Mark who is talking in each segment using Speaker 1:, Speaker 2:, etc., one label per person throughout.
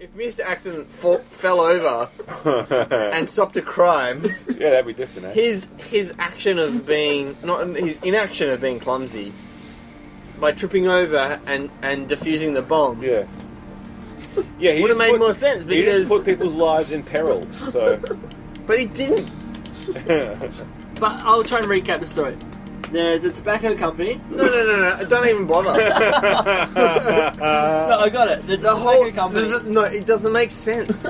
Speaker 1: If Mr. Accident fall, fell over and stopped a crime,
Speaker 2: yeah, that'd be different, eh?
Speaker 1: his his action of being not his inaction of being clumsy by tripping over and and defusing the bomb
Speaker 2: Yeah. Yeah, he
Speaker 1: would have made
Speaker 2: just put-
Speaker 1: more sense
Speaker 2: He
Speaker 1: because
Speaker 2: just put people's lives in peril, so.
Speaker 1: but he didn't.
Speaker 3: But I'll try and recap the story. There's a tobacco company.
Speaker 1: No, no, no, no! Don't even bother.
Speaker 3: no, I got it. There's
Speaker 1: The
Speaker 3: a
Speaker 1: whole
Speaker 3: tobacco company.
Speaker 1: the- the- no, it doesn't make sense.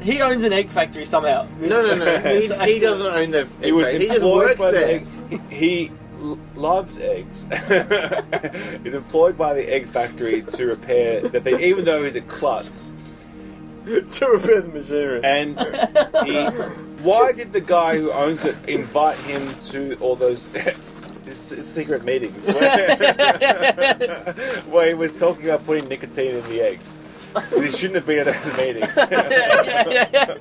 Speaker 3: he owns an egg factory somehow.
Speaker 1: No, no, no. He, he doesn't own the.
Speaker 2: he was
Speaker 1: he just works
Speaker 2: employed by the
Speaker 1: there.
Speaker 2: egg. He l- loves eggs. he's employed by the egg factory to repair that thing, even though he's a klutz.
Speaker 1: to repair the machinery.
Speaker 2: And he, why did the guy who owns it invite him to all those s- secret meetings where, where he was talking about putting nicotine in the eggs? He shouldn't have been at those meetings.
Speaker 3: yeah, yeah, yeah.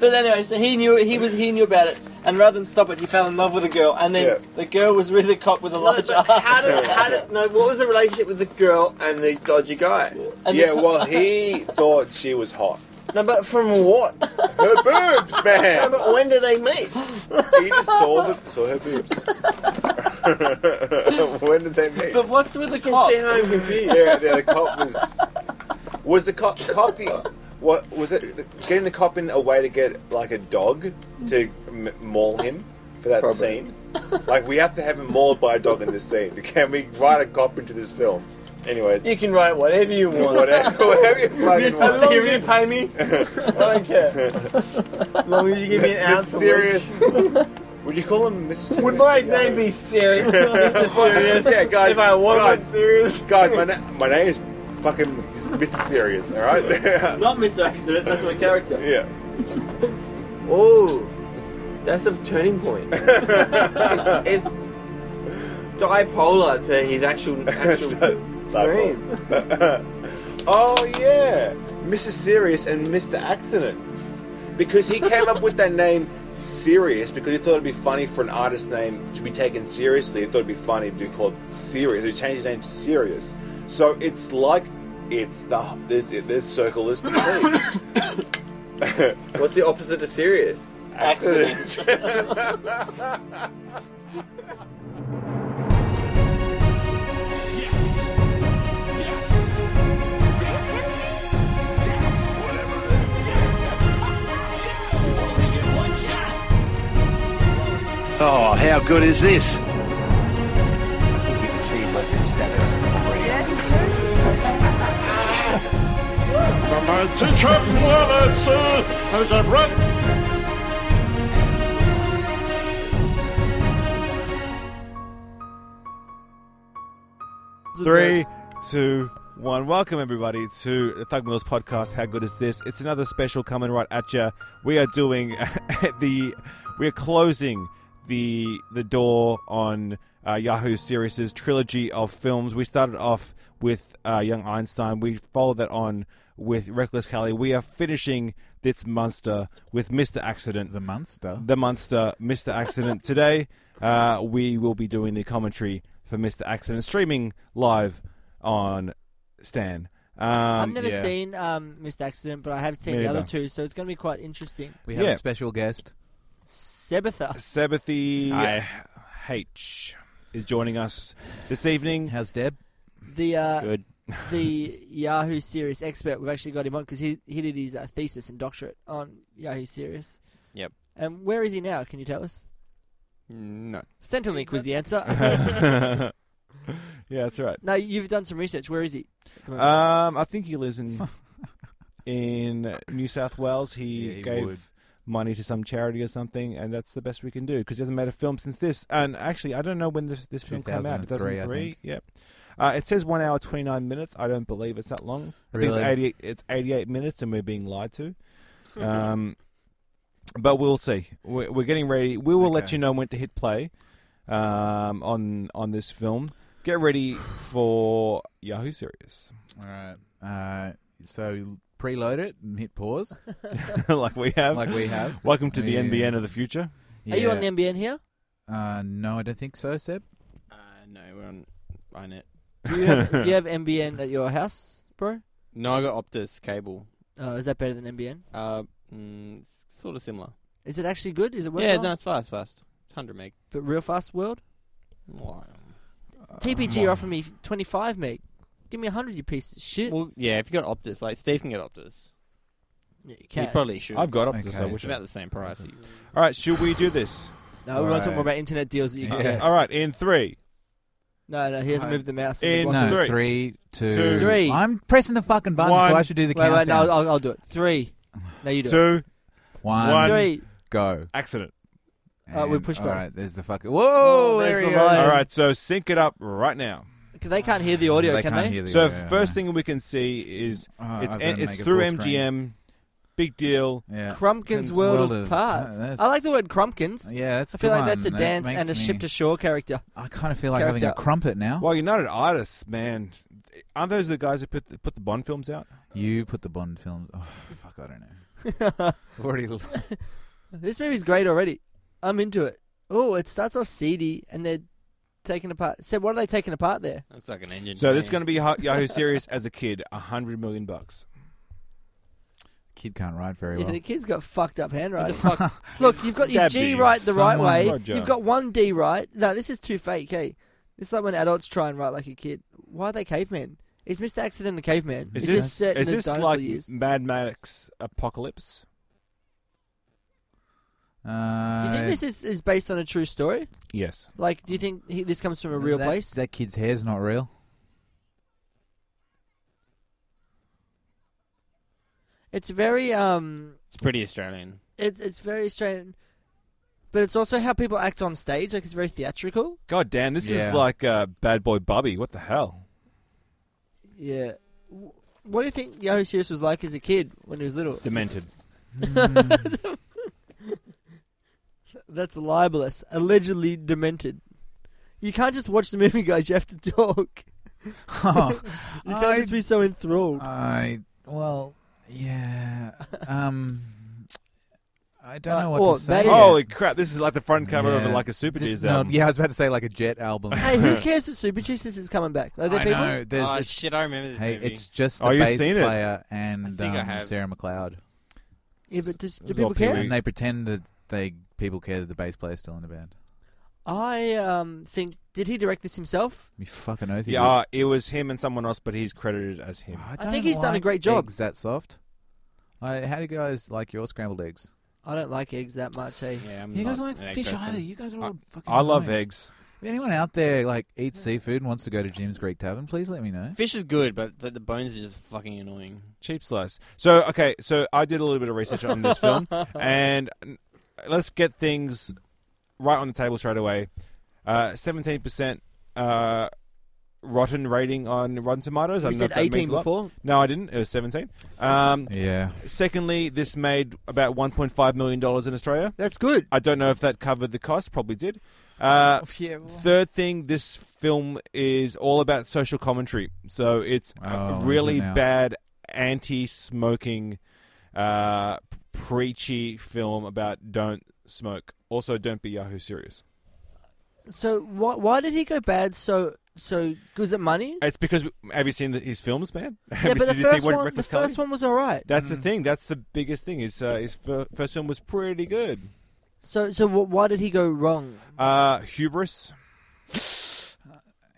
Speaker 3: But anyway, so he knew he was he knew about it, and rather than stop it, he fell in love with a girl, and then
Speaker 2: Yeah.
Speaker 3: the girl was really a cop with a
Speaker 1: No,
Speaker 3: large
Speaker 1: but how
Speaker 3: ass.
Speaker 1: did, how did, no, what was the relationship with the girl and the dodgy guy?
Speaker 3: And
Speaker 2: yeah,
Speaker 3: the-
Speaker 2: well, he thought she was hot.
Speaker 1: No, but from what?
Speaker 2: Her boobs,
Speaker 1: No,
Speaker 2: man.
Speaker 1: but when do they meet?
Speaker 2: He just saw the, saw her boobs. when did they meet?
Speaker 3: But what's with the
Speaker 1: You can
Speaker 3: cop?
Speaker 1: see how I'm confused.
Speaker 2: Yeah, yeah, the cop was. Was the cop cop the? What was it? the- Getting the cop in a way to get like a dog to m- maul him for that
Speaker 1: Probably.
Speaker 2: scene. Like we have to have him mauled by a dog in this scene. Can we write a cop into this film? Anyway,
Speaker 1: You can write whatever you want.
Speaker 2: whatever, whatever you
Speaker 1: As
Speaker 2: fucking
Speaker 1: long
Speaker 2: want.
Speaker 1: as you pay me, I don't care. As long as you give me an
Speaker 2: Mr.
Speaker 1: ounce of serious.
Speaker 2: Serious. Would you call him Mr. Serious?
Speaker 1: Would my name be serious? Mr. Serious?
Speaker 2: Yeah, guys,
Speaker 1: If I wasn't
Speaker 2: guys.
Speaker 1: serious,
Speaker 2: God, my, na- my name is fucking Mr. Serious, alright?
Speaker 3: Not Mr. Accident. That's my character.
Speaker 2: yeah.
Speaker 1: Oh, that's a turning point. it's, it's dipolar to his actual actual name.
Speaker 2: oh, yeah. Mr. Serious and Mr. Accident. Because he came up with that name Serious because he thought it'd be funny for an artist name to be taken seriously. He thought it'd be funny to be called Serious. He changed his name to Serious. So it's like it's the this, this circle is complete.
Speaker 1: What's the opposite of serious?
Speaker 3: Accident.
Speaker 4: Yes. Yes. Yes. Yes. Whatever the yes. You only get one shot.
Speaker 5: Oh, how good is this?
Speaker 6: Three, two, one. Welcome everybody to the Thug Mills podcast. How good is this? It's another special coming right at you. We are doing the. We are closing the the door on uh, Yahoo Sirius's trilogy of films. We started off with uh, Young Einstein. We followed that on with Reckless Kelly. We are finishing this monster with Mister Accident
Speaker 7: The monster.
Speaker 6: the monster, Mr. Accident. Today, uh, we will be doing the commentary for Mr. Accident, streaming live on Stan.
Speaker 8: I've
Speaker 6: Um,
Speaker 8: never
Speaker 7: yeah.
Speaker 8: seen um, Mr. Accident, but I have seen
Speaker 6: Me
Speaker 8: the other
Speaker 6: neither.
Speaker 8: two, so it's going to be quite interesting.
Speaker 7: We have
Speaker 6: Yeah.
Speaker 7: a special guest.
Speaker 8: Sebitha.
Speaker 6: Sabathy
Speaker 7: Hi.
Speaker 6: H is joining us this evening.
Speaker 7: How's Deb?
Speaker 8: The uh,
Speaker 7: Good.
Speaker 8: the Yahoo Serious expert. We've actually got him on because he he did his uh, thesis and doctorate on Yahoo Serious.
Speaker 9: Yep.
Speaker 8: And where is he now? Can you tell us?
Speaker 9: No.
Speaker 8: Centrelink was the answer.
Speaker 6: yeah, that's right.
Speaker 8: no, you've done some research. Where is he? at the
Speaker 1: Uh,
Speaker 8: moment?
Speaker 6: Um, I think he lives in in New South Wales. He,
Speaker 7: Yeah, he
Speaker 6: gave
Speaker 7: would.
Speaker 6: money to some charity or something, and that's the best we can do because he hasn't made a film since this. And actually, I don't know when this this film came out.
Speaker 7: 2003, I
Speaker 6: 2003.
Speaker 7: think.
Speaker 6: Yep. Uh, it says one hour twenty nine minutes. I don't believe it's that long. I think
Speaker 7: Really?
Speaker 6: it's eighty eight. It's eighty eight minutes, and we're being lied to. Um, but we'll see. We're, we're getting ready. We will let
Speaker 7: Okay.
Speaker 6: you know when to hit play um, on on this film. Get ready for Yahoo Serious,
Speaker 7: All right. Uh, so preload it and hit pause,
Speaker 6: like we have.
Speaker 7: like we have.
Speaker 6: Welcome to the
Speaker 7: Yeah.
Speaker 6: NBN of the future.
Speaker 8: Are you on the NBN here?
Speaker 7: Uh, no, I don't think so, Seb.
Speaker 9: Uh, no, we're on iNet.
Speaker 8: Do you have, do you have NBN at your house, bro?
Speaker 1: No, I got Optus cable.
Speaker 8: Oh, is that better than NBN?
Speaker 1: Uh, mm, sort of similar.
Speaker 8: Is it actually good? Is it worth
Speaker 1: yeah,
Speaker 8: it?
Speaker 1: no, it's fast, fast. It's 100 meg.
Speaker 8: But real fast world?
Speaker 1: Well, Uh,
Speaker 8: TPG offered me 25 meg. Give me 100, you piece of shit.
Speaker 1: well, yeah, if you got Optus, like Steve can get Optus.
Speaker 8: Yeah, you
Speaker 1: He
Speaker 8: can.
Speaker 1: probably should.
Speaker 6: I've got up to this.
Speaker 10: Okay.
Speaker 6: I wish.
Speaker 1: it's
Speaker 6: I-
Speaker 1: about the same price.
Speaker 6: All right, should we do this?
Speaker 8: No, we want to talk
Speaker 10: Right.
Speaker 8: more about internet deals that you can get.
Speaker 6: All right, in three.
Speaker 8: No, no, he hasn't
Speaker 10: I-
Speaker 8: moved the mouse.
Speaker 6: In-
Speaker 8: Lock
Speaker 10: No,
Speaker 8: it.
Speaker 6: Three.
Speaker 10: three, three, two,
Speaker 6: Two.
Speaker 8: Three.
Speaker 10: I'm pressing the fucking button,
Speaker 6: One.
Speaker 10: so I should do the
Speaker 8: Wait, wait, no,
Speaker 10: countdown.
Speaker 8: I'll, I'll- I'll do it. Three. No, you do it.
Speaker 6: Two.
Speaker 10: One,
Speaker 6: One.
Speaker 8: Three.
Speaker 10: go.
Speaker 6: Accident.
Speaker 8: Uh, we
Speaker 10: And-
Speaker 8: push
Speaker 10: all
Speaker 8: button.
Speaker 10: right, there's the fucking. Whoa,
Speaker 8: Oh, there's
Speaker 10: there
Speaker 8: the
Speaker 10: he
Speaker 8: line.
Speaker 10: is.
Speaker 6: All right, so sync it up right now.
Speaker 8: 'Cause they can't hear the audio,
Speaker 10: they
Speaker 8: can
Speaker 10: can't
Speaker 8: they?
Speaker 10: Hear the
Speaker 6: So
Speaker 10: audio.
Speaker 6: first thing we can see is
Speaker 10: Oh,
Speaker 6: it's
Speaker 10: I've gotta
Speaker 6: it's
Speaker 10: make it
Speaker 6: through
Speaker 10: full screen.
Speaker 6: MGM. Big deal.
Speaker 10: Yeah,
Speaker 8: Crumpkins
Speaker 10: Crumpkins
Speaker 8: World
Speaker 10: World
Speaker 8: of
Speaker 10: of-
Speaker 8: Parts.
Speaker 10: uh, that's-
Speaker 8: I like the word Crumpkins.
Speaker 10: yeah. That's
Speaker 8: I feel
Speaker 10: come
Speaker 8: like that's a
Speaker 10: on, that
Speaker 8: dance
Speaker 10: makes
Speaker 8: and a
Speaker 10: me-
Speaker 8: ship to shore character.
Speaker 10: I kind of feel like having a
Speaker 8: character.
Speaker 10: crumpet now.
Speaker 6: Well, you're not an artist, man. Aren't those the guys who put the, put the Bond films out?
Speaker 10: You put the Bond film. Oh, fuck, I don't know. I've already.
Speaker 8: this movie's great already. I'm into it. Oh, it starts off seedy and they're taking apart. Said, what are they taking apart there?
Speaker 1: That's like an engine.
Speaker 6: So this is going to be Yahoo- Yahoo Serious as a kid, a hundred million bucks.
Speaker 10: Kid can't write very
Speaker 8: Yeah,
Speaker 10: well.
Speaker 8: the kid's got fucked up handwriting. Look, you've got your
Speaker 6: That'd
Speaker 8: G
Speaker 6: be
Speaker 8: right the right
Speaker 10: someone-
Speaker 8: way.
Speaker 6: Roger.
Speaker 8: You've got one D right. No, this is too fake. Hey, it's like when adults try and write like a kid. Why are they cavemen? Is Mr. Accident a caveman?
Speaker 6: Is
Speaker 8: Is,
Speaker 6: this
Speaker 8: this set
Speaker 6: is
Speaker 8: in
Speaker 6: this
Speaker 8: the dinosaur
Speaker 6: like
Speaker 8: years?
Speaker 6: Mad Max Apocalypse?
Speaker 10: Uh,
Speaker 8: Do you think this is, is based on a true story?
Speaker 6: Yes.
Speaker 8: Like, do you think he, this comes from a real
Speaker 10: that,
Speaker 8: place?
Speaker 10: That kid's hair's not real.
Speaker 8: It's very um,
Speaker 1: It's pretty Australian.
Speaker 8: it, it's very strange, but it's also how people act on stage. Like, it's very theatrical.
Speaker 6: God damn, this
Speaker 10: Yeah.
Speaker 6: is like uh, Bad Boy Bubby. What the hell?
Speaker 8: Yeah. W- What do you think Yahoo Serious was like as a kid when he was little?
Speaker 6: Demented.
Speaker 8: That's libelous. Allegedly demented. You can't just watch the movie, guys. You have to talk.
Speaker 10: Oh,
Speaker 8: You can't
Speaker 10: I-
Speaker 8: just be so enthralled.
Speaker 10: I well, yeah. Um, I don't
Speaker 8: Uh,
Speaker 10: know what
Speaker 8: well,
Speaker 10: to
Speaker 8: that
Speaker 10: say.
Speaker 8: is-
Speaker 6: Holy crap! This is like the front cover
Speaker 10: Yeah.
Speaker 6: of like a Super
Speaker 10: This-
Speaker 6: Jizz
Speaker 10: no,
Speaker 6: album.
Speaker 10: yeah, I was about to say like a Jet album.
Speaker 8: hey, who cares that Super Juices is coming back? Are there
Speaker 10: I
Speaker 8: people?
Speaker 10: know. There's,
Speaker 1: oh
Speaker 10: it's,
Speaker 1: shit! I remember this
Speaker 10: hey,
Speaker 1: movie.
Speaker 10: it's just the
Speaker 6: Oh, you've
Speaker 10: bass
Speaker 6: seen it?
Speaker 10: player and
Speaker 1: think I
Speaker 10: um,
Speaker 1: have.
Speaker 10: Sarah McLeod,
Speaker 8: Yeah, but does, do
Speaker 6: It's
Speaker 8: people
Speaker 6: all
Speaker 8: care?
Speaker 6: Pee-wee.
Speaker 10: and they pretend that they people care that the bass player's still in the band.
Speaker 8: I um, think did he direct this himself?
Speaker 10: You fucking oath. he
Speaker 6: yeah, uh,
Speaker 10: did.
Speaker 6: it was him and someone else, but he's credited as him.
Speaker 10: I,
Speaker 8: think
Speaker 10: don't
Speaker 8: he's done a
Speaker 10: like
Speaker 8: great job.
Speaker 10: Eggs that soft. I, how do you guys like your scrambled eggs?
Speaker 8: I don't like eggs that much. Hey,
Speaker 1: yeah, I'm
Speaker 10: You guys
Speaker 1: not
Speaker 10: don't
Speaker 1: an
Speaker 10: like
Speaker 1: egg
Speaker 10: fish
Speaker 1: person.
Speaker 10: either. You guys are all fucking.
Speaker 6: I love
Speaker 10: annoying.
Speaker 6: eggs.
Speaker 10: If anyone out there like eats seafood and wants to go to Jim's Greek Tavern, please let me know.
Speaker 1: Fish is good, but the, the bones are just fucking annoying.
Speaker 6: Cheap slice. So okay, so I did a little bit of research on this film, and n- let's get things right on the table straight away. Seventeen percent uh, rotten rating on Rotten Tomatoes. I
Speaker 8: you
Speaker 6: don't know
Speaker 8: said
Speaker 6: if that means
Speaker 8: eighteen
Speaker 6: a lot.
Speaker 8: before.
Speaker 6: No, I didn't. It was seventeen. Um,
Speaker 10: Yeah.
Speaker 6: secondly, this made about one point five million dollars in Australia.
Speaker 8: That's good.
Speaker 6: I don't know if that covered the cost. Probably did. Uh, Third thing, this film is all about social commentary. So it's
Speaker 10: Oh,
Speaker 6: a
Speaker 10: is it
Speaker 6: really
Speaker 10: now?
Speaker 6: bad anti-smoking, uh, p- preachy film about don't smoke. Also, don't be Yahoo serious.
Speaker 8: So why why did he go bad? So so was it money?
Speaker 6: It's because have you seen the, his films, man?
Speaker 8: yeah, but the
Speaker 6: Did you see
Speaker 8: first
Speaker 6: what
Speaker 8: one the
Speaker 6: Reckless Kelly-
Speaker 8: first one was all right.
Speaker 6: That's
Speaker 10: Mm.
Speaker 6: the thing. That's the biggest thing. Is uh, his fir- first film was pretty good.
Speaker 8: So so wh- why did he go wrong?
Speaker 6: Uh, hubris.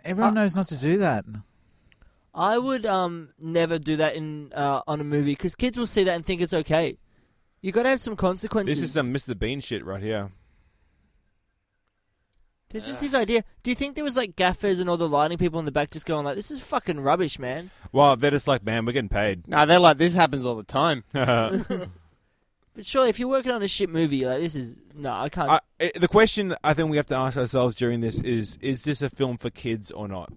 Speaker 10: Everyone knows not to do that.
Speaker 8: I would um never do that in uh, on a movie because kids will see that and think it's okay. You got to have some consequences.
Speaker 6: This is some Mr. Bean shit right here.
Speaker 8: This was his idea. Do you think there was like gaffers and all the lighting people in the back just going like, "This is fucking rubbish, man"?
Speaker 6: Well, they're just like, man, we're getting paid.
Speaker 1: No, they're like this happens all the time.
Speaker 8: But surely, if you're working on a shit movie, like this is no, I can't.
Speaker 6: I, I- the question I think we have to ask ourselves during this is: Is this a film for kids or not?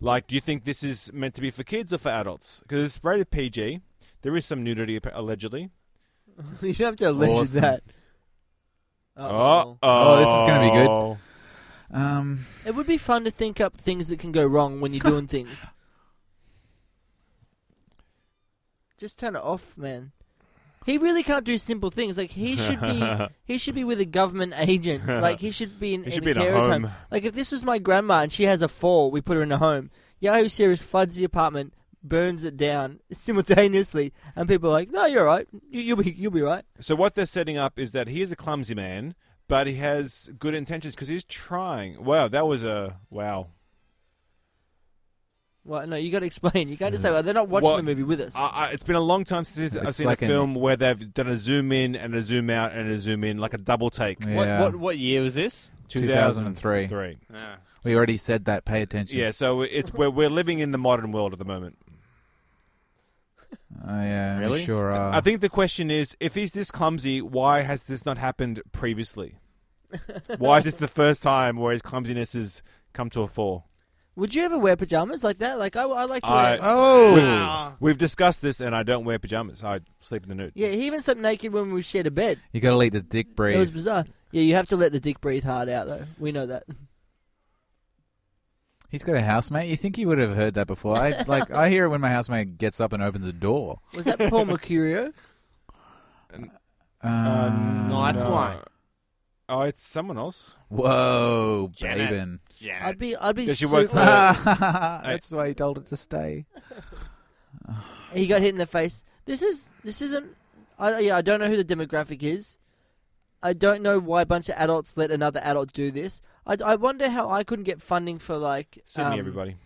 Speaker 6: Like, do you think this is meant to be for kids or for adults? Because it's rated PG. There is some nudity appa- allegedly.
Speaker 8: you don't have to allege
Speaker 10: Awesome.
Speaker 8: that.
Speaker 6: Oh,
Speaker 8: Uh-oh.
Speaker 10: Oh, this is gonna be good.
Speaker 6: Oh.
Speaker 10: Um,
Speaker 8: It would be fun to think up things that can go wrong when you're doing things. Just turn it off, man. He really can't do simple things. Like he should be, he should be with a government agent. Like he should be in,
Speaker 6: He should
Speaker 8: in
Speaker 6: be in
Speaker 8: a
Speaker 6: a
Speaker 8: carer's
Speaker 6: home.
Speaker 8: Like if this was my grandma and she has a fall, we put her in a home. Yahoo serious floods the apartment, burns it down simultaneously, and people are like, "No, you're right. You, you'll be you'll be right."
Speaker 6: So what they're setting up is that he is a clumsy man, but he has good intentions because he's trying. Wow, that was a wow.
Speaker 8: Well, no, you got to explain. You can't just say, "Well, they're not watching
Speaker 6: Well,
Speaker 8: the movie with us."
Speaker 6: I, I, it's been a long time since I've
Speaker 10: It's
Speaker 6: seen
Speaker 10: like
Speaker 6: a
Speaker 10: an-
Speaker 6: film where they've done a zoom in and a zoom out and a zoom in, like a double take.
Speaker 10: Yeah.
Speaker 1: What, what what year was this?
Speaker 10: 2003.
Speaker 6: Three.
Speaker 10: We already said that. Pay attention.
Speaker 6: Yeah, so it's we're, we're living in the modern world at the moment.
Speaker 10: Oh, yeah. we
Speaker 1: Really?
Speaker 10: sure are.
Speaker 6: I think the question is if he's this clumsy, why has this not happened previously? why is this the first time where his clumsiness has come to a fore?
Speaker 8: Would you ever wear pajamas like that? Like I, I like to.
Speaker 6: I-
Speaker 8: wear,
Speaker 10: oh.
Speaker 6: We've, we've discussed this, and I don't wear pajamas. I sleep in the nude.
Speaker 8: yeah, he even slept naked when we shared a bed.
Speaker 10: You got to let the dick
Speaker 8: It was
Speaker 10: breathe.
Speaker 8: bizarre. Yeah, you have to let the dick breathe hard out, though. We know that.
Speaker 10: He's got a housemate. You think he would have heard that before? I like. I hear it when my housemate gets up and opens a door.
Speaker 8: Was that Paul Mercurio?
Speaker 10: Uh,
Speaker 11: nice one.
Speaker 6: Oh, it's someone else.
Speaker 10: Whoa,
Speaker 1: Janet.
Speaker 10: Babin.
Speaker 8: I'd be, I'd be.
Speaker 6: Does she
Speaker 8: super-
Speaker 6: work for-
Speaker 10: That's why he told it to stay.
Speaker 8: He got hit in the face. This is, this isn't. I, yeah, I don't know who the demographic is. I don't know why a bunch of adults let another adult do this. I, I wonder how I couldn't get funding for like
Speaker 6: Sydney,
Speaker 8: um,
Speaker 6: everybody.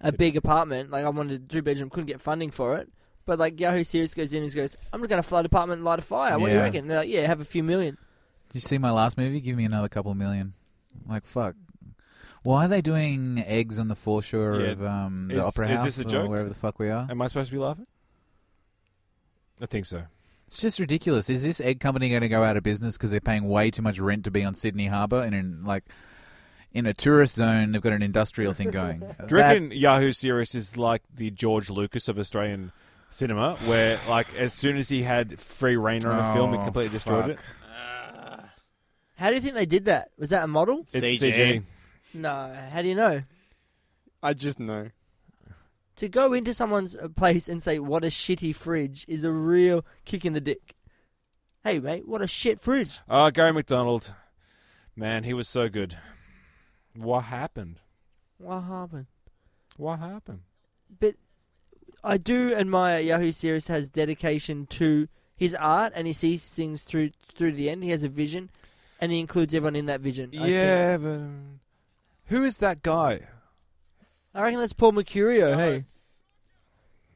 Speaker 8: a big apartment. Like I wanted a two bedroom, couldn't get funding for it. But like Yahoo Serious goes in and goes, I'm just gonna flood an apartment and light a fire. What do you
Speaker 10: Yeah.
Speaker 8: reckon? And they're like, Yeah, have a few million.
Speaker 10: Did you see my last movie? Give me another couple million. Like fuck. Why are they doing eggs on the foreshore
Speaker 6: Yeah.
Speaker 10: of um, the
Speaker 6: Is-
Speaker 10: opera
Speaker 6: is
Speaker 10: house
Speaker 6: this a
Speaker 10: or
Speaker 6: joke? Um,
Speaker 10: wherever the fuck we are?
Speaker 6: Am I supposed to be laughing? I think so.
Speaker 10: It's just ridiculous. Is this egg company going to go out of business because they're paying way too much rent to be on Sydney Harbour and in like in a tourist zone? They've got an industrial thing going.
Speaker 6: Do you reckon Yahoo Serious is like the George Lucas of Australian cinema, where like as soon as he had free reign on a film, it
Speaker 10: Oh,
Speaker 6: completely destroyed it?
Speaker 8: How do you think they did that? Was that a model?
Speaker 6: It's
Speaker 1: CG.
Speaker 6: CG.
Speaker 8: No. How do you know?
Speaker 1: I just know.
Speaker 8: To go into someone's uh, place and say, what a shitty fridge, is a real kick in the dick. Hey, mate, what a shit fridge.
Speaker 6: Oh, Gary McDonald, man, he was so good. What happened?
Speaker 8: What happened?
Speaker 6: What happened?
Speaker 8: But I do admire Yahoo Serious has dedication to his art and he sees things through through the end. He has a vision and he includes everyone in that vision. I think.
Speaker 6: yeah, but um, who is that guy?
Speaker 8: I reckon that's Paul Mercurio, hey.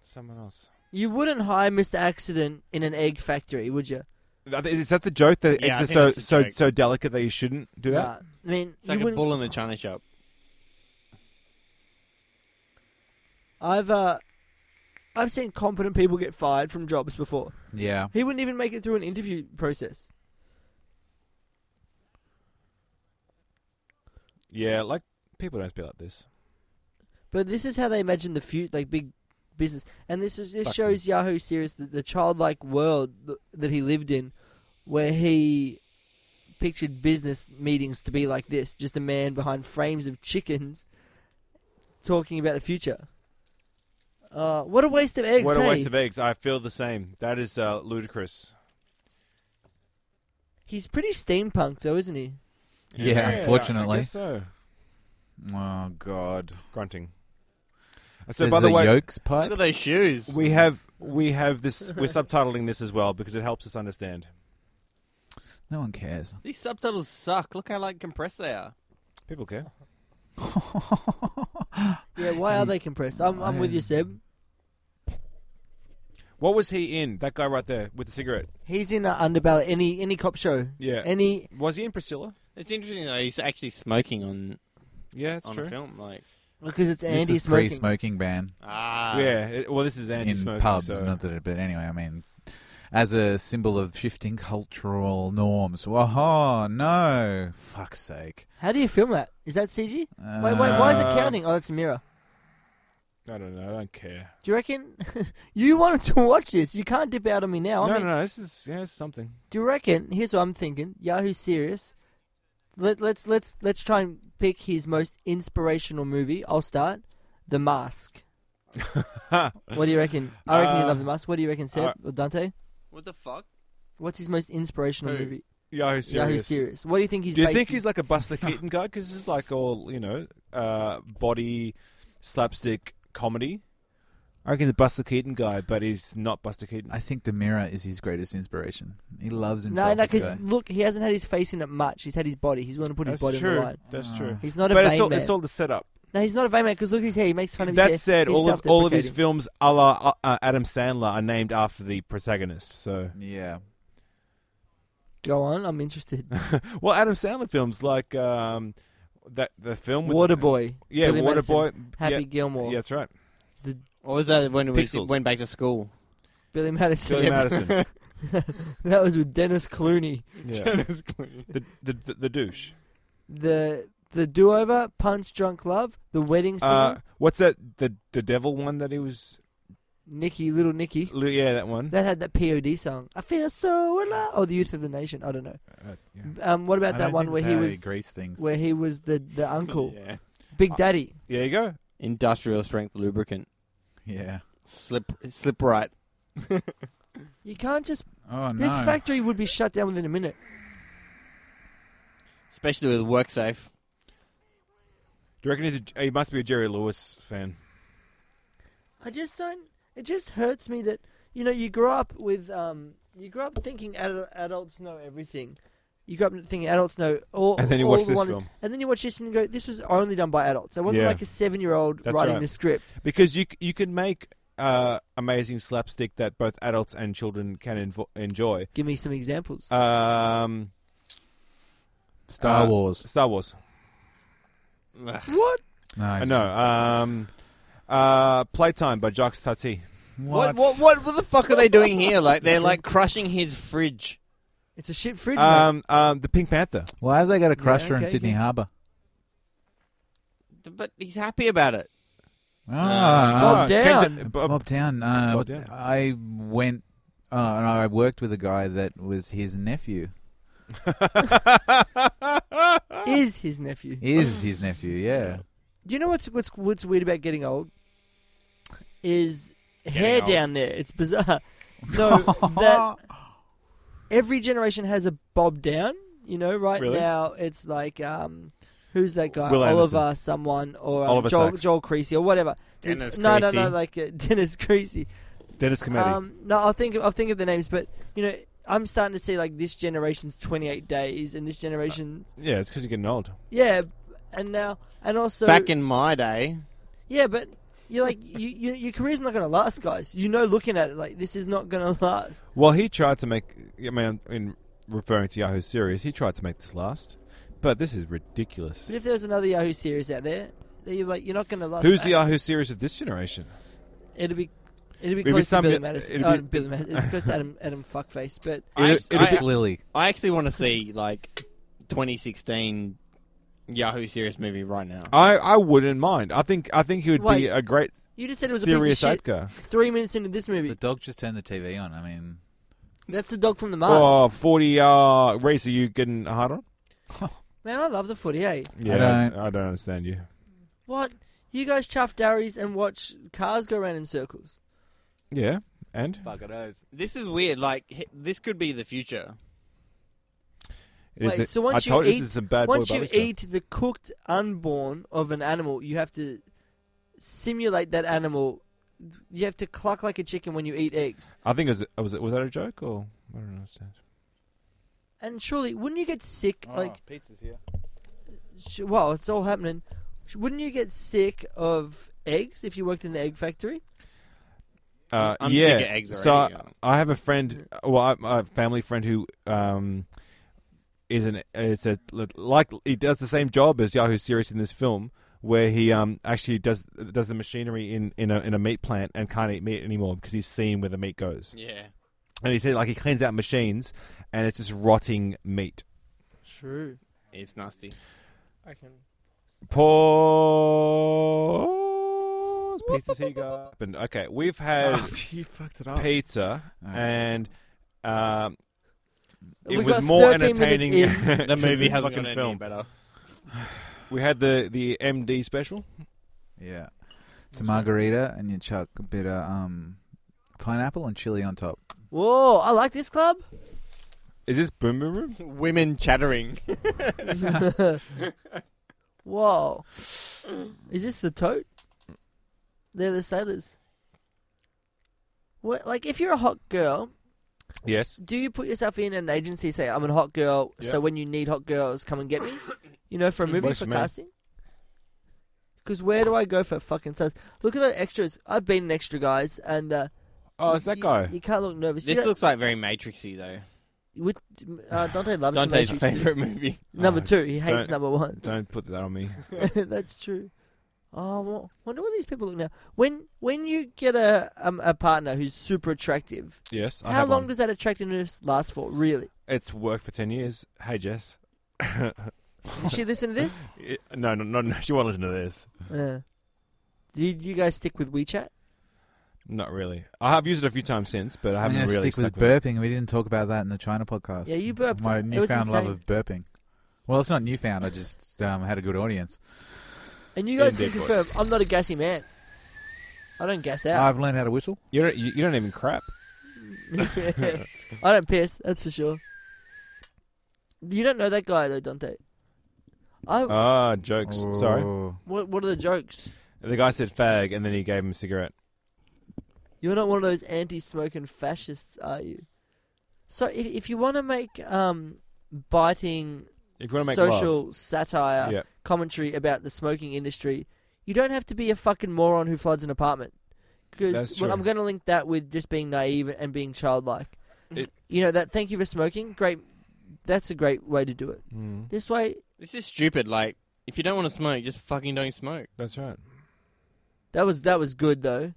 Speaker 6: Someone else.
Speaker 8: You wouldn't hire Mr. Accident in an egg factory, would you?
Speaker 6: Is that the joke that
Speaker 1: Yeah, I
Speaker 6: eggs are
Speaker 1: think
Speaker 6: so
Speaker 1: that's the
Speaker 6: so
Speaker 1: joke.
Speaker 6: so delicate that you shouldn't do that?
Speaker 8: Nah. I mean,
Speaker 1: It's like
Speaker 8: you
Speaker 1: a
Speaker 8: wouldn't-
Speaker 1: bull in the china shop.
Speaker 8: I've uh, I've seen competent people get fired from jobs before.
Speaker 10: Yeah.
Speaker 8: He wouldn't even make it through an interview process.
Speaker 6: Yeah, like people don't speak like this.
Speaker 8: But this is how they imagine the future, like big business. And this is this
Speaker 6: Sucks
Speaker 8: shows Yahoo series the, the childlike world th- that he lived in, where he pictured business meetings to be like this: just a man behind frames of chickens talking about the future. Uh, what a waste of eggs!
Speaker 6: What a
Speaker 8: hey?
Speaker 6: waste of eggs! I feel the same. That is uh, ludicrous.
Speaker 8: He's pretty steampunk, though, isn't he?
Speaker 10: Yeah, unfortunately.
Speaker 6: I guess so.
Speaker 10: Oh god.
Speaker 6: Grunting. And
Speaker 10: So
Speaker 6: So, by the
Speaker 10: a
Speaker 6: way,
Speaker 10: yolks
Speaker 1: Look
Speaker 10: pipe.
Speaker 1: at those shoes.
Speaker 6: we have we have this. We're subtitling this as well because it helps us understand.
Speaker 10: No one cares.
Speaker 1: These subtitles suck. Look how like compressed they are.
Speaker 6: People care.
Speaker 8: Yeah. Why
Speaker 6: Um,
Speaker 8: are they compressed? I'm, I'm with you, Seb.
Speaker 6: What was he in? That guy right there with the cigarette.
Speaker 8: He's in an underbelly. Any any cop show.
Speaker 6: Yeah.
Speaker 8: Any
Speaker 6: Was he in Priscilla?
Speaker 1: It's interesting though. He's actually smoking on
Speaker 6: Yeah, that's
Speaker 1: on
Speaker 6: true.
Speaker 1: a film. Like
Speaker 8: because it's
Speaker 10: This
Speaker 8: Andy
Speaker 10: is pre
Speaker 8: smoking.
Speaker 10: smoking ban
Speaker 1: ah,
Speaker 6: Yeah. it- well, this is Andy
Speaker 10: in
Speaker 6: smoking.
Speaker 10: pubs.
Speaker 6: so-
Speaker 10: Not that, it- but anyway, I mean, as a symbol of shifting cultural norms. Whoa, no, fuck's sake.
Speaker 8: How do you film that? Is that CG? Wait, wait, why is
Speaker 6: Uh,
Speaker 8: it counting? Oh, that's a mirror.
Speaker 6: I don't know. I don't care.
Speaker 8: Do you reckon you wanted to watch this? You can't dip out on me now. Oh, I
Speaker 6: no,
Speaker 8: mean,
Speaker 6: no, no. This is yeah, it's something.
Speaker 8: do you reckon? Here's what I'm thinking. Yahoo Serious. Let let's let's let's try and pick his most inspirational movie. I'll start. The Mask. What do you reckon? I reckon you
Speaker 6: Uh,
Speaker 8: love The Mask. What do you reckon, Seb
Speaker 6: uh,
Speaker 8: or Dante?
Speaker 1: What the fuck?
Speaker 8: What's his most inspirational
Speaker 1: Who?
Speaker 8: movie?
Speaker 6: Yahoo
Speaker 8: Yahoo
Speaker 6: serious.
Speaker 8: Serious. What do you think he's?
Speaker 6: Do you
Speaker 8: based
Speaker 6: think
Speaker 8: in-
Speaker 6: he's like a Buster Keaton guy? Because this is like all you know, uh, body slapstick comedy. I reckon he's a Buster Keaton guy, but he's not Buster Keaton.
Speaker 10: I think the mirror is his greatest inspiration. He loves himself.
Speaker 8: No, no,
Speaker 10: this
Speaker 8: because
Speaker 10: guy.
Speaker 8: look, he hasn't had his face in it much. He's had his body. He's willing to put
Speaker 6: That's
Speaker 8: his body on
Speaker 6: true.
Speaker 8: the line.
Speaker 6: That's
Speaker 10: Ah.
Speaker 6: true.
Speaker 8: He's not a
Speaker 6: but
Speaker 8: vain
Speaker 6: it's all,
Speaker 8: man.
Speaker 6: it's all the setup.
Speaker 8: No, he's not a vain man because look at his hair. He makes fun of his hair.
Speaker 6: That said,
Speaker 8: He's
Speaker 6: all of all of his
Speaker 8: self-deprecating.
Speaker 6: films, a la uh, Adam Sandler, are named after the protagonist. So,
Speaker 10: Yeah.
Speaker 8: Go on, I'm interested.
Speaker 6: well, Adam Sandler films like um, that the film with
Speaker 8: Waterboy.
Speaker 6: yeah,
Speaker 8: Billy Madison,
Speaker 6: Waterboy,
Speaker 8: Happy
Speaker 6: yeah,
Speaker 8: Gilmore.
Speaker 6: yeah, that's right,
Speaker 1: Or was that when we
Speaker 6: Pixels.
Speaker 1: went back to school?
Speaker 8: Billy Madison.
Speaker 6: Billy Madison,
Speaker 8: that was with Dennis Clooney.
Speaker 6: yeah. the, the the the douche.
Speaker 8: The the do over, Punch Drunk Love, The Wedding Singer,
Speaker 6: Uh, what's that? The the devil one that he was.
Speaker 8: Nicky, Little Nicky.
Speaker 6: li- Yeah, that one.
Speaker 8: That had that POD song. I feel so alive. Or The Youth of the Nation. I don't know.
Speaker 6: Uh, yeah.
Speaker 8: Um, what about
Speaker 10: I
Speaker 8: that
Speaker 10: don't
Speaker 8: one
Speaker 10: think
Speaker 8: where
Speaker 10: that's
Speaker 8: he
Speaker 10: how
Speaker 8: was
Speaker 10: grease things?
Speaker 8: where he was the the uncle,
Speaker 1: Yeah.
Speaker 8: Big Daddy?
Speaker 6: There you go.
Speaker 1: Industrial strength lubricant.
Speaker 10: yeah.
Speaker 1: Slip, slip right.
Speaker 8: You can't just.
Speaker 10: Oh no.
Speaker 8: This factory would be shut down within a minute.
Speaker 1: Especially with WorkSafe.
Speaker 6: Do you reckon he's a, he must be a Jerry Lewis fan?
Speaker 8: I just don't. It just hurts me that you know you grow up with um you grow up thinking ad- adults know everything. You grow up thinking adults know all.
Speaker 6: And then you
Speaker 8: all
Speaker 6: watch
Speaker 8: the
Speaker 6: this
Speaker 8: wonders-
Speaker 6: film.
Speaker 8: and then you watch this and you go, "This was only done by adults. It wasn't
Speaker 6: Yeah.
Speaker 8: like a seven-year-old
Speaker 6: That's
Speaker 8: writing
Speaker 6: right.
Speaker 8: the script."
Speaker 6: Because you c- you can make uh, amazing slapstick that both adults and children can invo- enjoy.
Speaker 8: Give me some examples.
Speaker 6: Uh, Um,
Speaker 10: Star
Speaker 6: uh,
Speaker 10: Wars.
Speaker 6: Star Wars.
Speaker 1: Ugh.
Speaker 8: what?
Speaker 10: Nice.
Speaker 6: Uh, no. Um, uh, Playtime by Jacques Tati.
Speaker 1: What, what, what, what the fuck are they doing here? Like, they're like crushing his fridge.
Speaker 8: It's a shit fridge. mate.
Speaker 6: Um, um, the Pink Panther.
Speaker 10: Why have they got a
Speaker 8: Yeah,
Speaker 10: crusher in
Speaker 8: okay,
Speaker 10: Sydney
Speaker 8: yeah.
Speaker 10: Harbour?
Speaker 1: But he's happy about it.
Speaker 10: Ah,
Speaker 8: Bob Down.
Speaker 6: Kendrick-
Speaker 10: Bob,
Speaker 6: Uh, Bob-
Speaker 10: Down. Uh,
Speaker 6: Bob Down.
Speaker 10: I went uh, and I worked with a guy that was his nephew.
Speaker 8: is his nephew.
Speaker 10: Is his nephew? Yeah.
Speaker 8: Do you know what's what's what's weird about getting old? Is hair
Speaker 1: old.
Speaker 8: down there? It's bizarre. So
Speaker 10: Ah,
Speaker 8: that every generation has a bob down. You know, right
Speaker 6: Really?
Speaker 8: now it's like um, who's that guy?
Speaker 6: Will Anderson.
Speaker 8: Oliver, someone, or um,
Speaker 6: Oliver
Speaker 8: Joel,
Speaker 6: Sacks.
Speaker 8: Joel Creasy, or whatever.
Speaker 1: Dennis
Speaker 8: no, no, no,
Speaker 1: Creasy.
Speaker 8: like uh, Dennis Creasy.
Speaker 6: Dennis Cometti.
Speaker 8: Um, no, I'll think of, I'll think of the names, but you know, I'm starting to see like this generation's 28 days, and this generation's
Speaker 6: yeah, it's because you're getting old.
Speaker 8: yeah, and now and also
Speaker 1: Back in my day,
Speaker 8: Yeah, but you're like you, you, your career's not going to last, guys. You know, looking at it, like this is not going to last.
Speaker 6: Well, he tried to make. I mean, in referring to Yahoo series, he tried to make this last, but this is ridiculous.
Speaker 8: But if there's another Yahoo series out there, then you're like you're not going to last.
Speaker 6: Who's
Speaker 8: Uh,
Speaker 6: the Yahoo series of this generation?
Speaker 8: It'll be. It'll be
Speaker 6: It'll be
Speaker 8: close
Speaker 6: some-
Speaker 8: to Billy Madison.
Speaker 6: it'll
Speaker 8: oh,
Speaker 6: be-
Speaker 8: Billy Madison. It's close to Adam, Adam Fuckface. But
Speaker 1: I,
Speaker 6: It'll- it'll
Speaker 1: I,
Speaker 10: It's Lily.
Speaker 1: I actually want to see like 2016 Yahoo serious movie right now.
Speaker 6: I, I wouldn't mind. I think I think he would be
Speaker 8: Wait.
Speaker 6: a great
Speaker 8: you just said it was
Speaker 6: serious
Speaker 8: a piece of shit.
Speaker 6: actor.
Speaker 8: Three minutes into this movie,
Speaker 10: The dog just turned the TV on. I mean,
Speaker 8: that's the dog from the mask.
Speaker 6: Oh, 40 uh, race. Are you getting hard on?
Speaker 8: Man, I love the footy. eh?
Speaker 6: Yeah,
Speaker 10: don't-
Speaker 6: I don't understand you.
Speaker 8: what? You guys chuff dowries and watch cars go around in circles.
Speaker 6: Yeah, and
Speaker 10: fuck it over.
Speaker 1: This is weird. Like h- this could be the future.
Speaker 6: It is
Speaker 8: Wait,
Speaker 6: a-
Speaker 8: so once
Speaker 6: I told
Speaker 8: you
Speaker 6: this
Speaker 8: eat-
Speaker 6: is some bad boy
Speaker 8: Once you
Speaker 6: barbecue stuff.
Speaker 8: eat the cooked unborn of an animal, you have to simulate that animal. You have to cluck like a chicken when you eat eggs.
Speaker 6: I think it was, was it was that a joke or I don't understand.
Speaker 8: And surely, wouldn't you get sick?
Speaker 10: Ah.
Speaker 8: Like,
Speaker 10: pizza's here.
Speaker 8: sh- well, it's all happening. Sh- Wouldn't you get sick of eggs if you worked in the egg factory?
Speaker 6: Uh,
Speaker 1: I'm
Speaker 6: yeah,
Speaker 1: sick of eggs
Speaker 6: so
Speaker 1: already.
Speaker 6: I, I have a friend, well, I, a family friend who um is an is a like he does the same job as Yahoo Serious in this film. Where he um actually does does the machinery in, in a in a meat plant and can't eat meat anymore because he's seen where the meat goes.
Speaker 1: yeah.
Speaker 6: And he said like he cleans out machines and it's just rotting meat.
Speaker 8: True.
Speaker 1: It's nasty.
Speaker 8: I can.
Speaker 6: Pause. Pizza Seagull. Happened. Okay, we've had
Speaker 1: Oh,
Speaker 10: you fucked it
Speaker 6: pizza
Speaker 10: Alright.
Speaker 6: and um, it
Speaker 8: We
Speaker 6: was
Speaker 8: got
Speaker 6: more
Speaker 8: 13 minutes
Speaker 6: entertaining.
Speaker 8: in.
Speaker 1: The movie
Speaker 6: this
Speaker 1: hasn't
Speaker 6: fucking
Speaker 1: got any
Speaker 6: film.
Speaker 1: better.
Speaker 6: We had the the MD special.
Speaker 10: Yeah. It's a margarita, and you chuck a bit of um, pineapple and chili on top.
Speaker 8: Whoa! I like this club.
Speaker 6: Is this Boom Boom Room?
Speaker 1: Women chattering.
Speaker 8: Whoa! Is this the tote? They're the sailors. What, like, if you're a hot girl,
Speaker 6: Yes.
Speaker 8: do you put yourself in an agency? Say, I'm a hot girl,
Speaker 6: Yeah.
Speaker 8: so when you need hot girls, come and get me. You know, for a movie
Speaker 6: works
Speaker 8: for
Speaker 6: for me.
Speaker 8: casting. Because where do I go for fucking stars? Look at the extras. I've been an extra, guys, and uh,
Speaker 6: Oh, it's that
Speaker 8: you-
Speaker 6: guy.
Speaker 8: You can't look nervous. You
Speaker 1: This looks like very Matrixy though.
Speaker 8: know, with, uh, Dante loves the
Speaker 1: Dante's
Speaker 8: Matrix.
Speaker 1: favorite movie.
Speaker 8: Number
Speaker 6: Oh,
Speaker 8: two, he hates
Speaker 6: don't-
Speaker 8: number one.
Speaker 6: Don't put that on me.
Speaker 8: That's true. Oh, well, wonder what these people look now. When when you get a um, a partner who's super attractive,
Speaker 6: Yes. I
Speaker 8: how
Speaker 6: have
Speaker 8: long
Speaker 6: one.
Speaker 8: does that attractiveness last for? Really?
Speaker 6: It's worked for 10 years. Hey, Jess.
Speaker 8: Did she listen to this?
Speaker 6: It- no, no, no, no, she won't listen to this.
Speaker 8: Uh, did you guys stick with WeChat?
Speaker 6: Not really. I have used it a few times since, but I
Speaker 10: I'm
Speaker 6: haven't
Speaker 10: going to
Speaker 6: really
Speaker 10: stick with
Speaker 6: stuck with it.
Speaker 10: burping. We didn't talk about that in the China podcast.
Speaker 8: Yeah, you burped.
Speaker 10: My
Speaker 8: It was
Speaker 10: newfound love
Speaker 8: insane.
Speaker 10: of burping. Well, it's not newfound. I just um, had a good audience.
Speaker 8: And you guys can
Speaker 6: Indeed, boys.
Speaker 8: confirm, I'm not a gassy man. I don't gas out.
Speaker 6: Uh,
Speaker 10: I've learned how to whistle.
Speaker 6: You don't, you, you don't even crap.
Speaker 8: I don't piss. That's for sure. You don't know that guy though, Dante. I.
Speaker 6: Ah, jokes. Sorry.
Speaker 10: Oh.
Speaker 8: what What are the jokes?
Speaker 6: The guy said fag, and then he gave him a cigarette.
Speaker 8: You're not one of those anti-smoking fascists, are you? So if if you want to make um biting
Speaker 6: If you want to make
Speaker 8: social
Speaker 6: love,
Speaker 8: satire
Speaker 6: yeah,
Speaker 8: commentary about the smoking industry, you don't have to be a fucking moron who floods an apartment. Because
Speaker 6: That's
Speaker 8: well, I'm
Speaker 6: true.
Speaker 8: going to link that with just being naive and being childlike.
Speaker 6: It-
Speaker 8: you know that. Thank you for smoking. Great. That's a great way to do it.
Speaker 6: Mm,
Speaker 8: This way,
Speaker 1: This is stupid. Like, if you don't want to smoke, just fucking don't smoke.
Speaker 6: that's right.
Speaker 8: that was that was good though.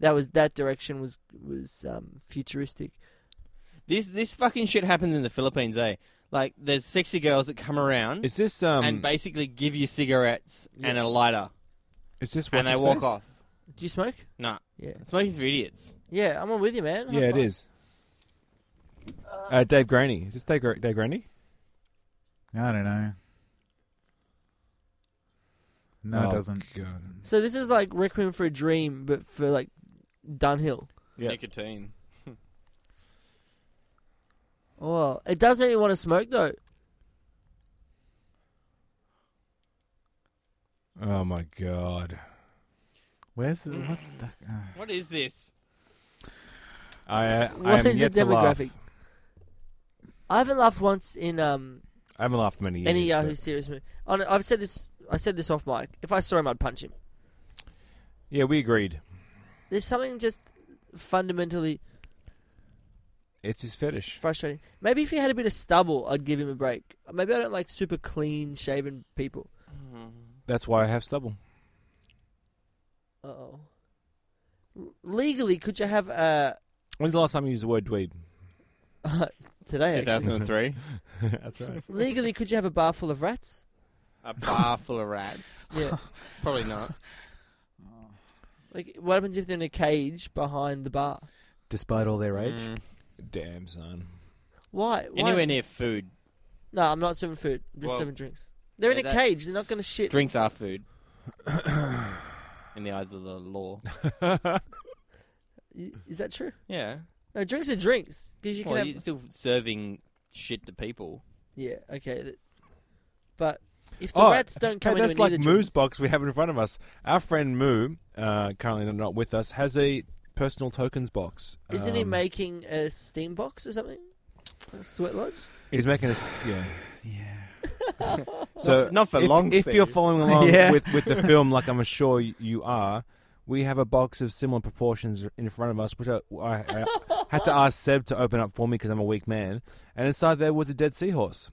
Speaker 8: That was that direction was was um, futuristic.
Speaker 1: This this fucking shit happens in the Philippines, eh? Like, there's sexy girls that come
Speaker 8: Mm.
Speaker 1: around
Speaker 6: Is this um?
Speaker 1: and basically give you cigarettes and a lighter,
Speaker 6: is this
Speaker 1: and they walk off.
Speaker 8: Do you smoke?
Speaker 1: Nah,
Speaker 8: Yeah,
Speaker 1: smoking's for idiots.
Speaker 8: yeah. I'm on with you, man. High
Speaker 6: Yeah, it
Speaker 8: five.
Speaker 6: is. Uh, Dave Graney. Is this Dave, Gra- Dave Graney?
Speaker 10: I don't know. No,
Speaker 6: Oh,
Speaker 10: it doesn't.
Speaker 6: God.
Speaker 8: So this is like Requiem for a Dream, but for like Dunhill.
Speaker 6: Yeah.
Speaker 1: Nicotine.
Speaker 8: Oh, it does make me want to smoke though.
Speaker 6: Oh my God.
Speaker 10: Where's the, what
Speaker 8: Mm.
Speaker 10: the? Uh,
Speaker 1: What is this?
Speaker 6: I uh, I
Speaker 8: What
Speaker 6: am
Speaker 8: is
Speaker 6: yet
Speaker 8: the
Speaker 6: to laugh.
Speaker 8: demographic? I haven't laughed once in um
Speaker 6: I haven't laughed many years.
Speaker 8: any Yahoo
Speaker 6: but-
Speaker 8: serious movie. On, I've said this. I said this off mic. If I saw him, I'd punch him.
Speaker 6: Yeah, we agreed.
Speaker 8: There's something just fundamentally
Speaker 6: It's his fetish.
Speaker 8: frustrating. Maybe if he had a bit of stubble, I'd give him a break. Maybe I don't like super clean shaven people.
Speaker 6: That's why I have stubble.
Speaker 8: Uh oh. Legally, could you have a
Speaker 6: When's the last time you used the word dweeb?
Speaker 8: today? Actually,
Speaker 1: 2003.
Speaker 6: that's right.
Speaker 8: legally, could you have a bar full of rats?
Speaker 1: A bar full of rats.
Speaker 8: Yeah.
Speaker 1: Probably not.
Speaker 8: Like, what happens if they're in a cage behind the bar?
Speaker 10: despite all their age,
Speaker 1: Mm.
Speaker 6: Damn son.
Speaker 8: Why? Why?
Speaker 1: Anywhere near food.
Speaker 8: No, I'm not serving food. I'm just
Speaker 1: Well,
Speaker 8: serving drinks. They're in
Speaker 1: yeah,
Speaker 8: a
Speaker 1: that-
Speaker 8: cage. They're not going to shit.
Speaker 1: Drinks are food. In the eyes of the law.
Speaker 8: Y- Is that true?
Speaker 1: Yeah.
Speaker 8: No, drinks are drinks. Because you can
Speaker 1: well,
Speaker 8: have.
Speaker 1: you're still serving shit to people.
Speaker 8: Yeah, okay. th- But if the
Speaker 6: Oh,
Speaker 8: rats don't come
Speaker 6: Hey,
Speaker 8: in,
Speaker 6: that's like Moo's box we have in front of us. Our friend Moo, uh, currently not with us, has a personal tokens box.
Speaker 8: Isn't he
Speaker 6: Um,
Speaker 8: making a steam box or something? A sweat lodge?
Speaker 6: He's making us. Yeah.
Speaker 10: yeah.
Speaker 6: So
Speaker 1: Not for
Speaker 6: if,
Speaker 1: long,
Speaker 6: If you're
Speaker 1: Steve.
Speaker 6: following along
Speaker 10: Yeah.
Speaker 6: with, with the film, like I'm sure you are, we have a box of similar proportions in front of us, which I, I, I had to ask Seb to open up for me because I'm a weak man. And inside there was a dead seahorse,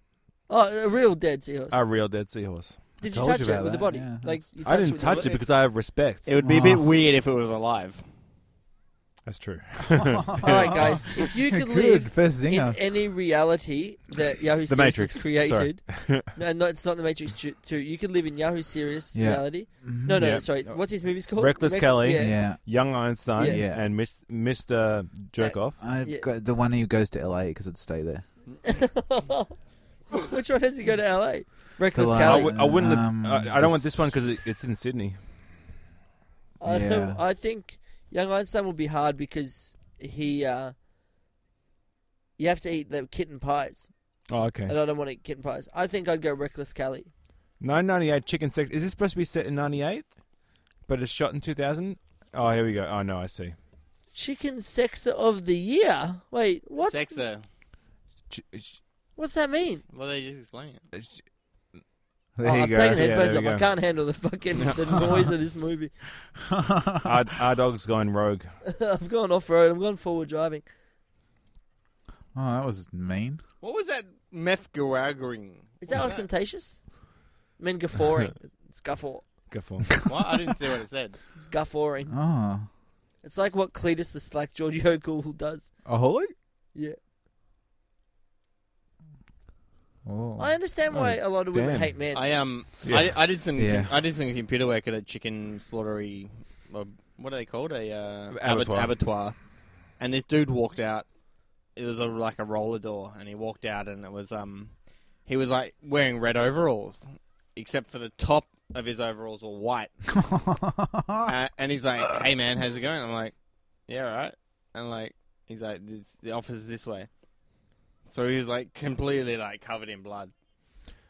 Speaker 8: Oh, a real dead seahorse.
Speaker 6: a real dead seahorse.
Speaker 8: Did you
Speaker 10: told you
Speaker 8: touch it
Speaker 10: about
Speaker 8: with the
Speaker 10: that,
Speaker 8: body?
Speaker 10: yeah,
Speaker 8: like
Speaker 10: that's-
Speaker 8: you
Speaker 6: I didn't
Speaker 8: with
Speaker 6: touch
Speaker 8: the-
Speaker 6: it because I have respect.
Speaker 1: It would be a bit
Speaker 10: Oh.
Speaker 1: weird if it was alive.
Speaker 6: That's true.
Speaker 8: All right, guys. If you could
Speaker 10: Good
Speaker 8: live
Speaker 10: first
Speaker 8: in
Speaker 10: zinger.
Speaker 8: any reality that Yahoo
Speaker 6: The
Speaker 8: Serious
Speaker 6: Matrix.
Speaker 8: has
Speaker 6: Sorry.
Speaker 8: created, no, no, it's not the Matrix Two. two. You could live in Yahoo Serious
Speaker 10: Yeah.
Speaker 8: reality. No, no,
Speaker 6: Yeah.
Speaker 8: no, sorry. What's his movies called?
Speaker 6: Reckless Kelly.
Speaker 8: Yeah.
Speaker 10: yeah.
Speaker 6: Young Einstein
Speaker 10: Yeah. Yeah.
Speaker 6: and Miss, Mr. Jerkoff.
Speaker 10: I've
Speaker 8: Yeah.
Speaker 10: got the one who goes to LA because it'd stay there.
Speaker 8: Which one does he go to L.A.? Reckless
Speaker 10: one-
Speaker 6: I
Speaker 8: Kelly.
Speaker 10: Kelly.
Speaker 6: w- I wouldn't.
Speaker 10: Um,
Speaker 6: I, I don't want
Speaker 10: this-
Speaker 6: this one because it, it's in Sydney.
Speaker 8: I don't
Speaker 10: Yeah.
Speaker 8: I think young Einstein will be hard because he uh you have to eat the kitten pies,
Speaker 6: Oh, okay.
Speaker 8: and I don't want to eat kitten pies. I think I'd go reckless Cali.
Speaker 6: 998 chicken sex. Is this supposed to be set in 98? But it's shot in 2000? Oh, here we go. Oh, no, I see.
Speaker 8: Chicken Sexer of the Year. Wait, what?
Speaker 1: Sexer.
Speaker 6: Ch- ch-
Speaker 8: What's that mean?
Speaker 1: Well, they just explain it.
Speaker 6: ch-
Speaker 10: There
Speaker 8: oh,
Speaker 10: you
Speaker 8: I've
Speaker 10: go.
Speaker 8: taken
Speaker 6: Yeah,
Speaker 8: headphones
Speaker 6: there
Speaker 8: off.
Speaker 6: we
Speaker 8: I
Speaker 6: go.
Speaker 8: can't handle the fucking the noise of this movie.
Speaker 6: Our, our dog's going rogue.
Speaker 8: I've gone off road. I've gone forward driving.
Speaker 10: Oh, that was mean.
Speaker 1: What was that meth garagering?
Speaker 8: Is that ostentatious? I mean, guffawing. Scuffle.
Speaker 6: Go for it.
Speaker 1: What? I didn't see what it said.
Speaker 8: It's guffawing.
Speaker 10: Oh.
Speaker 8: It's like what Cletus the Slack George Yokel does.
Speaker 10: Ahoy?
Speaker 8: Yeah.
Speaker 10: Oh.
Speaker 8: I understand why a lot of women
Speaker 6: damn.
Speaker 8: hate men.
Speaker 1: I um,
Speaker 6: Yeah.
Speaker 1: I, I did some,
Speaker 10: Yeah.
Speaker 1: I did some computer work at a chicken slaughtery. uh, What are they called? A uh,
Speaker 6: Abattoir.
Speaker 1: abattoir. abattoir. And this dude walked out. It was a, like a roller door, and he walked out, and it was um, he was like wearing red overalls, except for the top of his overalls were white.
Speaker 10: Oh.
Speaker 1: uh, and he's like, "Hey man, how's it going?" I'm like, "Yeah, all right." And like, he's like, this, "The office is this way." So he was like completely like covered in blood.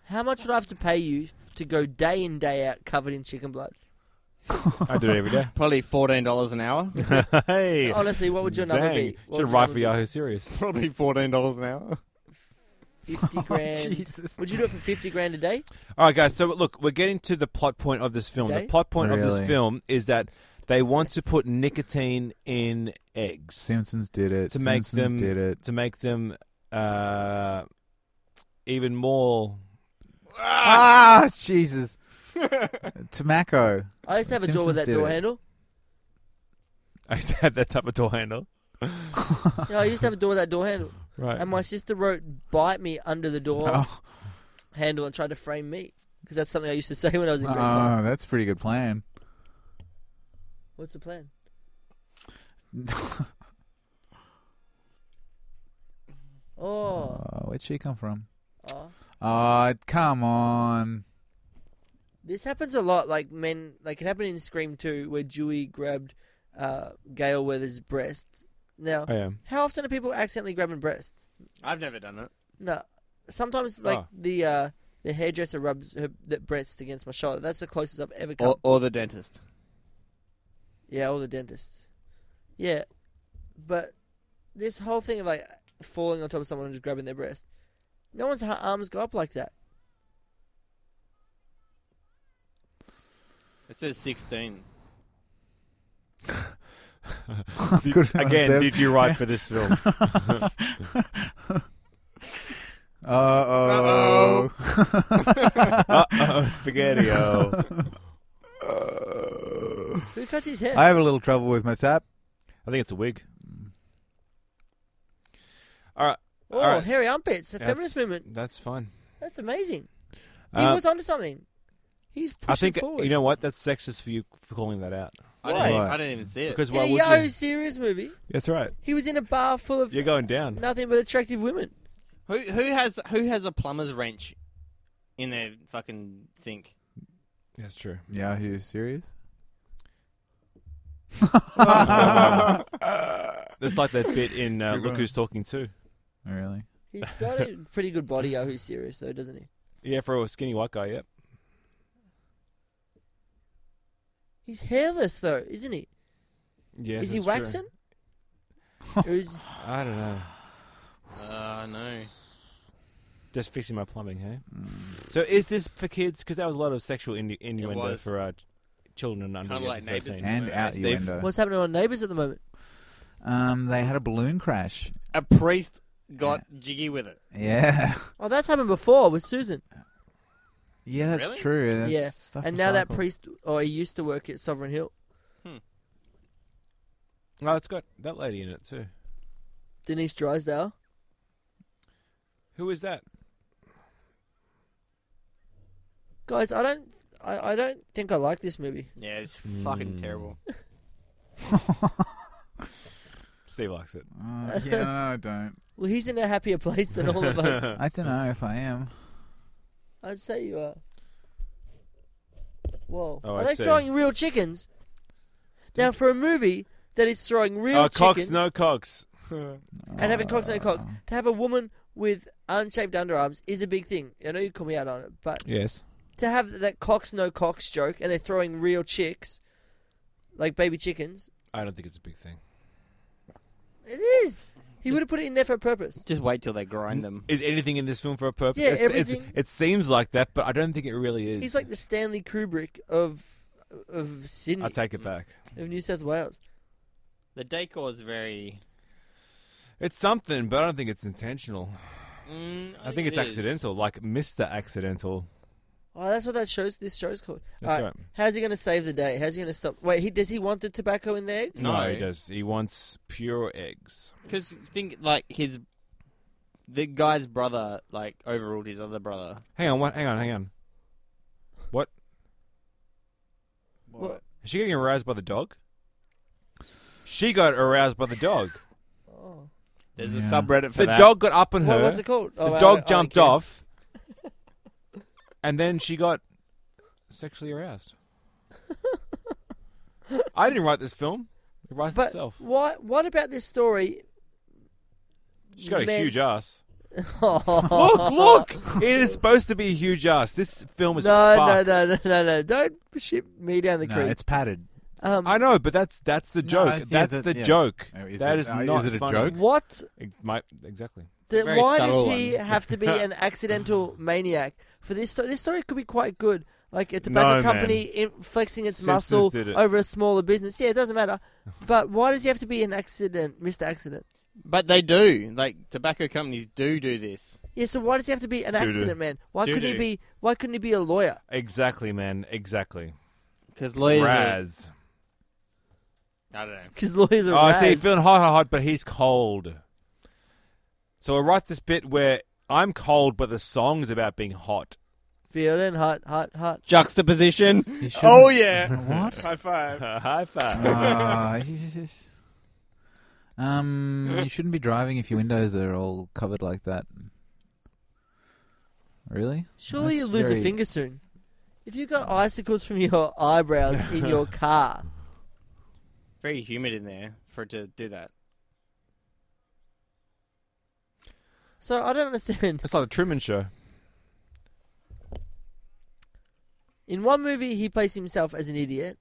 Speaker 8: How much would I have to pay you f- to go day in day out covered in chicken blood?
Speaker 6: I do it every day.
Speaker 1: Probably fourteen dollars an hour.
Speaker 6: hey.
Speaker 8: Honestly, Oh, what would your number be? What
Speaker 6: Should
Speaker 8: would your
Speaker 6: write for
Speaker 8: number
Speaker 6: Yahoo Serious.
Speaker 1: Probably fourteen dollars an hour.
Speaker 8: be? Fifty grand.
Speaker 10: Oh, Jesus.
Speaker 8: Would you do it for fifty grand a day?
Speaker 6: All right, guys. So look, we're getting to the plot point of this film.
Speaker 8: Okay.
Speaker 6: The plot point of
Speaker 10: Really?
Speaker 6: this film is that they want to put nicotine in eggs
Speaker 10: Simpsons did it.
Speaker 6: To make
Speaker 10: Simpsons
Speaker 6: them-
Speaker 10: did it.
Speaker 6: to make them uh, even more.
Speaker 10: Ah, Jesus. Tobacco.
Speaker 8: I used to have a door with that
Speaker 10: Simpsons did
Speaker 8: door
Speaker 10: it.
Speaker 8: handle.
Speaker 6: I used to have that type of door handle.
Speaker 8: Yeah, I used to have a door with that door handle.
Speaker 6: Right.
Speaker 8: And my sister wrote "bite me" under the door
Speaker 10: Oh,
Speaker 8: handle and tried to frame me because that's something I used to say when I was in grade five.
Speaker 10: oh, that's a pretty good plan.
Speaker 8: What's the plan? Oh,
Speaker 10: Oh, where'd she come from?
Speaker 8: oh.
Speaker 10: Oh, come on.
Speaker 8: This happens a lot. Like men, like it happened in Scream 2 where Dewey grabbed uh, Gail Weathers' breast. Now,
Speaker 6: oh, yeah.
Speaker 8: how often are people accidentally grabbing breasts?
Speaker 1: I've never done it.
Speaker 8: No, sometimes like
Speaker 6: Oh.
Speaker 8: the uh, the hairdresser rubs her the breast against my shoulder. That's the closest I've ever come.
Speaker 1: Or, or the dentist.
Speaker 8: Yeah, all the dentists. Yeah, but this whole thing of like falling on top of someone and just grabbing their breast. No one's ha- arms go up like that.
Speaker 1: It says sixteen.
Speaker 10: Good one,
Speaker 6: Again,
Speaker 10: Seb.
Speaker 6: did you write for this film?
Speaker 10: Uh oh.
Speaker 6: Uh-oh, spaghetti-o.
Speaker 8: Who cuts his hair?
Speaker 10: I have a little trouble with my tap.
Speaker 6: I think it's a wig. All right.
Speaker 8: oh,
Speaker 6: all right.
Speaker 8: hairy armpits! The feminist
Speaker 6: That's-
Speaker 8: movement.
Speaker 6: That's fine.
Speaker 8: That's amazing. He
Speaker 6: Uh,
Speaker 8: was onto something. He's pushing
Speaker 6: I think uh,
Speaker 8: forward. Uh,
Speaker 6: you know what. That's sexist for you for calling that out.
Speaker 1: I didn't,
Speaker 10: Why?
Speaker 1: I didn't even see it.
Speaker 6: Because
Speaker 8: in
Speaker 6: why
Speaker 8: a
Speaker 6: would
Speaker 8: Yahoo
Speaker 6: you?
Speaker 8: Serious movie,
Speaker 6: That's right.
Speaker 8: he was in a bar full of
Speaker 6: You're going down.
Speaker 8: nothing but attractive women.
Speaker 1: who who has who has a plumber's wrench in their fucking sink?
Speaker 6: That's true.
Speaker 10: Yeah, are you serious?
Speaker 6: It's like that bit in uh,
Speaker 10: You're
Speaker 6: Look
Speaker 10: going-
Speaker 6: Who's Talking Too.
Speaker 10: Really?
Speaker 8: He's got a pretty good body, Yahoo Serious, though, doesn't he?
Speaker 6: Yeah, for a skinny white guy. Yep.
Speaker 8: He's hairless, though, isn't he?
Speaker 6: Yeah.
Speaker 8: Is he waxing? or is,
Speaker 6: I don't know.
Speaker 1: Uh, no.
Speaker 6: Just fixing my plumbing, hey.
Speaker 8: Mm,
Speaker 6: So is this for kids? Because that was a lot of sexual innu- innuendo
Speaker 1: was.
Speaker 6: for uh, children under
Speaker 1: Kinda
Speaker 6: the
Speaker 1: like
Speaker 6: age of
Speaker 1: Neighbours.
Speaker 6: thirteen.
Speaker 10: And
Speaker 1: Alright,
Speaker 10: out you
Speaker 1: Steve.
Speaker 10: window.
Speaker 8: what's happening on Neighbours at the moment?
Speaker 10: Um, they had a balloon crash.
Speaker 1: A priest got jiggy with it.
Speaker 10: Yeah.
Speaker 8: Oh, that's happened before with Susan.
Speaker 10: Yeah, that's
Speaker 1: Really?
Speaker 10: true. That's
Speaker 8: Yeah.
Speaker 10: stuff
Speaker 8: and now that
Speaker 10: recycled.
Speaker 8: priest, or he used to work at Sovereign Hill.
Speaker 6: Oh, it's got that lady in it too.
Speaker 8: Denise Drysdale.
Speaker 6: Who is that?
Speaker 8: Guys, I don't. I, I don't think I like this movie.
Speaker 1: Yeah, it's fucking terrible.
Speaker 6: Steve likes it.
Speaker 10: Uh, yeah, no, I don't.
Speaker 8: Well, he's in a happier place than all of us.
Speaker 10: I don't know if I am.
Speaker 8: I'd say you are. Whoa.
Speaker 6: Oh,
Speaker 8: are
Speaker 6: I
Speaker 8: they
Speaker 6: see.
Speaker 8: throwing real chickens? Now, for a movie that is throwing real
Speaker 6: oh,
Speaker 8: chickens
Speaker 6: Cox, no Cox.
Speaker 8: and having cocks no cocks, to have a woman with unshaped underarms is a big thing. I know you call me out on it, but
Speaker 6: Yes.
Speaker 8: to have that cocks no cocks joke and they're throwing real chicks, like baby chickens,
Speaker 6: I don't think it's a big thing.
Speaker 8: It is. He would have put it in there for a purpose.
Speaker 1: Just wait till they grind them.
Speaker 6: Is anything in this film for a purpose?
Speaker 8: Yeah,
Speaker 6: It's- it's-
Speaker 8: everything.
Speaker 6: it seems like that, but I don't think it really is.
Speaker 8: He's like the Stanley Kubrick of of Sydney,
Speaker 6: I take it back.
Speaker 8: of New South Wales.
Speaker 1: The decor is very.
Speaker 6: It's something, but I don't think it's intentional.
Speaker 1: Mm,
Speaker 6: I think it's
Speaker 1: it is.
Speaker 6: accidental, like Mister Accidental.
Speaker 8: Oh, that's what that shows. This show's called.
Speaker 6: That's
Speaker 8: Alright,
Speaker 6: right.
Speaker 8: How's he going to save the day? How's he going to stop? Wait, he does he want the tobacco in the eggs?
Speaker 1: No.
Speaker 6: No, he does. He wants pure eggs.
Speaker 1: Because think like his, the guy's brother like overruled his other brother.
Speaker 6: Hang on, what? Hang on, hang on. What?
Speaker 8: What?
Speaker 6: Is she getting aroused by the dog? She got aroused by the dog.
Speaker 8: Oh.
Speaker 1: There's
Speaker 10: Yeah.
Speaker 1: a subreddit for
Speaker 6: the
Speaker 1: that.
Speaker 6: dog got up on her.
Speaker 8: What, what's it called?
Speaker 6: the
Speaker 8: Oh, I- I
Speaker 6: dog
Speaker 8: don't
Speaker 6: jumped
Speaker 8: care.
Speaker 6: off, and then she got sexually aroused. I didn't write this film. It writes
Speaker 8: But
Speaker 6: itself.
Speaker 8: what what about this story?
Speaker 6: She's got a
Speaker 8: meant-
Speaker 6: huge ass.
Speaker 8: no,
Speaker 6: Look, look! It is supposed to be a huge ass. This film is
Speaker 8: no,
Speaker 6: fucked.
Speaker 8: no, no, no, no! Don't ship me down the
Speaker 10: No,
Speaker 8: creek.
Speaker 10: it's padded.
Speaker 8: Um,
Speaker 6: I know, but that's that's the
Speaker 10: No,
Speaker 6: joke.
Speaker 10: I see
Speaker 6: that's
Speaker 10: that-
Speaker 6: the
Speaker 10: yeah.
Speaker 6: joke.
Speaker 10: Oh, is
Speaker 6: That
Speaker 10: it-
Speaker 6: is
Speaker 10: uh, is
Speaker 6: not
Speaker 10: it a
Speaker 6: funny.
Speaker 10: joke?
Speaker 8: what?
Speaker 6: It might exactly.
Speaker 8: The,
Speaker 1: very
Speaker 8: why does
Speaker 1: subtle
Speaker 8: he
Speaker 1: one.
Speaker 8: have to be an accidental maniac for this story? This story could be quite good. Like a tobacco
Speaker 6: No,
Speaker 8: company in, flexing its
Speaker 6: Simpsons
Speaker 8: muscle
Speaker 6: did it.
Speaker 8: over a smaller business. Yeah, it doesn't matter. But why does he have to be an accident, Mr. Accident?
Speaker 1: but they do. Like tobacco companies do do this.
Speaker 8: Yeah, so why does he have to be an
Speaker 6: Doo-doo.
Speaker 8: accident man? Why couldn't he
Speaker 1: Doo-doo.
Speaker 8: be? Why couldn't he be a lawyer?
Speaker 6: Exactly, man. Exactly.
Speaker 1: Because lawyers. Are,
Speaker 6: Raz.
Speaker 1: I don't know.
Speaker 8: Because lawyers are.
Speaker 6: Oh, I see.
Speaker 8: rags.
Speaker 6: He's feeling hot, hot, hot, but he's cold. So I write this bit where I'm cold, but the song's about being hot.
Speaker 8: feeling hot, hot, hot.
Speaker 1: Juxtaposition.
Speaker 10: He shouldn't-
Speaker 1: Oh yeah.
Speaker 10: What?
Speaker 1: High five.
Speaker 6: High five.
Speaker 10: Ah, he's- he's- he's- um, you shouldn't be driving if your windows are all covered like that. Really?
Speaker 8: Surely
Speaker 10: That's
Speaker 8: you'll lose
Speaker 10: very-
Speaker 8: a finger soon. If you got icicles from your eyebrows in your car,
Speaker 1: Very humid in there for it to do that.
Speaker 8: so I don't understand.
Speaker 6: It's like the Truman Show.
Speaker 8: In one movie, he plays himself as an idiot.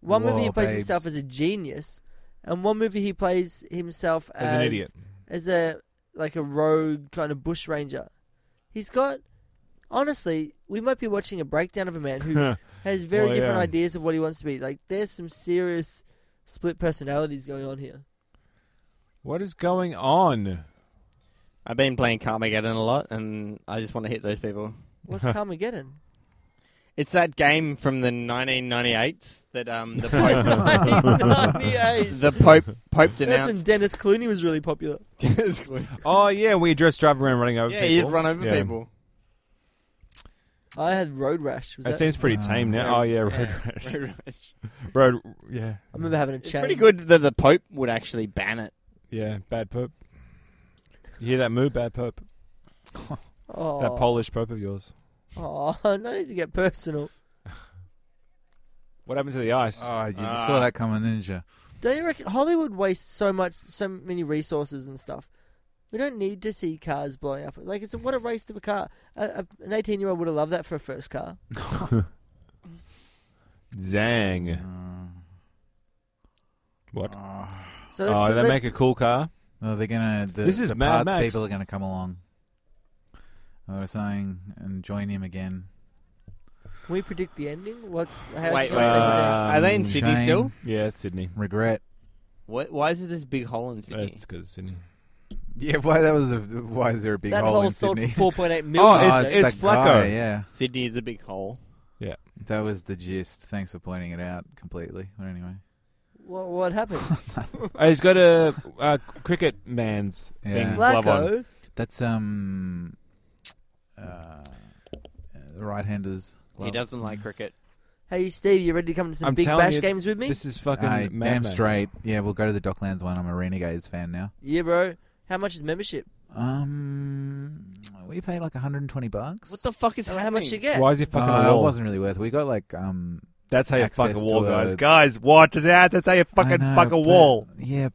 Speaker 8: One movie, he
Speaker 10: Whoa,
Speaker 8: plays
Speaker 10: babes.
Speaker 8: himself as a genius, and one movie, he plays himself as,
Speaker 6: As
Speaker 10: Uh,
Speaker 6: an idiot.
Speaker 8: as a like a rogue kind of bush ranger. He's got. Honestly, we might be watching a breakdown of a man who has very
Speaker 6: Well,
Speaker 8: different
Speaker 6: yeah.
Speaker 8: ideas of what he wants to be. Like, there's some serious split personalities going on here.
Speaker 6: What is going on?
Speaker 1: I've been playing Carmageddon a lot, and I just want to hit those people.
Speaker 8: What's Carmageddon?
Speaker 1: It's that game from the 1998s that um the Pope the Pope Pope
Speaker 8: That's when
Speaker 1: denounced.
Speaker 8: Dennis Clooney was really popular.
Speaker 6: Oh yeah, we just drive around running over
Speaker 1: yeah,
Speaker 6: people.
Speaker 1: he'd run over
Speaker 6: Yeah.
Speaker 1: people.
Speaker 8: I had Road Rash. Was
Speaker 6: That
Speaker 8: that?
Speaker 6: seems pretty
Speaker 10: Uh,
Speaker 6: tame now. Oh yeah, road rash. Road, yeah,
Speaker 8: I remember having a
Speaker 1: It's
Speaker 8: chat.
Speaker 1: pretty good that the Pope would actually ban it.
Speaker 6: yeah. Bad pope. You hear that move, bad pope?
Speaker 8: Oh,
Speaker 6: That Polish pope of yours.
Speaker 8: Oh, no need to get personal.
Speaker 6: What happened to the ice?
Speaker 10: Oh, you saw that coming, didn't you?
Speaker 8: Don't you reckon Hollywood wastes so much, so many resources and stuff? We don't need to see cars blowing up. Like it's what a race to a car. A, a, an eighteen-year-old would have loved that for a first car.
Speaker 6: Zang. What?
Speaker 8: So let's,
Speaker 6: Oh, did
Speaker 8: let's-
Speaker 6: that make a cool car?
Speaker 10: No, they're gonna. The,
Speaker 6: This is
Speaker 10: the
Speaker 6: Mad
Speaker 10: parts
Speaker 6: Max.
Speaker 10: people are gonna come along. I was saying, and join him again.
Speaker 8: can we predict the ending? What's how's
Speaker 1: Wait,
Speaker 8: it
Speaker 1: wait.
Speaker 8: gonna
Speaker 6: uh,
Speaker 8: save the day?
Speaker 1: Are they in Sydney
Speaker 10: shame,
Speaker 1: still?
Speaker 6: Yeah, it's Sydney.
Speaker 10: Regret.
Speaker 1: What, why is there this big hole in Sydney?
Speaker 6: It's because Sydney.
Speaker 10: Yeah, why that was a, why is there a big
Speaker 8: that
Speaker 10: hole
Speaker 8: whole
Speaker 10: in
Speaker 8: sold for
Speaker 10: Sydney?
Speaker 8: four point eight million.
Speaker 6: Oh, it's-
Speaker 8: today.
Speaker 6: it's
Speaker 10: that
Speaker 6: Flacco.
Speaker 10: guy, yeah,
Speaker 1: Sydney is a big hole.
Speaker 10: that was the gist. Thanks for pointing it out completely. But anyway,
Speaker 8: what, what happened?
Speaker 6: Oh, he's got a uh, cricket man's
Speaker 10: Yeah.
Speaker 6: thing glove on.
Speaker 8: Flacco.
Speaker 10: that's um, uh, uh, the right-handers.
Speaker 1: he
Speaker 10: glove.
Speaker 1: doesn't like cricket.
Speaker 8: Hey Steve, you ready to come to some
Speaker 6: I'm
Speaker 8: big
Speaker 6: telling
Speaker 8: bash
Speaker 6: you,
Speaker 8: games with me?
Speaker 6: This is fucking
Speaker 10: Aye,
Speaker 6: Mad
Speaker 10: damn
Speaker 6: Max.
Speaker 10: straight. Yeah, we'll go to the Docklands one. I'm a Renegades fan now.
Speaker 8: Yeah, bro. How much is membership?
Speaker 10: Um, we paid like 120 bucks.
Speaker 1: What the fuck is
Speaker 8: How,
Speaker 1: happening?
Speaker 8: how much you get?
Speaker 6: Why is he
Speaker 10: No,
Speaker 6: fucking a
Speaker 10: it
Speaker 6: wall?
Speaker 10: Oh, Uh, wasn't really worth. it. We got like um.
Speaker 6: That's how you
Speaker 10: access
Speaker 6: fuck a
Speaker 10: to
Speaker 6: wall,
Speaker 10: a-
Speaker 6: guys. Guys, watch us out. That's how you
Speaker 10: I
Speaker 6: fucking
Speaker 10: know,
Speaker 6: fuck a
Speaker 10: but-
Speaker 6: wall.
Speaker 10: Yeah.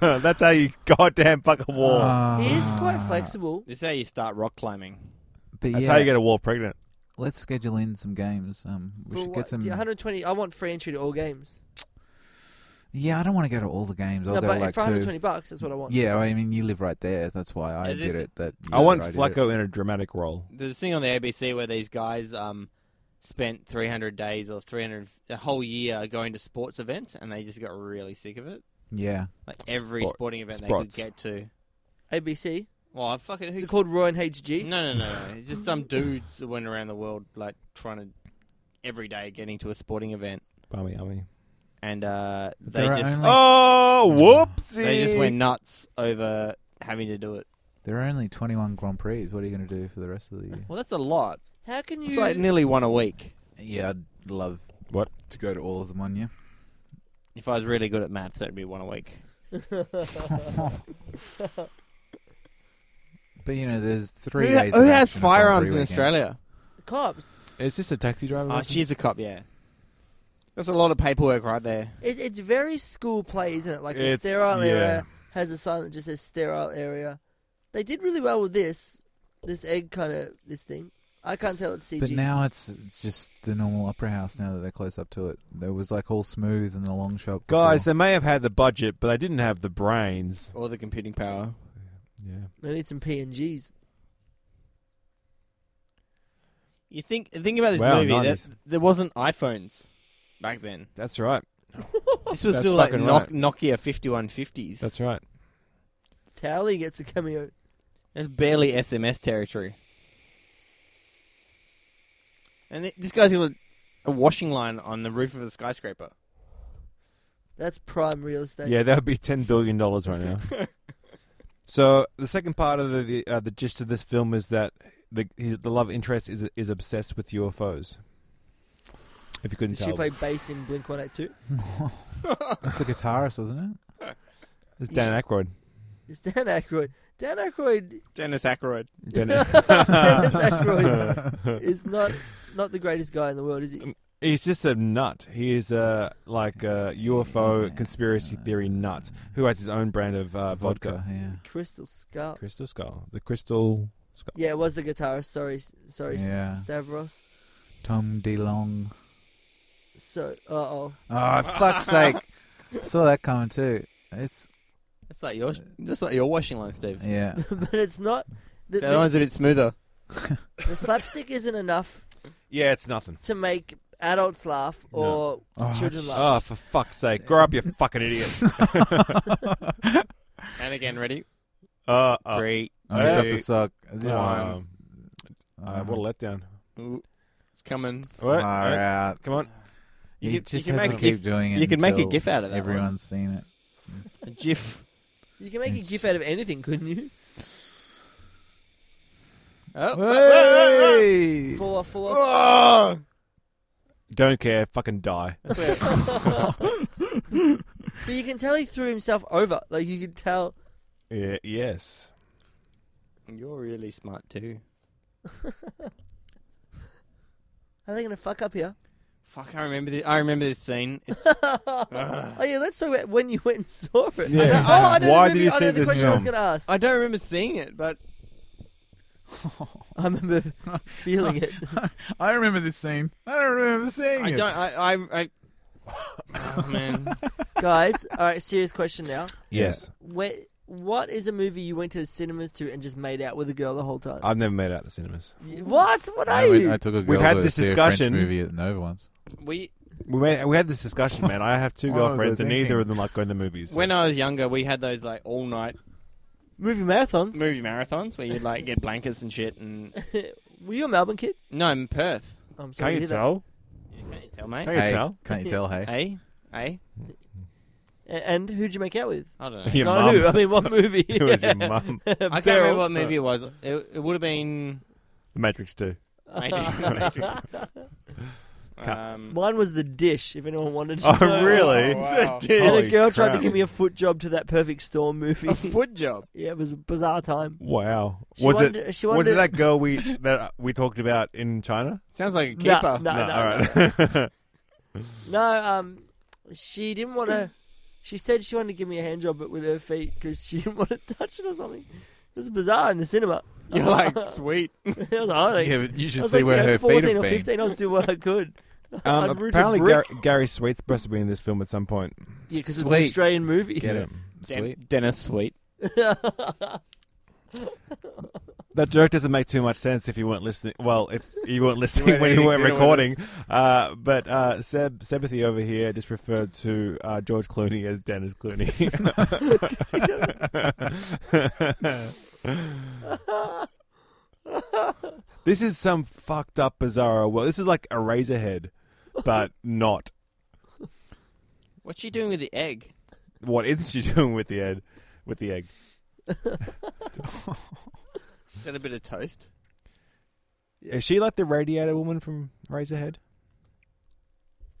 Speaker 6: That's how you goddamn fuck a wall.
Speaker 10: Oh,
Speaker 8: He is quite flexible.
Speaker 1: This is how you start rock climbing.
Speaker 10: But
Speaker 6: That's
Speaker 10: yeah,
Speaker 6: how you get a wall pregnant.
Speaker 10: let's schedule in some games. Um, we
Speaker 8: But
Speaker 10: should
Speaker 8: what-
Speaker 10: get some.
Speaker 8: yeah, 120. I want free entry to all games.
Speaker 10: Yeah, I don't want to go to all the games. I'll
Speaker 8: no,
Speaker 10: go
Speaker 8: but
Speaker 10: to like
Speaker 8: for 120
Speaker 10: two.
Speaker 8: bucks, that's what I want.
Speaker 10: Yeah, I mean, you live right there. That's why I
Speaker 1: Is
Speaker 10: did
Speaker 1: this-
Speaker 10: it. That
Speaker 6: I want
Speaker 10: yeah, did it.
Speaker 6: Flacco in a dramatic role.
Speaker 1: There's a thing on the ABC where these guys um, spent 300 days or 300 a whole year going to sports events, and they just got really sick of it.
Speaker 10: Yeah,
Speaker 1: Like every
Speaker 6: Sports.
Speaker 1: sporting event
Speaker 6: Sports.
Speaker 1: they could get to.
Speaker 8: ABC.
Speaker 1: Well, I fucking
Speaker 8: Is
Speaker 1: who?
Speaker 8: it called Roy and HG?
Speaker 1: No, no, no, no. It's just some dudes that went around the world like trying to every day getting to a sporting event,
Speaker 6: Bummy, ummy.
Speaker 1: and uh, they
Speaker 10: There are
Speaker 1: just
Speaker 10: only-
Speaker 6: Oh, whoopsie!
Speaker 1: they just went nuts over having to do it.
Speaker 10: there are only twenty-one Grand Prix. What are you going to do for the rest of the year?
Speaker 1: Well, that's a lot.
Speaker 8: How can you?
Speaker 1: It's like nearly one a week.
Speaker 10: Yeah, I'd love
Speaker 6: What?
Speaker 10: to go to all of them on you.
Speaker 1: If I was really good at maths, that'd be one a week.
Speaker 10: But you know, there's three
Speaker 1: who
Speaker 10: days.
Speaker 1: who
Speaker 10: of
Speaker 1: has
Speaker 10: action at Grand
Speaker 1: firearms
Speaker 10: Prix
Speaker 1: in
Speaker 10: weekend.
Speaker 1: Australia?
Speaker 8: cops.
Speaker 6: Is this a taxi driver?
Speaker 1: Oh, she's a cop. Yeah, that's a lot of paperwork right there.
Speaker 8: It, it's very school play, isn't it? Like the
Speaker 6: It's-
Speaker 8: sterile
Speaker 6: yeah.
Speaker 8: area has a sign that just says sterile area. They did really well with this, this egg kind of this thing. I can't tell it's CG.
Speaker 10: But now it's it's just the normal opera house. Now that they're close up to it, there was like all smooth and the long shop. before.
Speaker 6: Guys, they may have had the budget, but they didn't have the brains.
Speaker 1: Or the computing power.
Speaker 6: Yeah.
Speaker 8: they need some PNGs.
Speaker 1: You think think about this
Speaker 6: Wow,
Speaker 1: movie. There,
Speaker 6: 90s.
Speaker 1: there wasn't iPhones back then.
Speaker 6: That's right.
Speaker 1: This was
Speaker 6: That's
Speaker 1: still like
Speaker 6: fucking
Speaker 1: Nok- Nokia fifty one fifties.
Speaker 6: That's right.
Speaker 8: Towley gets a cameo.
Speaker 1: That's barely SMS territory. And th- this guy's got a, a washing line on the roof of a skyscraper.
Speaker 8: That's prime real estate.
Speaker 6: Yeah, that would be ten billion dollars right now. so the second part of the the, uh, the gist of this film is that the his, the love interest is is obsessed with UFOs. If you couldn't
Speaker 8: Did she
Speaker 6: tell,
Speaker 8: play bass in Blink One Eight Two?
Speaker 10: it's the guitarist, wasn't
Speaker 6: it's Dan Aykroyd.
Speaker 8: It's Dan Aykroyd. Dan Aykroyd.
Speaker 1: Dennis Aykroyd.
Speaker 6: Dan
Speaker 8: Dennis Aykroyd is not not the greatest guy in the world, is he?
Speaker 6: Um, He's just a nut. He is a like a UFO conspiracy theory nut who has his own brand of uh,
Speaker 10: it?
Speaker 6: vodka.
Speaker 10: Yeah.
Speaker 8: Crystal Skull.
Speaker 6: Crystal Skull, the Crystal Skull.
Speaker 8: Yeah, it was the guitarist. Sorry, s- sorry,
Speaker 10: Yeah.
Speaker 8: Stavros.
Speaker 10: Tom DeLong.
Speaker 8: So, uh oh.
Speaker 10: Oh, fuck's sake! Saw that coming too. It's
Speaker 1: That's like your that's like your washing line, Steve.
Speaker 10: yeah.
Speaker 8: but it's not. The,
Speaker 1: The other
Speaker 8: the,
Speaker 1: one's a bit smoother.
Speaker 8: the slapstick isn't enough
Speaker 6: Yeah, it's nothing.
Speaker 8: to make adults laugh or
Speaker 10: Oh,
Speaker 8: children
Speaker 6: Oh,
Speaker 8: laugh.
Speaker 6: for fuck's sake! Grow up, you fucking idiot.
Speaker 1: And again, ready?
Speaker 6: Uh, uh,
Speaker 1: Three.
Speaker 10: I Oh, got
Speaker 1: two,
Speaker 10: the sock. This
Speaker 6: Um,
Speaker 10: is-
Speaker 6: uh, what a letdown!
Speaker 1: ooh. It's coming.
Speaker 6: All
Speaker 10: far
Speaker 6: right, all right,
Speaker 10: out.
Speaker 6: come on.
Speaker 1: You,
Speaker 10: he
Speaker 1: could- you
Speaker 10: just
Speaker 1: can
Speaker 10: has
Speaker 1: make
Speaker 10: to
Speaker 1: a
Speaker 10: keep
Speaker 1: gif.
Speaker 10: doing it.
Speaker 1: you can make a
Speaker 10: until
Speaker 1: gif out of that one.
Speaker 10: Everyone's seen it.
Speaker 1: A gif.
Speaker 8: you can make a
Speaker 10: It's-
Speaker 8: gif out of anything, couldn't you?
Speaker 1: Oh.
Speaker 10: Hey!
Speaker 8: Fall off, fall off.
Speaker 1: Oh!
Speaker 6: Don't care. Fucking die.
Speaker 1: That's weird.
Speaker 8: But you can tell he threw himself over. Like you could tell.
Speaker 6: Yeah, yes.
Speaker 1: You're really smart too.
Speaker 8: Are they gonna fuck up here?
Speaker 1: Fuck, I remember this. I remember this scene. It's,
Speaker 8: oh yeah, that's so. weird. When you went and saw it.
Speaker 6: Yeah.
Speaker 8: I know- oh, I know the
Speaker 6: Why
Speaker 8: movie,
Speaker 6: did you
Speaker 8: I know
Speaker 6: see
Speaker 8: the
Speaker 6: this
Speaker 8: question I was
Speaker 6: film?
Speaker 8: gonna ask.
Speaker 1: I don't remember seeing it, but
Speaker 8: I remember feeling it.
Speaker 10: I remember this scene. I don't remember seeing
Speaker 1: I
Speaker 10: it.
Speaker 1: don't. I. I. I oh man,
Speaker 8: Guys, all right. Serious question now.
Speaker 6: Yes.
Speaker 8: Where, what is a movie you went to the cinemas to and just made out with a girl the whole time?
Speaker 6: I've never made it out of the cinemas.
Speaker 8: what? What are
Speaker 10: I, went-
Speaker 8: you?
Speaker 10: I took a girl
Speaker 6: We've had
Speaker 10: to
Speaker 6: this
Speaker 10: see a French
Speaker 6: discussion.
Speaker 10: movie at Nova once.
Speaker 1: we.
Speaker 6: We made, we had this discussion, man. I have two
Speaker 10: What was I
Speaker 6: girlfriends, and
Speaker 10: thinking?
Speaker 6: neither of them like going to movies.
Speaker 1: When I was younger, we had those like all night
Speaker 8: Movie marathons.
Speaker 1: movie marathons where you'd like get blankets and shit. And
Speaker 8: Were you a Melbourne kid?
Speaker 1: no, in Perth.
Speaker 8: I'm sorry. to hear
Speaker 6: Can't you
Speaker 8: that.
Speaker 6: tell?
Speaker 1: Can't you tell, mate?
Speaker 6: Can't you
Speaker 10: Hey,
Speaker 6: tell?
Speaker 10: Can't you tell? Hey,
Speaker 1: Hey, hey.
Speaker 8: A- And who'd you make out with?
Speaker 1: I don't know.
Speaker 6: Your
Speaker 8: Not who. I
Speaker 6: mum.
Speaker 8: mean, what movie?
Speaker 6: It was your mum.
Speaker 1: I can't remember what movie it was. It, it would have been.
Speaker 6: The Matrix Two.
Speaker 1: Maybe. um,
Speaker 8: Mine was The Dish. If anyone wanted to.
Speaker 6: Oh,
Speaker 8: know.
Speaker 6: really?
Speaker 1: wow.
Speaker 8: And
Speaker 6: Holy
Speaker 8: a girl tried
Speaker 6: crap.
Speaker 8: to give me a foot job to that Perfect Storm movie.
Speaker 1: a foot job.
Speaker 8: yeah, it was a bizarre time.
Speaker 6: Wow.
Speaker 8: She
Speaker 6: was
Speaker 8: wanted,
Speaker 6: it?
Speaker 8: She wanted
Speaker 6: Was it that girl we that we talked about in China?
Speaker 1: Sounds like a keeper.
Speaker 8: Nah, nah.
Speaker 6: no,
Speaker 8: no,
Speaker 6: all right.
Speaker 8: No, um, she didn't want to. She said she wanted to give me a hand job, but with her feet because she didn't want to touch it or something. It was bizarre in the cinema.
Speaker 1: You're like sweet.
Speaker 8: I was like, I don't-
Speaker 10: Yeah, but you
Speaker 8: I
Speaker 10: should
Speaker 8: was
Speaker 10: see
Speaker 8: like,
Speaker 10: where
Speaker 8: you know,
Speaker 10: her feet
Speaker 8: 14
Speaker 10: have
Speaker 8: or
Speaker 10: been.
Speaker 8: 15, I'll do what I could. I'm
Speaker 6: Um,
Speaker 8: rooting
Speaker 6: apparently,
Speaker 8: Brick.
Speaker 6: Gar- Gary Sweet's supposed to be in this film at some point.
Speaker 8: Yeah, because it's an
Speaker 10: Sweet.
Speaker 8: Australian movie.
Speaker 10: Get it. Sweet.
Speaker 1: Dennis Sweet.
Speaker 6: That joke doesn't make too much sense if you weren't listening. Well, if you weren't listening
Speaker 1: weren't
Speaker 6: when you
Speaker 1: eating
Speaker 6: weren't
Speaker 1: dinner with
Speaker 6: recording. Uh, but uh, Seb, Sebathy over here just referred to uh, George Clooney as Dennis Clooney. this is some fucked up bizarro world. This is like a Razorhead, but not.
Speaker 1: What's she doing with the egg?
Speaker 6: What is she doing with the egg? With the egg?
Speaker 1: Is that a bit of toast?
Speaker 6: Is she like the radiator woman from Razorhead?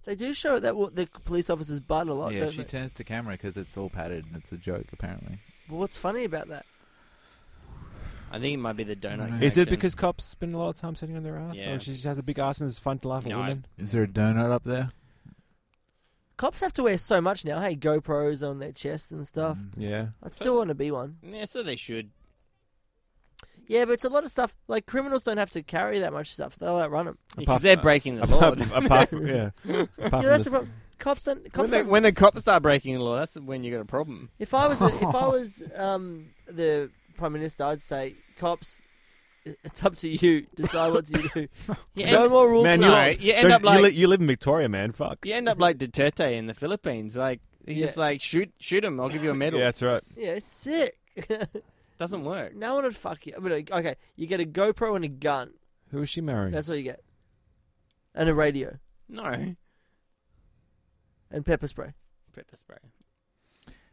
Speaker 8: They do show that what the police officer's butt a lot.
Speaker 10: yeah,
Speaker 8: don't
Speaker 10: she
Speaker 8: they?
Speaker 10: turns to camera because it's all padded and it's a joke, apparently.
Speaker 8: But what's funny about that?
Speaker 1: I think it might be the donut.
Speaker 6: Is
Speaker 10: Is
Speaker 6: it
Speaker 1: connection.
Speaker 6: because cops spend a lot of time sitting on their ass?
Speaker 1: Yeah.
Speaker 6: Or she just has a big ass and it's fun to laugh at
Speaker 1: No, I-
Speaker 6: women?
Speaker 10: Is there a donut up there?
Speaker 8: Cops have to wear so much now. Hey, GoPros on their chest and stuff.
Speaker 10: Mm.
Speaker 6: Yeah.
Speaker 8: I'd still want to be one.
Speaker 1: Yeah, so they should.
Speaker 8: Yeah, but it's a lot of stuff. Like criminals don't have to carry that much stuff. So they'll outrun them.
Speaker 6: Apart-
Speaker 1: Because they're breaking the law.
Speaker 6: Apart, apart from, yeah. Apart
Speaker 8: Yeah,
Speaker 6: from
Speaker 8: that's
Speaker 6: this,
Speaker 8: the problem. Cops don't. Cops
Speaker 1: When, they,
Speaker 8: don't-
Speaker 1: when the cops start breaking the law, that's when you got a problem.
Speaker 8: If I was, if I was um, the prime minister, I'd say cops. i- It's up to you. Decide what you do.
Speaker 1: You
Speaker 8: no
Speaker 1: end,
Speaker 8: more rules.
Speaker 6: Man,
Speaker 8: for
Speaker 6: you-
Speaker 8: cops.
Speaker 1: you end up
Speaker 6: you, li-
Speaker 1: like
Speaker 6: you live in Victoria, man. Fuck.
Speaker 1: you end up like Duterte in the Philippines. Like he's
Speaker 8: Yeah.
Speaker 1: just like shoot shoot him. I'll give you a medal.
Speaker 6: Yeah, that's right.
Speaker 8: yeah, it's sick.
Speaker 1: Doesn't work.
Speaker 8: no one would fuck you. I mean, okay, you get a GoPro and a gun.
Speaker 6: Who is she marrying?
Speaker 8: That's all you get, and a radio
Speaker 1: No.
Speaker 8: and pepper spray.
Speaker 1: Pepper spray.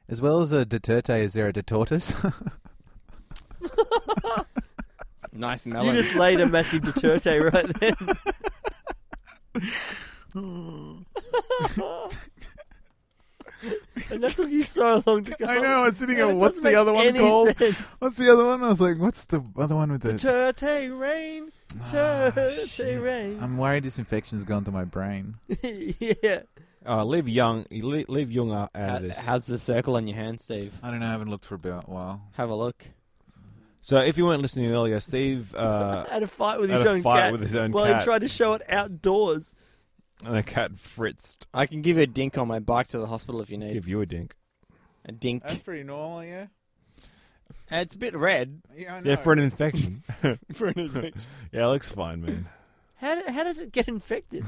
Speaker 10: As well as a Duterte, is there a Detortus?
Speaker 1: Nice
Speaker 8: You
Speaker 1: melon.
Speaker 8: just laid a massive Duterte right there. and that took you so long to go.
Speaker 10: I was sitting
Speaker 8: And it doesn't make any sense.
Speaker 10: What's the other one? I was like, what's the other one with the. ah,
Speaker 8: Duterte rain, Duterte rain.
Speaker 10: I'm worried this infection's gone to my brain.
Speaker 8: yeah.
Speaker 6: Uh, leave Young leave, leave Young out out of this.
Speaker 1: Uh, how's the circle on your hand, Steve?
Speaker 10: I don't know, I haven't looked for about a while.
Speaker 1: Have a look.
Speaker 6: So if you weren't listening earlier, Steve uh,
Speaker 8: Had a fight with
Speaker 6: had
Speaker 8: his
Speaker 6: a
Speaker 8: own
Speaker 6: fight
Speaker 8: cat.
Speaker 6: with his own
Speaker 8: while
Speaker 6: cat
Speaker 8: he tried to show it outdoors.
Speaker 6: and the cat fritzed.
Speaker 1: I can give you a dink on my bike to the hospital if you need
Speaker 6: Give you a dink.
Speaker 1: a dink.
Speaker 10: pretty normal, yeah?
Speaker 1: it's a bit red.
Speaker 10: Yeah, I
Speaker 6: Yeah, for an infection.
Speaker 1: For an adventure.
Speaker 6: yeah, it looks fine, man.
Speaker 8: How, do, how does it get infected?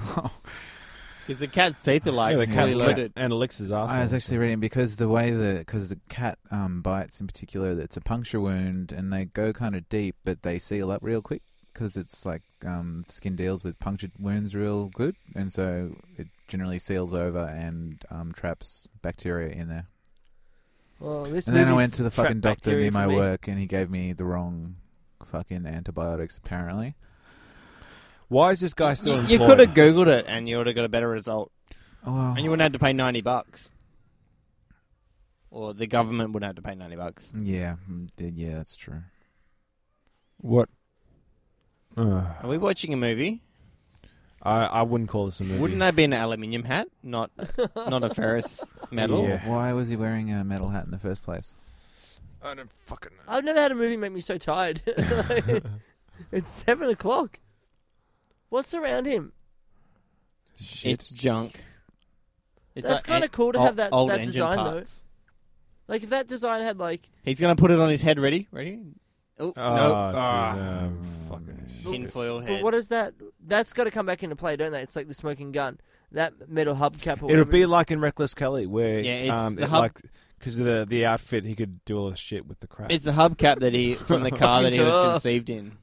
Speaker 1: Because the cat's teeth are like
Speaker 6: yeah, the
Speaker 1: fully
Speaker 6: cat,
Speaker 1: loaded.
Speaker 6: cat and it licks his ass.
Speaker 10: I was actually reading because the way the because the cat um, bites in particular, it's a puncture wound and they go kind of deep, but they seal up real quick because it's like um, skin deals with punctured wounds real good, and so it generally seals over and um, traps bacteria in there.
Speaker 8: Well, this
Speaker 10: And then I
Speaker 8: movie's
Speaker 10: went to the
Speaker 8: trapped
Speaker 10: fucking doctor
Speaker 8: bacteria
Speaker 10: near
Speaker 8: for
Speaker 10: my
Speaker 8: me.
Speaker 10: work, and he gave me the wrong fucking antibiotics. Apparently,
Speaker 6: Why is this guy still
Speaker 1: You,
Speaker 6: employed?
Speaker 1: you could have googled it and you would have got a better result,
Speaker 10: oh,
Speaker 1: and you wouldn't have to pay ninety bucks, or the government would have to pay ninety bucks.
Speaker 10: yeah, mm, yeah, that's true.
Speaker 6: What? Uh,
Speaker 1: Are we watching a movie?
Speaker 6: I I wouldn't call this a movie.
Speaker 1: Wouldn't that be an aluminium hat, not not a ferrous metal?
Speaker 6: Yeah.
Speaker 10: Why was he wearing a metal hat in the first place?
Speaker 6: I don't fucking know.
Speaker 8: I've never had a movie make me so tired. Like, it's seven o'clock. What's around him?
Speaker 6: Shit.
Speaker 1: It's junk. It's
Speaker 8: That's kinda
Speaker 1: en-
Speaker 8: cool to
Speaker 1: o-
Speaker 8: have that-
Speaker 1: old
Speaker 8: that
Speaker 1: engine
Speaker 8: design, though.
Speaker 1: parts.
Speaker 8: Like if that design had like
Speaker 1: He's gonna put it on his head. Ready? Ready? Oh,
Speaker 6: Oh,
Speaker 1: no!
Speaker 6: dude,
Speaker 1: Ah,
Speaker 6: um, fucking
Speaker 1: tinfoil
Speaker 8: but
Speaker 1: head.
Speaker 8: what is that that's gotta come back into play, don't they? It's like the smoking gun. That metal hubcap or
Speaker 6: It'll
Speaker 8: whatever it
Speaker 6: be
Speaker 8: is.
Speaker 6: like in Reckless Kelly, where
Speaker 1: Yeah, it's
Speaker 6: um,
Speaker 1: the
Speaker 6: it
Speaker 1: hub-
Speaker 6: like because of the the outfit, he could do all this shit with the crap.
Speaker 1: It's a hubcap that he from the car that he
Speaker 8: Fucking
Speaker 1: was
Speaker 8: car.
Speaker 1: conceived in.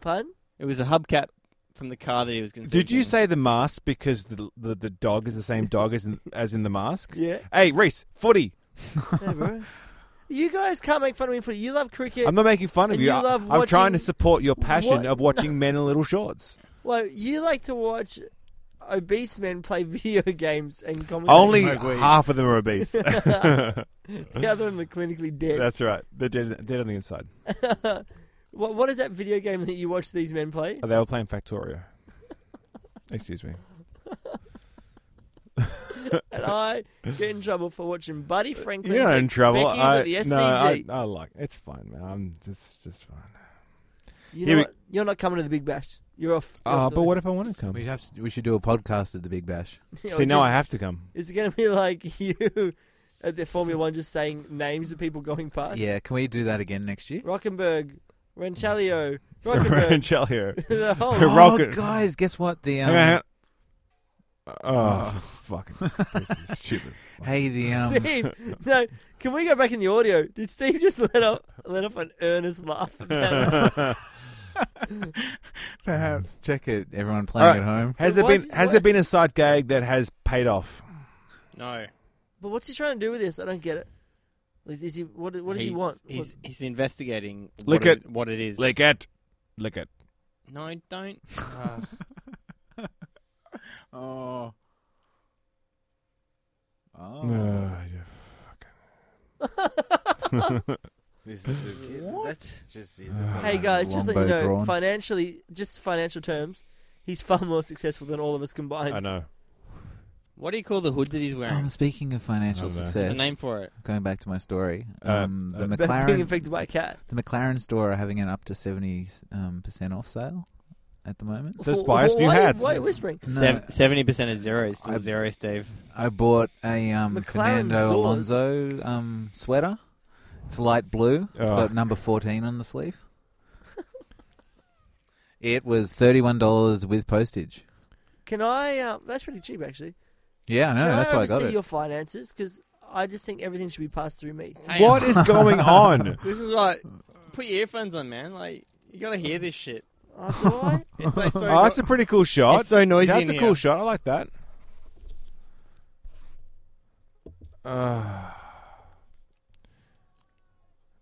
Speaker 8: Pardon?
Speaker 1: It was a hubcap from the car that he was conceived.
Speaker 6: Did you
Speaker 1: in.
Speaker 6: say the mask because the the, the dog is the same dog as in, as in the mask?
Speaker 8: Yeah.
Speaker 6: Hey, Reese, footy.
Speaker 8: You guys can't make fun of me for you love cricket.
Speaker 6: I'm not making fun of
Speaker 8: And
Speaker 6: you.
Speaker 8: you
Speaker 6: I,
Speaker 8: love
Speaker 6: I'm trying
Speaker 8: watching-
Speaker 6: to support your passion
Speaker 8: What?
Speaker 6: of watching men in little shorts.
Speaker 8: well, you like to watch obese men play video games and commentate.
Speaker 6: Only half of them are obese.
Speaker 8: the other one are clinically dead.
Speaker 6: That's right. They're dead, dead on the inside.
Speaker 8: What, what is that video game that you watch these men play?
Speaker 6: Oh, They were playing Factorio. Excuse me.
Speaker 8: And I get in trouble for watching Buddy Franklin.
Speaker 6: You're not in
Speaker 8: kick
Speaker 6: trouble.
Speaker 8: Becky's
Speaker 6: I,
Speaker 8: at the SCG.
Speaker 6: no, I, I like. It's fine, man. I'm, it's just fine. Yeah,
Speaker 8: You're, not, you're not coming to the Big Bash. You're off. You're
Speaker 6: Oh,
Speaker 8: off the
Speaker 6: but
Speaker 8: list.
Speaker 6: what if I want to come?
Speaker 10: We have to, we should do a podcast at the Big Bash.
Speaker 8: You know,
Speaker 6: See, now
Speaker 8: just-
Speaker 6: I have to come.
Speaker 8: Is it going to be like you at the Formula One just saying names of people going past?
Speaker 10: Yeah, can we do that again next year?
Speaker 8: Rockenberg, Renchalio, Rockenberg,
Speaker 6: Ranchel here.
Speaker 8: the whole.
Speaker 6: Hey, Rocket.
Speaker 10: Oh, guys, guess what? The
Speaker 6: Hang on, hang on.
Speaker 10: um,
Speaker 6: Oh, for fucking this is stupid.
Speaker 10: hey, the um,
Speaker 8: Steve, no, can we go back in the audio? Did Steve just let off let off an earnest laugh? About it?
Speaker 10: perhaps check it. Everyone playing
Speaker 6: Alright.
Speaker 10: at home.
Speaker 8: But
Speaker 6: Has there
Speaker 8: why
Speaker 6: been
Speaker 8: is it-
Speaker 6: has
Speaker 8: why-
Speaker 6: there been a side gag that has paid off?
Speaker 1: No.
Speaker 8: but what's he trying to do with this? I don't get it. Like, is he what? What does he
Speaker 1: He's-
Speaker 8: want?
Speaker 1: He's, he's investigating
Speaker 6: Look
Speaker 1: what, it, what it is.
Speaker 6: Lick it, lick it.
Speaker 1: No, don't. Uh,
Speaker 10: Oh. Oh.
Speaker 6: Ah, you
Speaker 10: This is the kid. That's just.
Speaker 6: it's
Speaker 8: hey guys, just let you know,
Speaker 10: drawn.
Speaker 8: financially, just financial terms, he's far more successful than all of us combined.
Speaker 6: I know.
Speaker 1: what do you call the hood that he's wearing?
Speaker 10: Um, speaking of financial
Speaker 6: Oh, no.
Speaker 10: success,
Speaker 1: There's a name for it.
Speaker 10: going back to my story,
Speaker 6: Uh,
Speaker 10: um,
Speaker 6: uh,
Speaker 10: the
Speaker 8: About being
Speaker 10: McLaren
Speaker 8: infected by a cat.
Speaker 10: the McLaren store are having an up to seventy um, percent off sale at the moment.
Speaker 6: So buy us new
Speaker 8: why,
Speaker 6: hats.
Speaker 8: Why are you whispering?
Speaker 10: No,
Speaker 1: Sev- 70% is zero. It's still
Speaker 10: I-
Speaker 1: zero, Steve.
Speaker 10: I bought a um,
Speaker 8: McLaren's
Speaker 10: Fernando
Speaker 8: doors.
Speaker 10: Alonso um, sweater. It's light blue. It's
Speaker 6: Oh.
Speaker 10: got number fourteen on the sleeve. it was thirty-one dollars with postage.
Speaker 8: Can I? Uh, that's pretty cheap, actually.
Speaker 10: Yeah, I know.
Speaker 8: Can
Speaker 10: that's
Speaker 8: I
Speaker 10: why I got
Speaker 8: oversee
Speaker 10: it.
Speaker 8: your finances? Because I just think everything should be passed through me.
Speaker 1: Hang
Speaker 6: What
Speaker 1: on.
Speaker 6: is going on?
Speaker 1: This is like, put your earphones on, man. Like, you gotta hear this shit.
Speaker 8: Uh, do I?
Speaker 1: It's like so.
Speaker 6: Oh, that's a pretty cool shot.
Speaker 1: It's so noisy
Speaker 6: That's
Speaker 1: in
Speaker 6: a
Speaker 1: here.
Speaker 6: cool shot. I like that. Uh,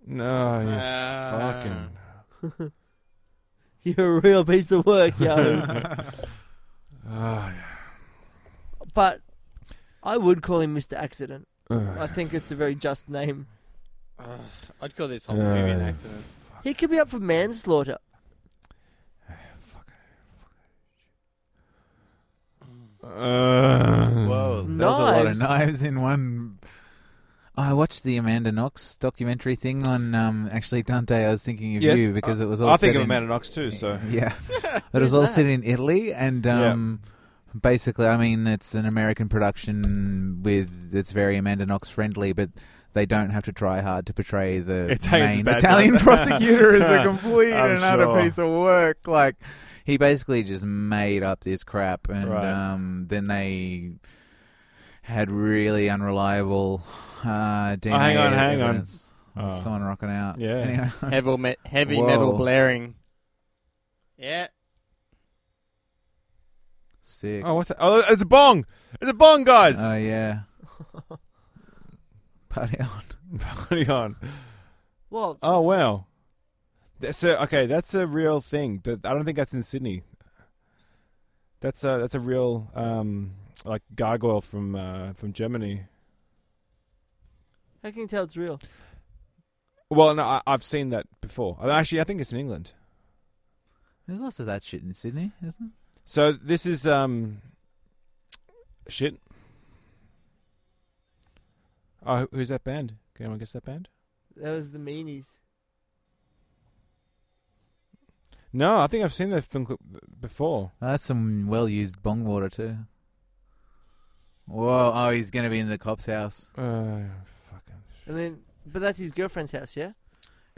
Speaker 6: no, you
Speaker 1: Ah.
Speaker 6: Oh, fucking.
Speaker 8: You're a real piece of work, yo.
Speaker 6: Ah,
Speaker 8: but I would call him Mr. Accident.
Speaker 6: uh,
Speaker 8: I think it's a very just name.
Speaker 1: Ugh, I'd call this whole movie an accident.
Speaker 8: He could be up for manslaughter.
Speaker 6: uh,
Speaker 10: There
Speaker 1: Whoa.
Speaker 10: was a lot of
Speaker 8: Knives.
Speaker 10: knives in one. I watched the Amanda Knox documentary thing on. Um, actually, Dante, I was thinking of
Speaker 6: Yes,
Speaker 10: you because it was all.
Speaker 6: I think
Speaker 10: set
Speaker 6: of
Speaker 10: in-
Speaker 6: Amanda Knox too. So
Speaker 10: Yeah, but it was all set in Italy, and
Speaker 6: Yeah.
Speaker 10: um, basically, I mean, it's an American production with it's very Amanda Knox friendly, but they don't have to try hard to portray the
Speaker 6: Italian's
Speaker 10: main
Speaker 6: bad
Speaker 10: Italian
Speaker 6: guy.
Speaker 10: prosecutor as a complete
Speaker 6: I'm
Speaker 10: and utter
Speaker 6: sure.
Speaker 10: piece of work. Like he basically just made up this crap, and
Speaker 6: Right.
Speaker 10: um, then they had really unreliable uh, DNA.
Speaker 6: Oh, hang on, hang on.
Speaker 10: evidence.
Speaker 6: Oh.
Speaker 10: Someone rocking out.
Speaker 6: Yeah.
Speaker 10: Anyway.
Speaker 1: Heavy, me- heavy
Speaker 10: Whoa.
Speaker 1: metal blaring. Yeah.
Speaker 10: Sick.
Speaker 6: Oh, what's that? Oh, it's a bong! It's a bong, guys!
Speaker 10: Oh yeah. Party on.
Speaker 6: Hang on.
Speaker 8: Well,
Speaker 6: Oh, wow. That's a, okay, that's a real thing. That I don't think that's in Sydney. That's a, that's a real, um, like, gargoyle from uh, from Germany.
Speaker 8: how can you tell it's real?
Speaker 6: Well, no, I, I've seen that before. I- Actually, I think it's in England.
Speaker 10: There's lots of that shit in Sydney, isn't
Speaker 6: So this is, um, shit. Oh, who- who's that band? Can anyone guess that band?
Speaker 8: That was the meanies.
Speaker 6: No, I think I've seen that film clip before.
Speaker 10: there? That's some well used bong water too. Whoa, oh he's gonna be in the cop's house.
Speaker 6: Uh, fucking.
Speaker 8: And then, but that's his girlfriend's house, yeah.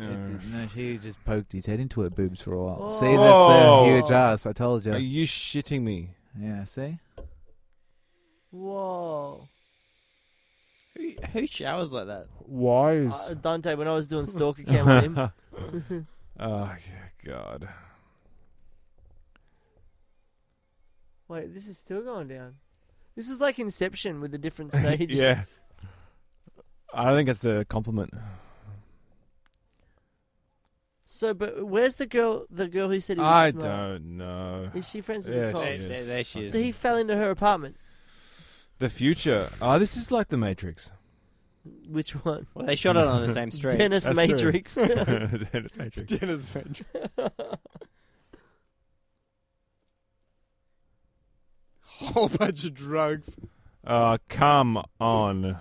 Speaker 6: Uh,
Speaker 10: It's- no, she just poked his head into her boobs for a while.
Speaker 8: Oh.
Speaker 10: See, that's
Speaker 6: Whoa.
Speaker 10: a huge ass, I told
Speaker 6: Are
Speaker 10: you.
Speaker 6: you shitting me?
Speaker 10: Yeah, see?
Speaker 8: Whoa,
Speaker 1: Who, who showers like that?
Speaker 6: Why
Speaker 8: uh, Dante. When I was doing stalker cam with him,
Speaker 6: oh yeah, god.
Speaker 8: wait, this is still going down. This is like Inception with a different stage.
Speaker 6: yeah. I don't think it's a compliment.
Speaker 8: So, but where's the girl? The girl who said he was
Speaker 6: I
Speaker 8: smart?
Speaker 6: don't know.
Speaker 8: Is she friends with
Speaker 6: Yeah,
Speaker 10: Oh,
Speaker 8: the cop?
Speaker 1: There,
Speaker 6: is.
Speaker 1: there, there she is.
Speaker 8: So he fell into her apartment.
Speaker 6: The future. Oh, this is like the Matrix.
Speaker 8: Which one?
Speaker 1: Well, they shot it on the same street.
Speaker 8: Dennis
Speaker 6: That's true.
Speaker 8: Matrix.
Speaker 6: Dennis Matrix.
Speaker 1: Dennis Matrix. Whole bunch of drugs.
Speaker 6: Oh, come on.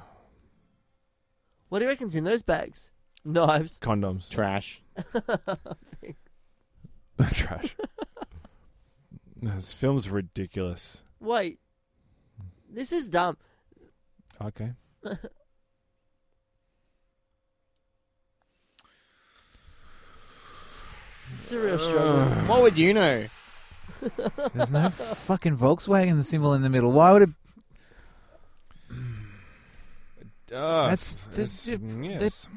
Speaker 8: what do you reckon's in those bags? Knives.
Speaker 6: Condoms.
Speaker 1: Trash.
Speaker 6: No trash. No, this film's ridiculous.
Speaker 8: Wait, this is dumb.
Speaker 6: Okay.
Speaker 8: It's a real struggle.
Speaker 1: What would you know?
Speaker 10: There's no fucking Volkswagen symbol in the middle. Why would it?
Speaker 6: Uh,
Speaker 10: That's- that's-
Speaker 6: yes.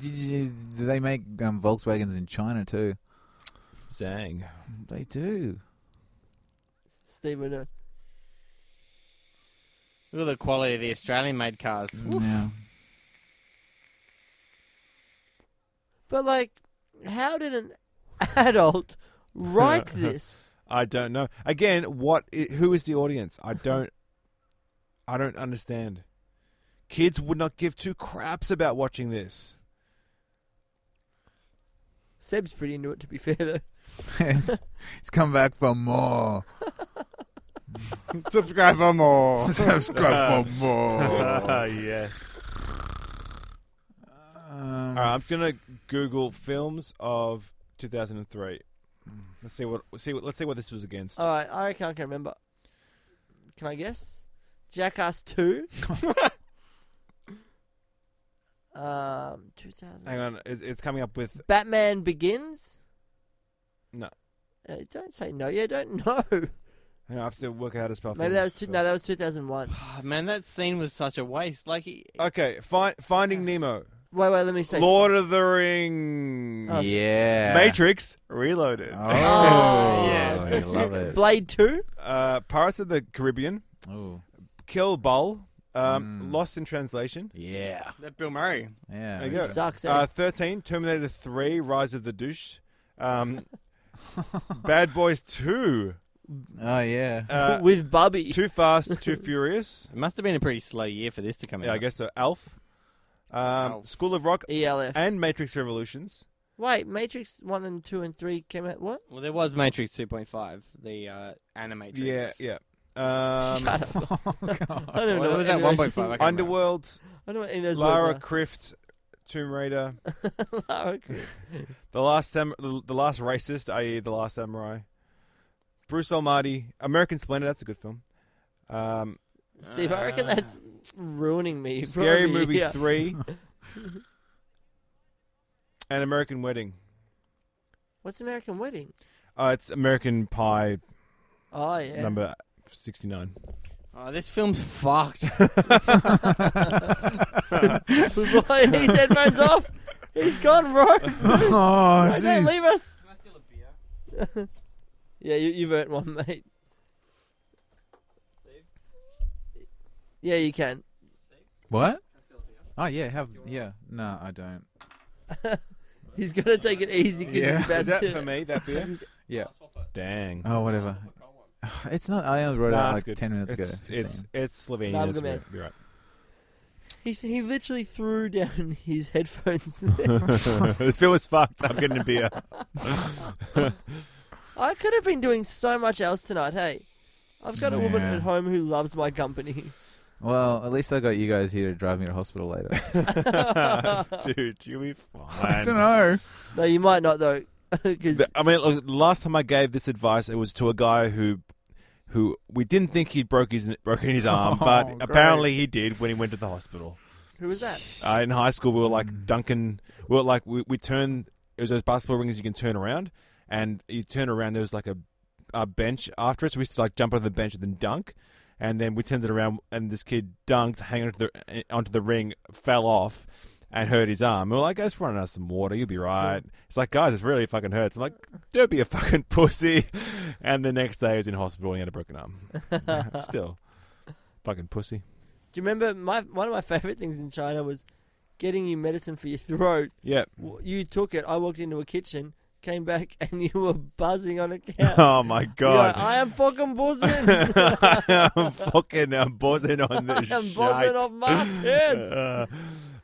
Speaker 10: Do they make um, Volkswagens in China too?
Speaker 6: Zang.
Speaker 10: They do.
Speaker 8: Steve, I know.
Speaker 1: Look at the quality of the Australian-made cars.
Speaker 10: Yeah.
Speaker 8: But like, how did an adult write this?
Speaker 6: I don't know. Again, what? i- Who is the audience? I don't. I don't understand. Kids would not give two craps about watching this.
Speaker 8: Seb's pretty into it, to be fair though.
Speaker 10: it's, it's come back for more.
Speaker 1: Subscribe for more.
Speaker 10: Subscribe for more.
Speaker 6: yes.
Speaker 10: Um,
Speaker 6: All right, I'm gonna Google films of 2003. Let's see what see what let's see what this was against.
Speaker 8: All right, I reckon I can remember. Can I guess? Jackass two. um, two thousand.
Speaker 6: Hang on, it, it's coming up with
Speaker 8: Batman Begins.
Speaker 6: no.
Speaker 8: Uh, don't say no. Yeah, don't know.
Speaker 6: Hang on, I have to work out how to spell.
Speaker 8: Maybe that was two, no, that was two thousand one.
Speaker 1: Ah, Man, that scene was such a waste. Like, he,
Speaker 6: Okay, find, Finding Nemo,
Speaker 8: Wait, wait, let me say.
Speaker 6: Lord of the Rings,
Speaker 8: Oh,
Speaker 10: yeah.
Speaker 6: Matrix, Reloaded,
Speaker 10: Oh,
Speaker 8: yeah.
Speaker 10: I love it.
Speaker 8: Blade two.
Speaker 6: uh, Pirates of the Caribbean,
Speaker 10: Oh,
Speaker 6: Kill Bill, um,
Speaker 10: Mm.
Speaker 6: Lost in Translation,
Speaker 10: yeah.
Speaker 1: that Bill Murray.
Speaker 10: Yeah.
Speaker 6: There you go.
Speaker 8: Sucks. eh?
Speaker 6: uh, Thirteen, Terminator Three, Rise of the Douche, um, Bad Boys Two,
Speaker 10: Oh, yeah.
Speaker 6: uh,
Speaker 8: With Bubby.
Speaker 6: Too Fast, Too Furious.
Speaker 1: It must have been a pretty slow year for this to come out.
Speaker 6: Yeah, I guess so. Alf, um,
Speaker 1: Alf.
Speaker 6: School of Rock,
Speaker 8: ELF.
Speaker 6: and Matrix Revolutions.
Speaker 8: Wait, Matrix one and two and three came out. What?
Speaker 1: Well, there was Matrix 2.5, the uh, animatrix.
Speaker 6: Yeah, yeah. Um,
Speaker 8: Shut up. I don't even
Speaker 1: Well,
Speaker 8: know
Speaker 1: there
Speaker 8: what
Speaker 1: was
Speaker 8: any
Speaker 1: that 1.5. I
Speaker 8: of those things-
Speaker 1: can't remember.
Speaker 6: Underworld,
Speaker 8: I don't know what any of those
Speaker 6: Lara
Speaker 8: words
Speaker 6: Croft, Tomb Raider,
Speaker 8: are. Lara. Croft.
Speaker 6: The Last Sam- the, the Last Racist, i.e., The Last Samurai, Bruce Almighty, American Splendor. That's a good film. Um,
Speaker 8: Steve, I reckon
Speaker 1: Ah.
Speaker 8: that's ruining me. for
Speaker 6: Scary
Speaker 8: the
Speaker 6: Movie
Speaker 8: year.
Speaker 6: Three, and American Wedding.
Speaker 8: What's American Wedding?
Speaker 6: Uh, it's American Pie
Speaker 8: Oh yeah.
Speaker 6: number sixty-nine.
Speaker 1: Oh, this film's fucked.
Speaker 8: Boy, his headphones off. He's gone, bro.
Speaker 10: oh,
Speaker 8: Hey, don't leave us. yeah, you, you've earned one, mate. Yeah, you can.
Speaker 10: What? Oh yeah, have yeah. No, I don't.
Speaker 8: He's gonna take it easy because
Speaker 10: Yeah.
Speaker 8: he's about
Speaker 6: Is that
Speaker 8: to.
Speaker 6: for me? That beer?
Speaker 10: Yeah.
Speaker 6: Dang.
Speaker 10: Oh whatever. It's not. I only wrote it
Speaker 6: Nah,
Speaker 10: out
Speaker 6: it's
Speaker 10: like
Speaker 6: good.
Speaker 10: ten minutes ago.
Speaker 6: It's it's,
Speaker 10: 15.
Speaker 6: it's Slovenia.
Speaker 8: Nah, I'm
Speaker 6: that's
Speaker 8: good,
Speaker 6: right.
Speaker 8: man.
Speaker 6: You're right.
Speaker 8: He he literally threw down his headphones. there.
Speaker 6: if it was fucked, I'm getting a beer.
Speaker 8: I could have been doing so much else tonight. Hey, I've got a woman
Speaker 10: Yeah.
Speaker 8: at home who loves my company.
Speaker 10: well, at least I got you guys here to drive me to hospital later.
Speaker 6: Dude, you'll be fine.
Speaker 10: I don't know.
Speaker 8: No, you might not though, because
Speaker 6: The- I mean, look, the last time I gave this advice, it was to a guy who, who we didn't think he'd broke his broken his arm,
Speaker 10: Oh,
Speaker 6: but
Speaker 10: great.
Speaker 6: apparently he did when he went to the hospital.
Speaker 8: who was that?
Speaker 6: Uh, in high school, we were like Duncan. We were like we, we turned. It was those basketball rings you can turn around, and you turn around. There was like a, a bench after us. We used to like jump on the bench and then dunk, and then we turned it around, and this kid dunked, hanging onto the eh, onto the ring, fell off. And hurt his arm. We We're like, just run out some water. You'll be right. It's like, guys, it's really fucking hurts. I'm like, don't be a fucking pussy. And the next day, he was in hospital. and He had a broken arm. Still, fucking pussy.
Speaker 8: Do you remember my one of my favorite things in China was getting you medicine for your throat?
Speaker 6: Yeah.
Speaker 8: W- You took it. I walked into a kitchen, came back, and you were buzzing on a couch.
Speaker 6: Oh my
Speaker 8: You're like,
Speaker 6: god.
Speaker 8: I am fucking buzzing.
Speaker 6: I'm fucking I'm buzzing on
Speaker 8: I
Speaker 6: this
Speaker 8: am buzzing off my tits.
Speaker 6: Uh,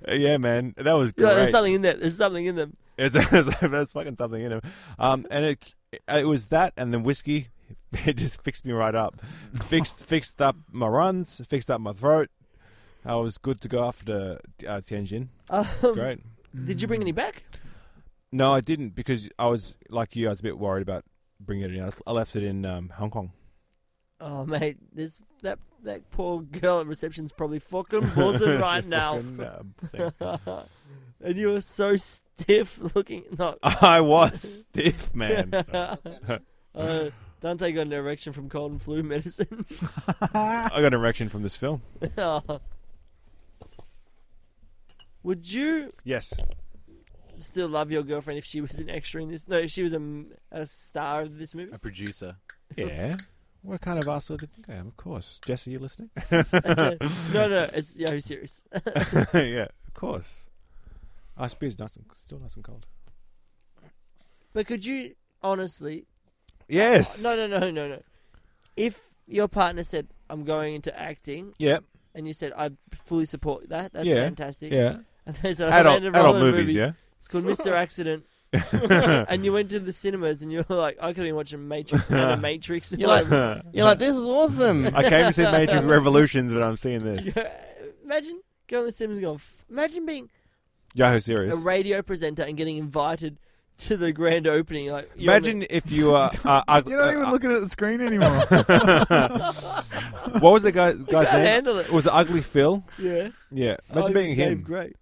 Speaker 6: yeah, man, that was
Speaker 8: Yeah,
Speaker 6: great.
Speaker 8: there's something in there. There's something in them.
Speaker 6: It's- it's- There's fucking something in him. Um, and it it was that, and then whiskey. It just fixed me right up. fixed fixed up my runs. Fixed up my throat. I was good to go after uh, Tianjin.
Speaker 8: Um,
Speaker 6: Great.
Speaker 8: Did you bring any back?
Speaker 6: No, I didn't because I was like you. I was a bit worried about bringing it in. I s- I left it in um, Hong Kong.
Speaker 8: Oh mate, this that that poor girl at reception's probably fucking buzzing right now.
Speaker 6: Fucking, um, thing.
Speaker 8: Mm. and you were so stiff looking. No,
Speaker 6: I was stiff, man.
Speaker 8: uh, Dante got an erection from cold and flu medicine.
Speaker 6: I got an erection from this film.
Speaker 8: Oh. Would you
Speaker 6: Yes.
Speaker 8: still love your girlfriend if she was an extra in this? No, if she was a, m- a star of this movie.
Speaker 10: A producer.
Speaker 6: Yeah. What kind of asshole do you think I am? Of course. Jess, are you listening?
Speaker 8: no, no, it's Yahoo series.
Speaker 6: yeah, of course. Our beer's nice and, still nice and cold.
Speaker 8: But could you honestly?
Speaker 6: Yes.
Speaker 8: Oh, No, no, no, no, no. If your partner said, "I'm going into acting,"
Speaker 6: Yeah.
Speaker 8: and you said, "I fully support that," that's
Speaker 6: Yeah,
Speaker 8: fantastic.
Speaker 6: Yeah.
Speaker 8: And they said, "I
Speaker 6: Adult,
Speaker 8: made a
Speaker 6: adult
Speaker 8: roller
Speaker 6: movies,
Speaker 8: movie.
Speaker 6: yeah.
Speaker 8: It's called Mr. Accident. and you went to the cinemas and you were like, I could be watching Matrix and a Matrix.
Speaker 1: You're like-
Speaker 6: I
Speaker 1: You're like, this is awesome.
Speaker 6: came to see Matrix Revolutions, but I'm seeing this.
Speaker 8: imagine going to the cinemas and going, "F- imagine being
Speaker 6: Yahoo
Speaker 8: a
Speaker 6: series.
Speaker 8: radio presenter and getting invited to the grand opening. Like, you're on
Speaker 6: Imagine if you are. Uh, uh,
Speaker 10: You're not
Speaker 6: uh,
Speaker 10: even looking at the screen anymore.
Speaker 6: what was the guy,
Speaker 8: the,
Speaker 6: guy's
Speaker 8: can't
Speaker 6: name?
Speaker 8: handle it.
Speaker 6: Was it Ugly Phil?
Speaker 8: Yeah.
Speaker 6: Yeah. Imagine
Speaker 8: Oh,
Speaker 6: being
Speaker 8: Dave
Speaker 6: him.
Speaker 8: Gray.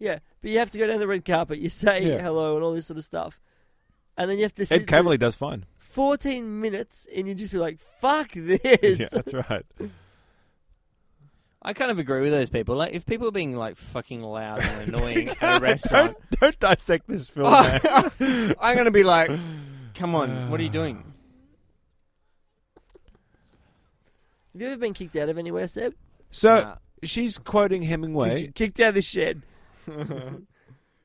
Speaker 8: Yeah, but you have to go down the red carpet. You say
Speaker 6: Yeah.
Speaker 8: hello and all this sort of stuff, and then you have to sit
Speaker 6: Ed
Speaker 8: through
Speaker 6: Cavalier does fine.
Speaker 8: fourteen minutes, and you just be like, "Fuck this."
Speaker 6: Yeah, that's right.
Speaker 1: I kind of agree with those people. Like, if people are being like fucking loud and annoying at a restaurant,
Speaker 6: Don't, don't dissect this film. man.
Speaker 1: I'm gonna be like, "Come on, what are you doing?"
Speaker 8: Have you ever been kicked out of anywhere, Seb?
Speaker 6: So
Speaker 1: Nah.
Speaker 6: she's quoting
Speaker 8: 'Cause
Speaker 6: Hemingway.
Speaker 8: you kicked out of the shed.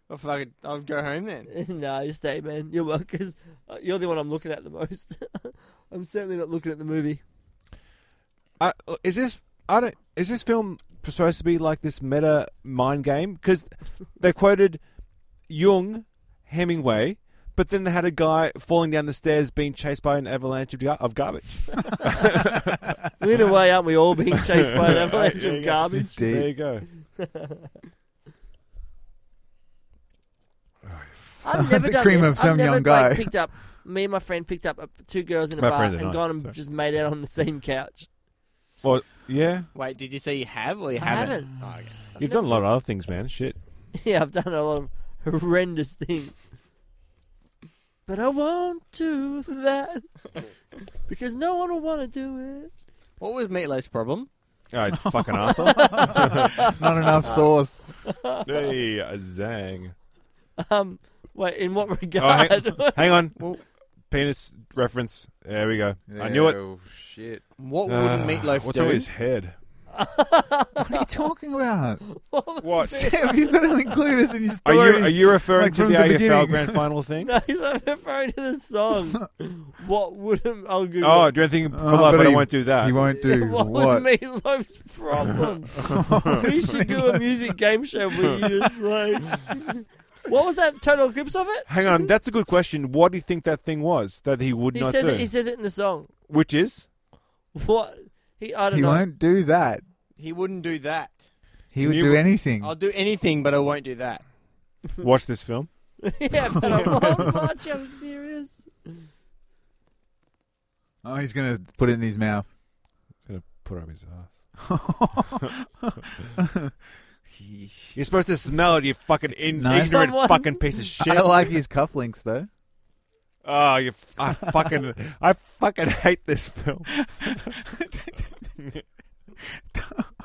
Speaker 1: Well, fuck it, I'll go home then.
Speaker 8: nah, you stay, man. You're welcome. Cause uh, you're the one I'm looking at the most. I'm certainly not looking at the movie.
Speaker 6: Uh, is this I don't is this film supposed to be like this meta mind game? Because they quoted Jung, Hemingway, but then they had a guy falling down the stairs being chased by an avalanche of, gar- of garbage.
Speaker 8: In a way, aren't we all being chased by an avalanche
Speaker 6: There you
Speaker 8: of
Speaker 6: go.
Speaker 8: garbage?
Speaker 6: There you go.
Speaker 8: I've never
Speaker 10: the
Speaker 8: done
Speaker 10: cream
Speaker 8: this.
Speaker 10: of some
Speaker 8: I've never, Like,
Speaker 10: young guy.
Speaker 8: picked up me and my friend picked up uh, two girls in a
Speaker 6: My
Speaker 8: bar
Speaker 6: friend
Speaker 8: and
Speaker 6: and I,
Speaker 8: gone and
Speaker 6: sorry.
Speaker 8: just made out on the same couch.
Speaker 6: Yeah,
Speaker 1: Wait, did you say you have or you
Speaker 8: I
Speaker 1: haven't?
Speaker 8: haven't.
Speaker 1: Oh, okay.
Speaker 6: you've done a lot of other things, man. Shit.
Speaker 8: Yeah, I've done a lot of horrendous things, but I won't do that because no one will want to do it.
Speaker 1: What was Meatloaf's problem?
Speaker 6: All right, Oh, fucking asshole.
Speaker 10: not enough sauce.
Speaker 6: hey, uh, zang.
Speaker 8: Um, wait, in what
Speaker 6: Oh, hang,
Speaker 8: regard?
Speaker 6: hang on. Penis reference. There we go. I knew it.
Speaker 10: Oh shit!
Speaker 1: What would
Speaker 6: Uh,
Speaker 1: Meatloaf
Speaker 6: what's
Speaker 1: do?
Speaker 6: with his head?
Speaker 10: What are you talking about?
Speaker 6: What?
Speaker 10: Sam, you've got to include us in your
Speaker 6: Are
Speaker 10: stories.
Speaker 6: you are you referring
Speaker 10: like
Speaker 6: to
Speaker 10: from
Speaker 6: the,
Speaker 10: the
Speaker 6: AFL
Speaker 10: beginning.
Speaker 6: Grand Final thing?
Speaker 8: no, he's I'm referring to the song. what would a- I'll Google?
Speaker 6: Oh,
Speaker 8: it.
Speaker 6: do anything for
Speaker 10: Oh,
Speaker 1: Uh,
Speaker 6: love, but,
Speaker 10: but
Speaker 6: I
Speaker 10: he-
Speaker 6: won't do that.
Speaker 10: He won't do
Speaker 8: what,
Speaker 10: what?
Speaker 8: was Meatloaf's problem? we should do a music game show where you just like. what was that total eclipse of it?
Speaker 6: Hang on, that's a good question. What do you think that thing was that he would
Speaker 8: He
Speaker 6: not
Speaker 8: says
Speaker 6: do?
Speaker 8: it. He says it in the song.
Speaker 6: Which is
Speaker 8: What? He, I don't
Speaker 10: He
Speaker 8: know.
Speaker 10: won't do that.
Speaker 1: He wouldn't do that.
Speaker 10: He
Speaker 6: Can
Speaker 10: would
Speaker 6: you-
Speaker 10: do anything.
Speaker 1: I'll do anything, but I won't do that.
Speaker 8: Hmm.
Speaker 6: watch this film.
Speaker 8: yeah, but I won't watch. I'm serious.
Speaker 10: Oh, he's gonna put it in his mouth.
Speaker 6: Put up his ass.
Speaker 10: I
Speaker 6: You're supposed to smell it, you fucking in-
Speaker 10: Nice.
Speaker 6: ignorant
Speaker 8: Someone-
Speaker 6: fucking piece of shit.
Speaker 10: like his cufflinks though.
Speaker 6: oh, you! f- I fucking, I fucking hate this film.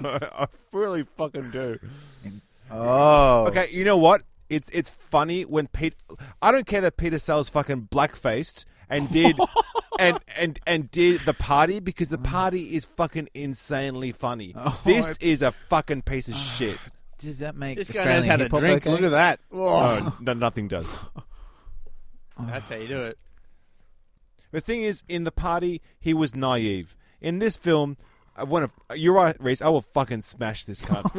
Speaker 6: I really fucking do.
Speaker 10: Oh,
Speaker 6: Okay, you know what? It's it's funny when Pete. I don't care that Peter Sellers fucking blackfaced and did and and and did the party because the party is fucking insanely funny.
Speaker 10: Uh. Oh,
Speaker 6: this
Speaker 10: it's- Ah.
Speaker 6: is a fucking piece of shit.
Speaker 10: Does that make
Speaker 1: This guy knows
Speaker 10: Australian
Speaker 1: how to
Speaker 10: hip hop
Speaker 1: drink. Oh.
Speaker 10: okay?
Speaker 1: Look at that.
Speaker 6: No, no, nothing does.
Speaker 10: Oh.
Speaker 1: That's how you do it.
Speaker 6: The thing is, in the party, he was naive. In this film, I want to. You're right, Reese. I will fucking smash this cunt.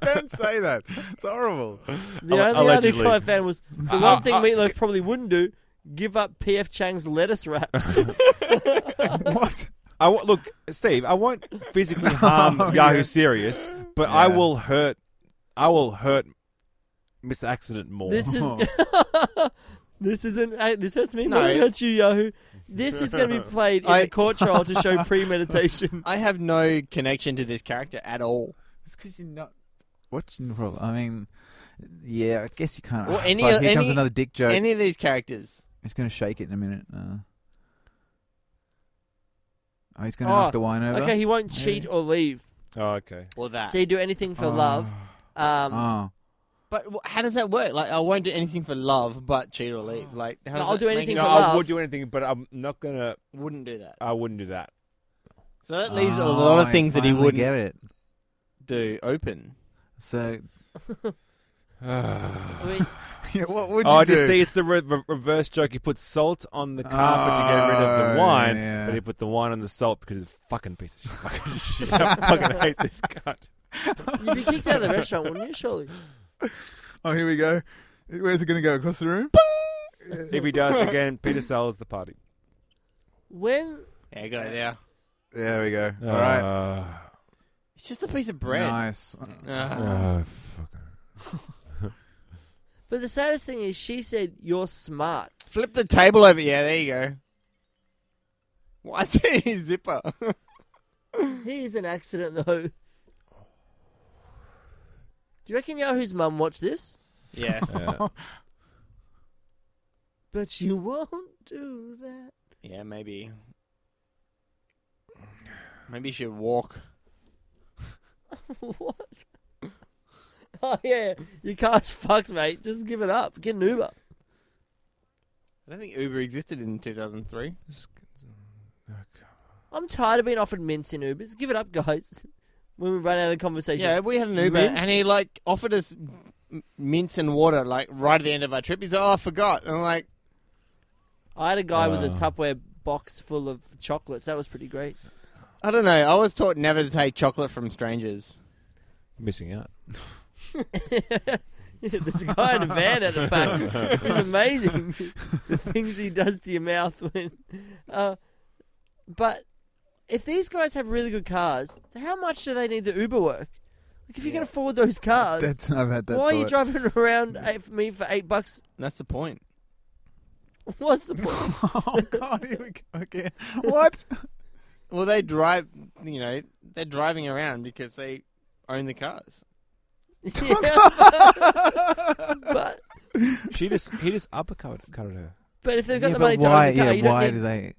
Speaker 10: Don't say that. It's horrible.
Speaker 8: The
Speaker 6: Alle-
Speaker 8: only other
Speaker 6: allegedly.
Speaker 8: thing I found was the one thing Meatloaf probably wouldn't do: give up P.F. Chang's lettuce wraps.
Speaker 10: what?
Speaker 6: I w- look, Steve. I won't Oh, physically harm Yahoo Serious, but I
Speaker 10: Yeah.
Speaker 6: will hurt. I will hurt Mr. Accident more.
Speaker 8: This is this isn't. hey, This hurts me more
Speaker 11: No.
Speaker 8: than it hurts you, Yahoo. This is going to be played in
Speaker 11: I-
Speaker 8: the court trial to show premeditation.
Speaker 1: I have no connection to this character at all,
Speaker 10: It's because you're not watching. Pro- I mean, yeah, I guess you can't.
Speaker 1: Well,
Speaker 10: Ah,
Speaker 1: any-
Speaker 10: fuck, here comes
Speaker 1: any-
Speaker 10: another dick joke.
Speaker 1: any of these characters.
Speaker 10: he's going to shake it in a minute. Uh, oh, he's going to
Speaker 8: Oh,
Speaker 10: knock the wine over.
Speaker 8: okay, he won't cheat or leave.
Speaker 6: oh, okay.
Speaker 1: Or that.
Speaker 8: So you do anything
Speaker 10: Ah.
Speaker 8: for love. Um,
Speaker 10: oh,
Speaker 1: But wh- how does that work? Like, I won't do anything for love, but cheat or leave. Like, how
Speaker 8: No,
Speaker 1: does
Speaker 8: I'll
Speaker 1: that
Speaker 8: do
Speaker 1: make
Speaker 8: anything
Speaker 1: it-
Speaker 8: for
Speaker 6: No,
Speaker 8: love.
Speaker 6: I would do anything, but I'm not gonna.
Speaker 1: Wouldn't do that.
Speaker 6: I wouldn't do that.
Speaker 1: So that leaves a lot of
Speaker 10: Oh. I
Speaker 1: things that he
Speaker 10: finally
Speaker 1: wouldn't
Speaker 10: get it.
Speaker 1: do open.
Speaker 10: So,
Speaker 8: I mean,
Speaker 10: yeah, what would you
Speaker 6: oh, I
Speaker 10: do?
Speaker 6: just see it's the re- re- reverse joke. He put salt on the carpet to get rid of the
Speaker 10: Oh,
Speaker 6: wine,
Speaker 10: yeah.
Speaker 6: but he put the wine on the salt because he's a fucking piece of shit. fucking shit. I fucking hate this guy.
Speaker 8: you'd be kicked out of the restaurant, wouldn't you? Surely.
Speaker 10: Oh, here we go. Where's it going to go across the room?
Speaker 6: If he does again, Peter sells the party.
Speaker 8: When
Speaker 1: Yeah, go there.
Speaker 10: There we
Speaker 6: Uh,
Speaker 10: go. All right.
Speaker 1: It's just a piece of bread.
Speaker 10: Nice.
Speaker 1: Ah.
Speaker 8: But the saddest thing is, she said, "You're smart."
Speaker 1: Flip the table over. Yeah, there you go. What's in his zipper?
Speaker 8: He is an accident, though. Do you reckon Yahoo's mum watched this?
Speaker 1: yes.
Speaker 6: Yeah.
Speaker 8: But you won't do that.
Speaker 1: Yeah, maybe. Maybe you should walk.
Speaker 8: what? Oh yeah, your car's fucked, mate. Just give it up. Get an Uber.
Speaker 1: I don't think Uber existed in 2003.
Speaker 8: I'm tired of being offered mints in Ubers. Give it up, guys. When we run out of conversation.
Speaker 1: Yeah, we had an Uber,
Speaker 8: Mint?
Speaker 1: and he like offered us m- mints and water like right at the end of our trip. He's like, "Oh, I forgot," and I'm like,
Speaker 8: I had a guy with a
Speaker 6: Wow.
Speaker 8: Tupperware box full of chocolates. That was pretty great.
Speaker 1: "I don't know." I was taught never to take chocolate from strangers.
Speaker 6: Missing out.
Speaker 8: Yeah, there's a guy in a van at the back. It's amazing the things he does to your mouth when. Uh, but if these guys have really good cars, how much do they need the Uber work? Like, if you can afford those cars,
Speaker 10: That's I've had that.
Speaker 8: why are you
Speaker 10: thought.
Speaker 8: driving around eight, for me for eight bucks?
Speaker 1: That's the point.
Speaker 8: What's the point?
Speaker 10: oh God! Here we go again. What?
Speaker 1: Well, they drive. You know, they're driving around because they own the cars.
Speaker 8: Yeah. but
Speaker 6: She just he just uppercut cutted her.
Speaker 8: but if they've got
Speaker 10: yeah,
Speaker 8: the money
Speaker 10: but
Speaker 8: to
Speaker 10: why?
Speaker 8: own the car,
Speaker 10: yeah,
Speaker 8: you don't
Speaker 10: why
Speaker 8: need-
Speaker 10: do they?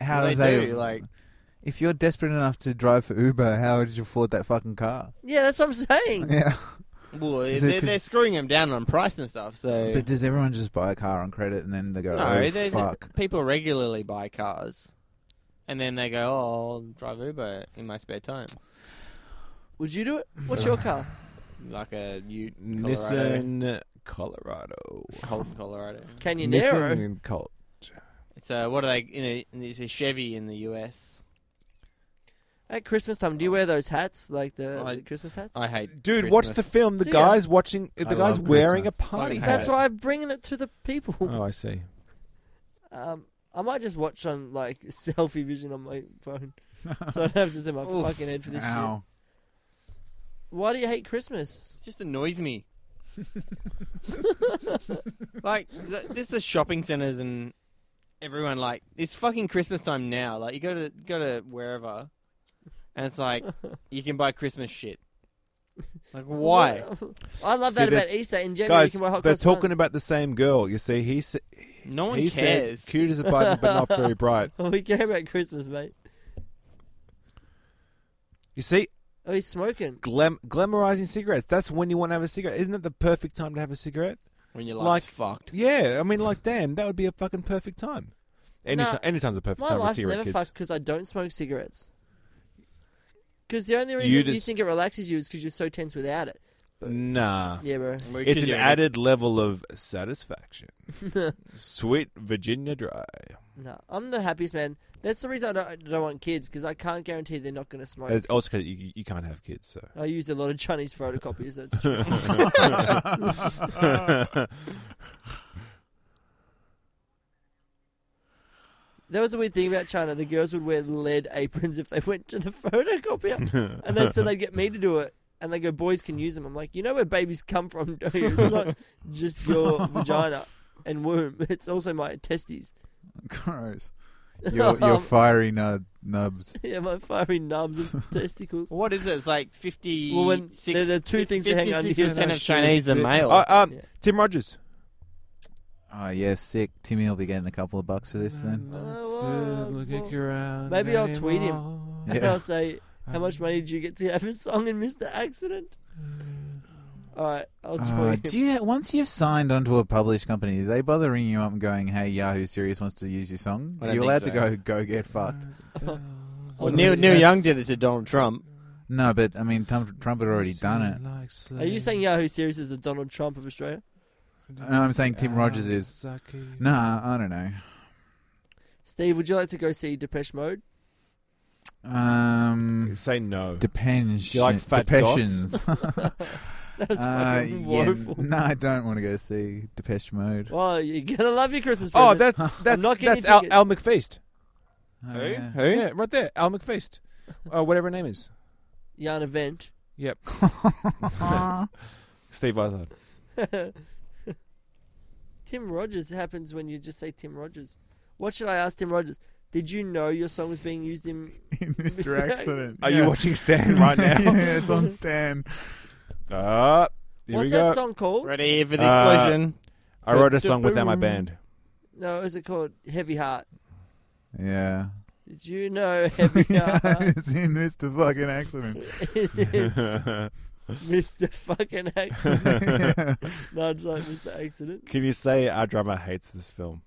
Speaker 10: How
Speaker 1: So
Speaker 10: do
Speaker 1: they,
Speaker 10: they?
Speaker 1: do, like?
Speaker 10: if you're desperate enough to drive for Uber, how did you afford that fucking car?
Speaker 8: Yeah, that's what I'm saying.
Speaker 10: Yeah.
Speaker 1: Well,
Speaker 10: Is it
Speaker 1: they're, they're
Speaker 10: 'cause-
Speaker 1: screwing them down on price and stuff. So
Speaker 10: But does everyone just buy a car on credit and then they go,
Speaker 1: No,
Speaker 10: oh,
Speaker 1: they-
Speaker 10: fuck?
Speaker 1: people regularly buy cars, and then they go, "Oh, I'll drive Uber in my spare time,"
Speaker 8: Would you do it? What's your car?
Speaker 1: like a Ute, Colorado,
Speaker 6: Nissan Colorado.
Speaker 1: Colt, Colorado.
Speaker 8: Canyonero.
Speaker 6: Nissan Colt.
Speaker 1: It's a what are they? In a, it's a Chevy in the U.S.
Speaker 8: At Christmas time, do you wear those hats like the,
Speaker 1: I-
Speaker 8: the Christmas hats?
Speaker 1: I hate
Speaker 6: Dude,
Speaker 1: Christmas.
Speaker 6: watch the film. The
Speaker 8: Do ya?
Speaker 6: guy's watching. The
Speaker 10: I
Speaker 6: guy's
Speaker 10: love
Speaker 6: wearing a
Speaker 10: Christmas.
Speaker 6: party hat.
Speaker 8: That's why I'm bringing it to the people.
Speaker 6: Oh, I see.
Speaker 8: Um, I might just watch on like selfie vision on my phone, so I don't have to do my
Speaker 1: Oof.
Speaker 8: fucking head for this shit.
Speaker 10: Ow.
Speaker 8: Why do you hate Christmas?
Speaker 1: It just annoys me. like, th- this is shopping centers and everyone like it's fucking Christmas time now. Like, you go to go to wherever, and it's like you can buy Christmas shit. Like, why?
Speaker 8: I love
Speaker 6: See,
Speaker 8: that
Speaker 6: they-
Speaker 8: about Easter. In January,
Speaker 6: Guys,
Speaker 8: you can buy hot
Speaker 6: they're
Speaker 8: cross
Speaker 6: talking
Speaker 8: buns.
Speaker 6: about the same girl. You see, he s-
Speaker 1: No one
Speaker 6: he
Speaker 1: cares.
Speaker 6: said cute as a button, but not very bright.
Speaker 8: we care about Christmas, mate.
Speaker 6: You see,
Speaker 8: Oh, he's smoking.
Speaker 6: glam- glamorizing cigarettes. That's when you want to have a cigarette. Isn't that the perfect time to have a cigarette?
Speaker 1: when your
Speaker 6: like-
Speaker 1: life's fucked.
Speaker 6: Yeah, I mean, like, damn, that would be a fucking perfect time. Any
Speaker 8: Nah,
Speaker 6: ti- any time's a perfect
Speaker 8: My
Speaker 6: time for
Speaker 8: life's never
Speaker 6: cigarette kids.
Speaker 8: fucked because I don't smoke cigarettes. Because the only reason
Speaker 6: You
Speaker 8: you,
Speaker 6: just-
Speaker 8: think it relaxes you is because you're so tense without it.
Speaker 6: Nah,
Speaker 8: Yeah, bro.
Speaker 6: it's an added level of satisfaction. Sweet Virginia Dry.
Speaker 8: No, I'm the happiest man. That's the reason I don't, I don't want kids because I can't guarantee they're not going to smoke.
Speaker 6: It's also 'cause you, you can't have kids, so.
Speaker 8: I used a lot of Chinese photocopies. That's true. that was the weird thing about China. The girls would wear lead aprons if they went to the photocopier, and then so they'd get me to do it. And they go, boys can use them. I'm like, you know where babies come from, don't you? It's not just your vagina and womb. It's also my testes.
Speaker 10: Gross. Your, your fiery nub, nubs.
Speaker 8: Um, yeah, my fiery nubs and testicles.
Speaker 1: What is it? It's like fifty.
Speaker 8: Well, when- there- there are two things that hang under here.
Speaker 1: percent of Chinese are male.
Speaker 6: Uh, um,
Speaker 8: Yeah.
Speaker 6: Tim Rogers.
Speaker 10: Oh, yeah, sick. Timmy will be getting a couple of bucks for this then.
Speaker 8: Mm. Uh, well, well, maybe I'll tweet him. And
Speaker 10: Yeah.
Speaker 8: I'll say, how
Speaker 6: Um,
Speaker 8: much money did you get to have a song in Mr. Accident? All right, I'll tweet
Speaker 10: Uh,
Speaker 8: him.
Speaker 10: do you once you've signed onto a published company, do they bother ringing you up and going, "Hey, Yahoo Serious wants to use your song"?
Speaker 1: I don't
Speaker 10: You're
Speaker 1: think
Speaker 10: allowed
Speaker 1: so.
Speaker 10: to go, go
Speaker 6: Uh,
Speaker 10: get fucked.
Speaker 1: well,
Speaker 8: I'll
Speaker 1: Neil,
Speaker 8: tweet
Speaker 1: Neil
Speaker 8: him.
Speaker 1: Young did it to Donald Trump.
Speaker 10: No, but I mean, Trump, Trump had already done it.
Speaker 6: it.
Speaker 8: Are you saying Yahoo Serious is the Donald Trump of Australia?
Speaker 10: No, I'm saying Tim Rogers is. Nah, I don't know.
Speaker 8: Steve, would you like to go see Depeche Mode?
Speaker 10: Um,
Speaker 6: Say no.
Speaker 10: depends.
Speaker 6: Do you like fat
Speaker 10: Depressions.
Speaker 8: That was
Speaker 10: uh,
Speaker 8: fucking
Speaker 10: yeah,
Speaker 8: woeful.
Speaker 10: no, I don't want to go see Depeche Mode.
Speaker 8: Well, you're gonna love your Christmas present.
Speaker 6: Oh, that's that's
Speaker 8: not getting
Speaker 6: that's Al,
Speaker 8: tickets.
Speaker 6: Al McFeast.
Speaker 10: Oh, yeah.
Speaker 1: Who?
Speaker 6: Yeah, right there, Al McFeast. Uh, whatever her name is.
Speaker 8: yarn event.
Speaker 6: Yep. Steve Izard.
Speaker 8: Tim Rogers happens when you just say Tim Rogers. What should I ask Tim Rogers? Did you know your song was being used in?
Speaker 10: Mr. Accident.
Speaker 6: Are
Speaker 10: Yeah.
Speaker 6: you watching Stan right now?
Speaker 10: yeah, it's on Stan.
Speaker 6: uh, here
Speaker 8: What's
Speaker 6: we go.
Speaker 8: that song called?
Speaker 1: Ready here for the
Speaker 6: Uh,
Speaker 1: explosion.
Speaker 6: I wrote a song without my band.
Speaker 8: No, is it called Heavy Heart?
Speaker 10: Yeah.
Speaker 8: Did you know Heavy Heart
Speaker 10: it's in Mr. Fucking Accident.
Speaker 8: is in Mr. Fucking Accident? No, it's like Mr. Accident.
Speaker 6: Can you say our drummer hates this film?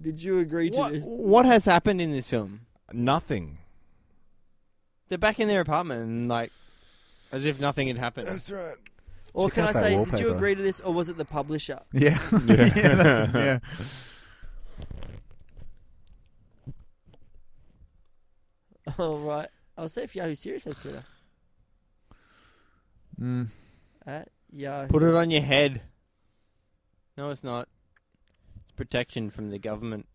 Speaker 8: Did you agree to
Speaker 1: What,
Speaker 8: this?
Speaker 1: what has happened in this film?
Speaker 6: Nothing.
Speaker 1: They're back in their apartment and like, as if nothing had happened.
Speaker 6: right.
Speaker 8: Or
Speaker 10: Check
Speaker 8: can
Speaker 10: out
Speaker 8: I
Speaker 10: that
Speaker 8: say, did
Speaker 10: wallpaper.
Speaker 8: you agree to this, or was it the publisher?
Speaker 10: Yeah.
Speaker 6: Yeah.
Speaker 10: Yeah. that's, yeah.
Speaker 8: All right. I'll see if Yahoo Serious has Twitter.
Speaker 10: Mm.
Speaker 8: At Yahoo.
Speaker 1: Put it on your head. No, it's not. It's protection from the government.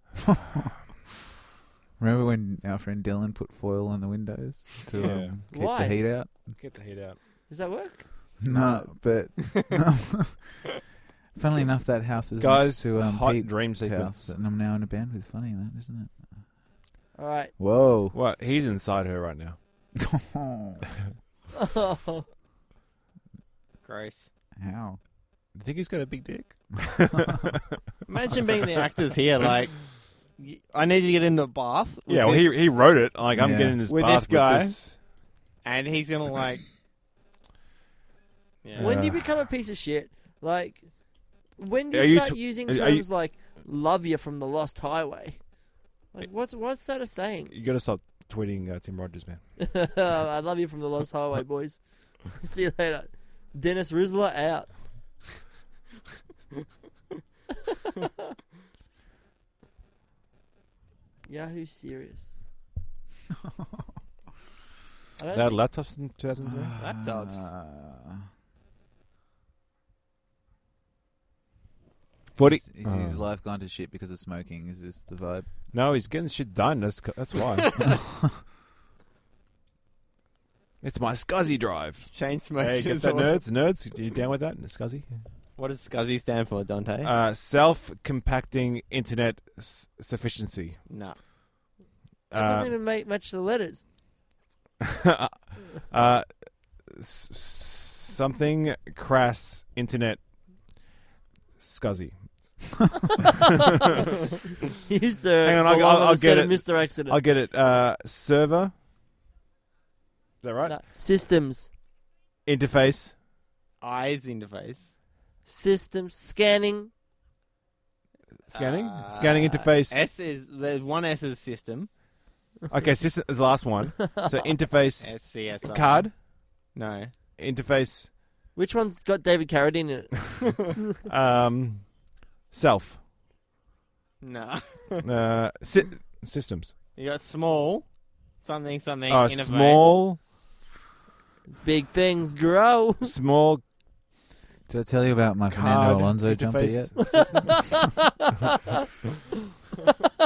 Speaker 10: Remember when our friend Dylan put foil on the windows to
Speaker 6: Yeah.
Speaker 10: um, keep
Speaker 8: Why?
Speaker 10: the heat out?
Speaker 6: Get the heat out.
Speaker 8: Does that work?
Speaker 10: No, but funnily enough, that house is
Speaker 6: Guys,
Speaker 10: next to um,
Speaker 6: hot
Speaker 10: Pete's
Speaker 6: dream
Speaker 10: house,
Speaker 6: sequence.
Speaker 10: and I'm now in a band with. Funny that, isn't it?
Speaker 8: All right.
Speaker 10: Whoa.
Speaker 6: What? He's inside her right now.
Speaker 1: Gross.
Speaker 10: How?
Speaker 6: Do you think he's got a big dick?
Speaker 1: Imagine being the actors here. Like, y- I need to get in the bath. with
Speaker 6: yeah, well,
Speaker 1: this-
Speaker 6: he he wrote it. Like, I'm
Speaker 10: Yeah.
Speaker 6: getting this
Speaker 1: With this
Speaker 6: bath
Speaker 1: guy.
Speaker 6: With this.
Speaker 1: and he's gonna like. Yeah.
Speaker 8: when do you
Speaker 6: Uh.
Speaker 8: become a piece of shit? Like, when do you
Speaker 6: Are you
Speaker 8: start
Speaker 6: t-
Speaker 8: using
Speaker 6: are you-
Speaker 8: terms like love you from the lost highway? Like, what's, what's that a saying?
Speaker 6: You got to stop tweeting uh, Tim Rogers, man.
Speaker 8: I love you from the lost highway, boys. See you later. Dennis Rizzler out. Yahoo serious. I don't
Speaker 6: They had laptops in 2003.
Speaker 10: Ah,
Speaker 1: Laptops.
Speaker 10: Uh,
Speaker 6: Forty.
Speaker 10: is, is
Speaker 1: Uh.
Speaker 10: his life gone to shit because of smoking? Is this the vibe?
Speaker 6: No, he's getting shit done. That's c- that's why. it's my scuzzy drive.
Speaker 1: Chain
Speaker 6: Hey,
Speaker 1: smokers.
Speaker 6: get that nerds, nerds. You down with that? Scuzzy.
Speaker 1: What does SCSI stand for, Dante?
Speaker 6: Uh, self-compacting internet s- sufficiency.
Speaker 1: no.
Speaker 8: That doesn't
Speaker 6: Uh,
Speaker 8: even make match the letters.
Speaker 6: uh, s- s- something crass internet scuzzy.
Speaker 8: you sir,
Speaker 6: Hang on,
Speaker 8: for
Speaker 6: I'll-
Speaker 8: love
Speaker 6: I'll-
Speaker 8: of
Speaker 6: I'll
Speaker 8: a set
Speaker 6: get
Speaker 8: of
Speaker 6: it.
Speaker 8: Mr. Accident.
Speaker 6: I'll get it. Uh, server. Is that right?
Speaker 8: No, systems,
Speaker 6: Interface.
Speaker 1: Eyes interface.
Speaker 8: systems, scanning.
Speaker 6: Scanning?
Speaker 1: Uh,
Speaker 6: Scanning interface.
Speaker 1: S is there's one S is system.
Speaker 6: Okay, system is the last one. So interface
Speaker 1: S C S I.
Speaker 6: card.
Speaker 1: No.
Speaker 6: Interface.
Speaker 8: Which one's got David Carradine in it?
Speaker 6: Um, self.
Speaker 1: No.
Speaker 6: Uh, sy- systems.
Speaker 1: You got small. Something something.
Speaker 6: Uh,
Speaker 1: interface.
Speaker 6: small.
Speaker 8: Big things grow.
Speaker 6: Small
Speaker 10: Did I tell you about my
Speaker 6: card.
Speaker 10: Fernando Alonso jumper
Speaker 6: interface
Speaker 10: yet?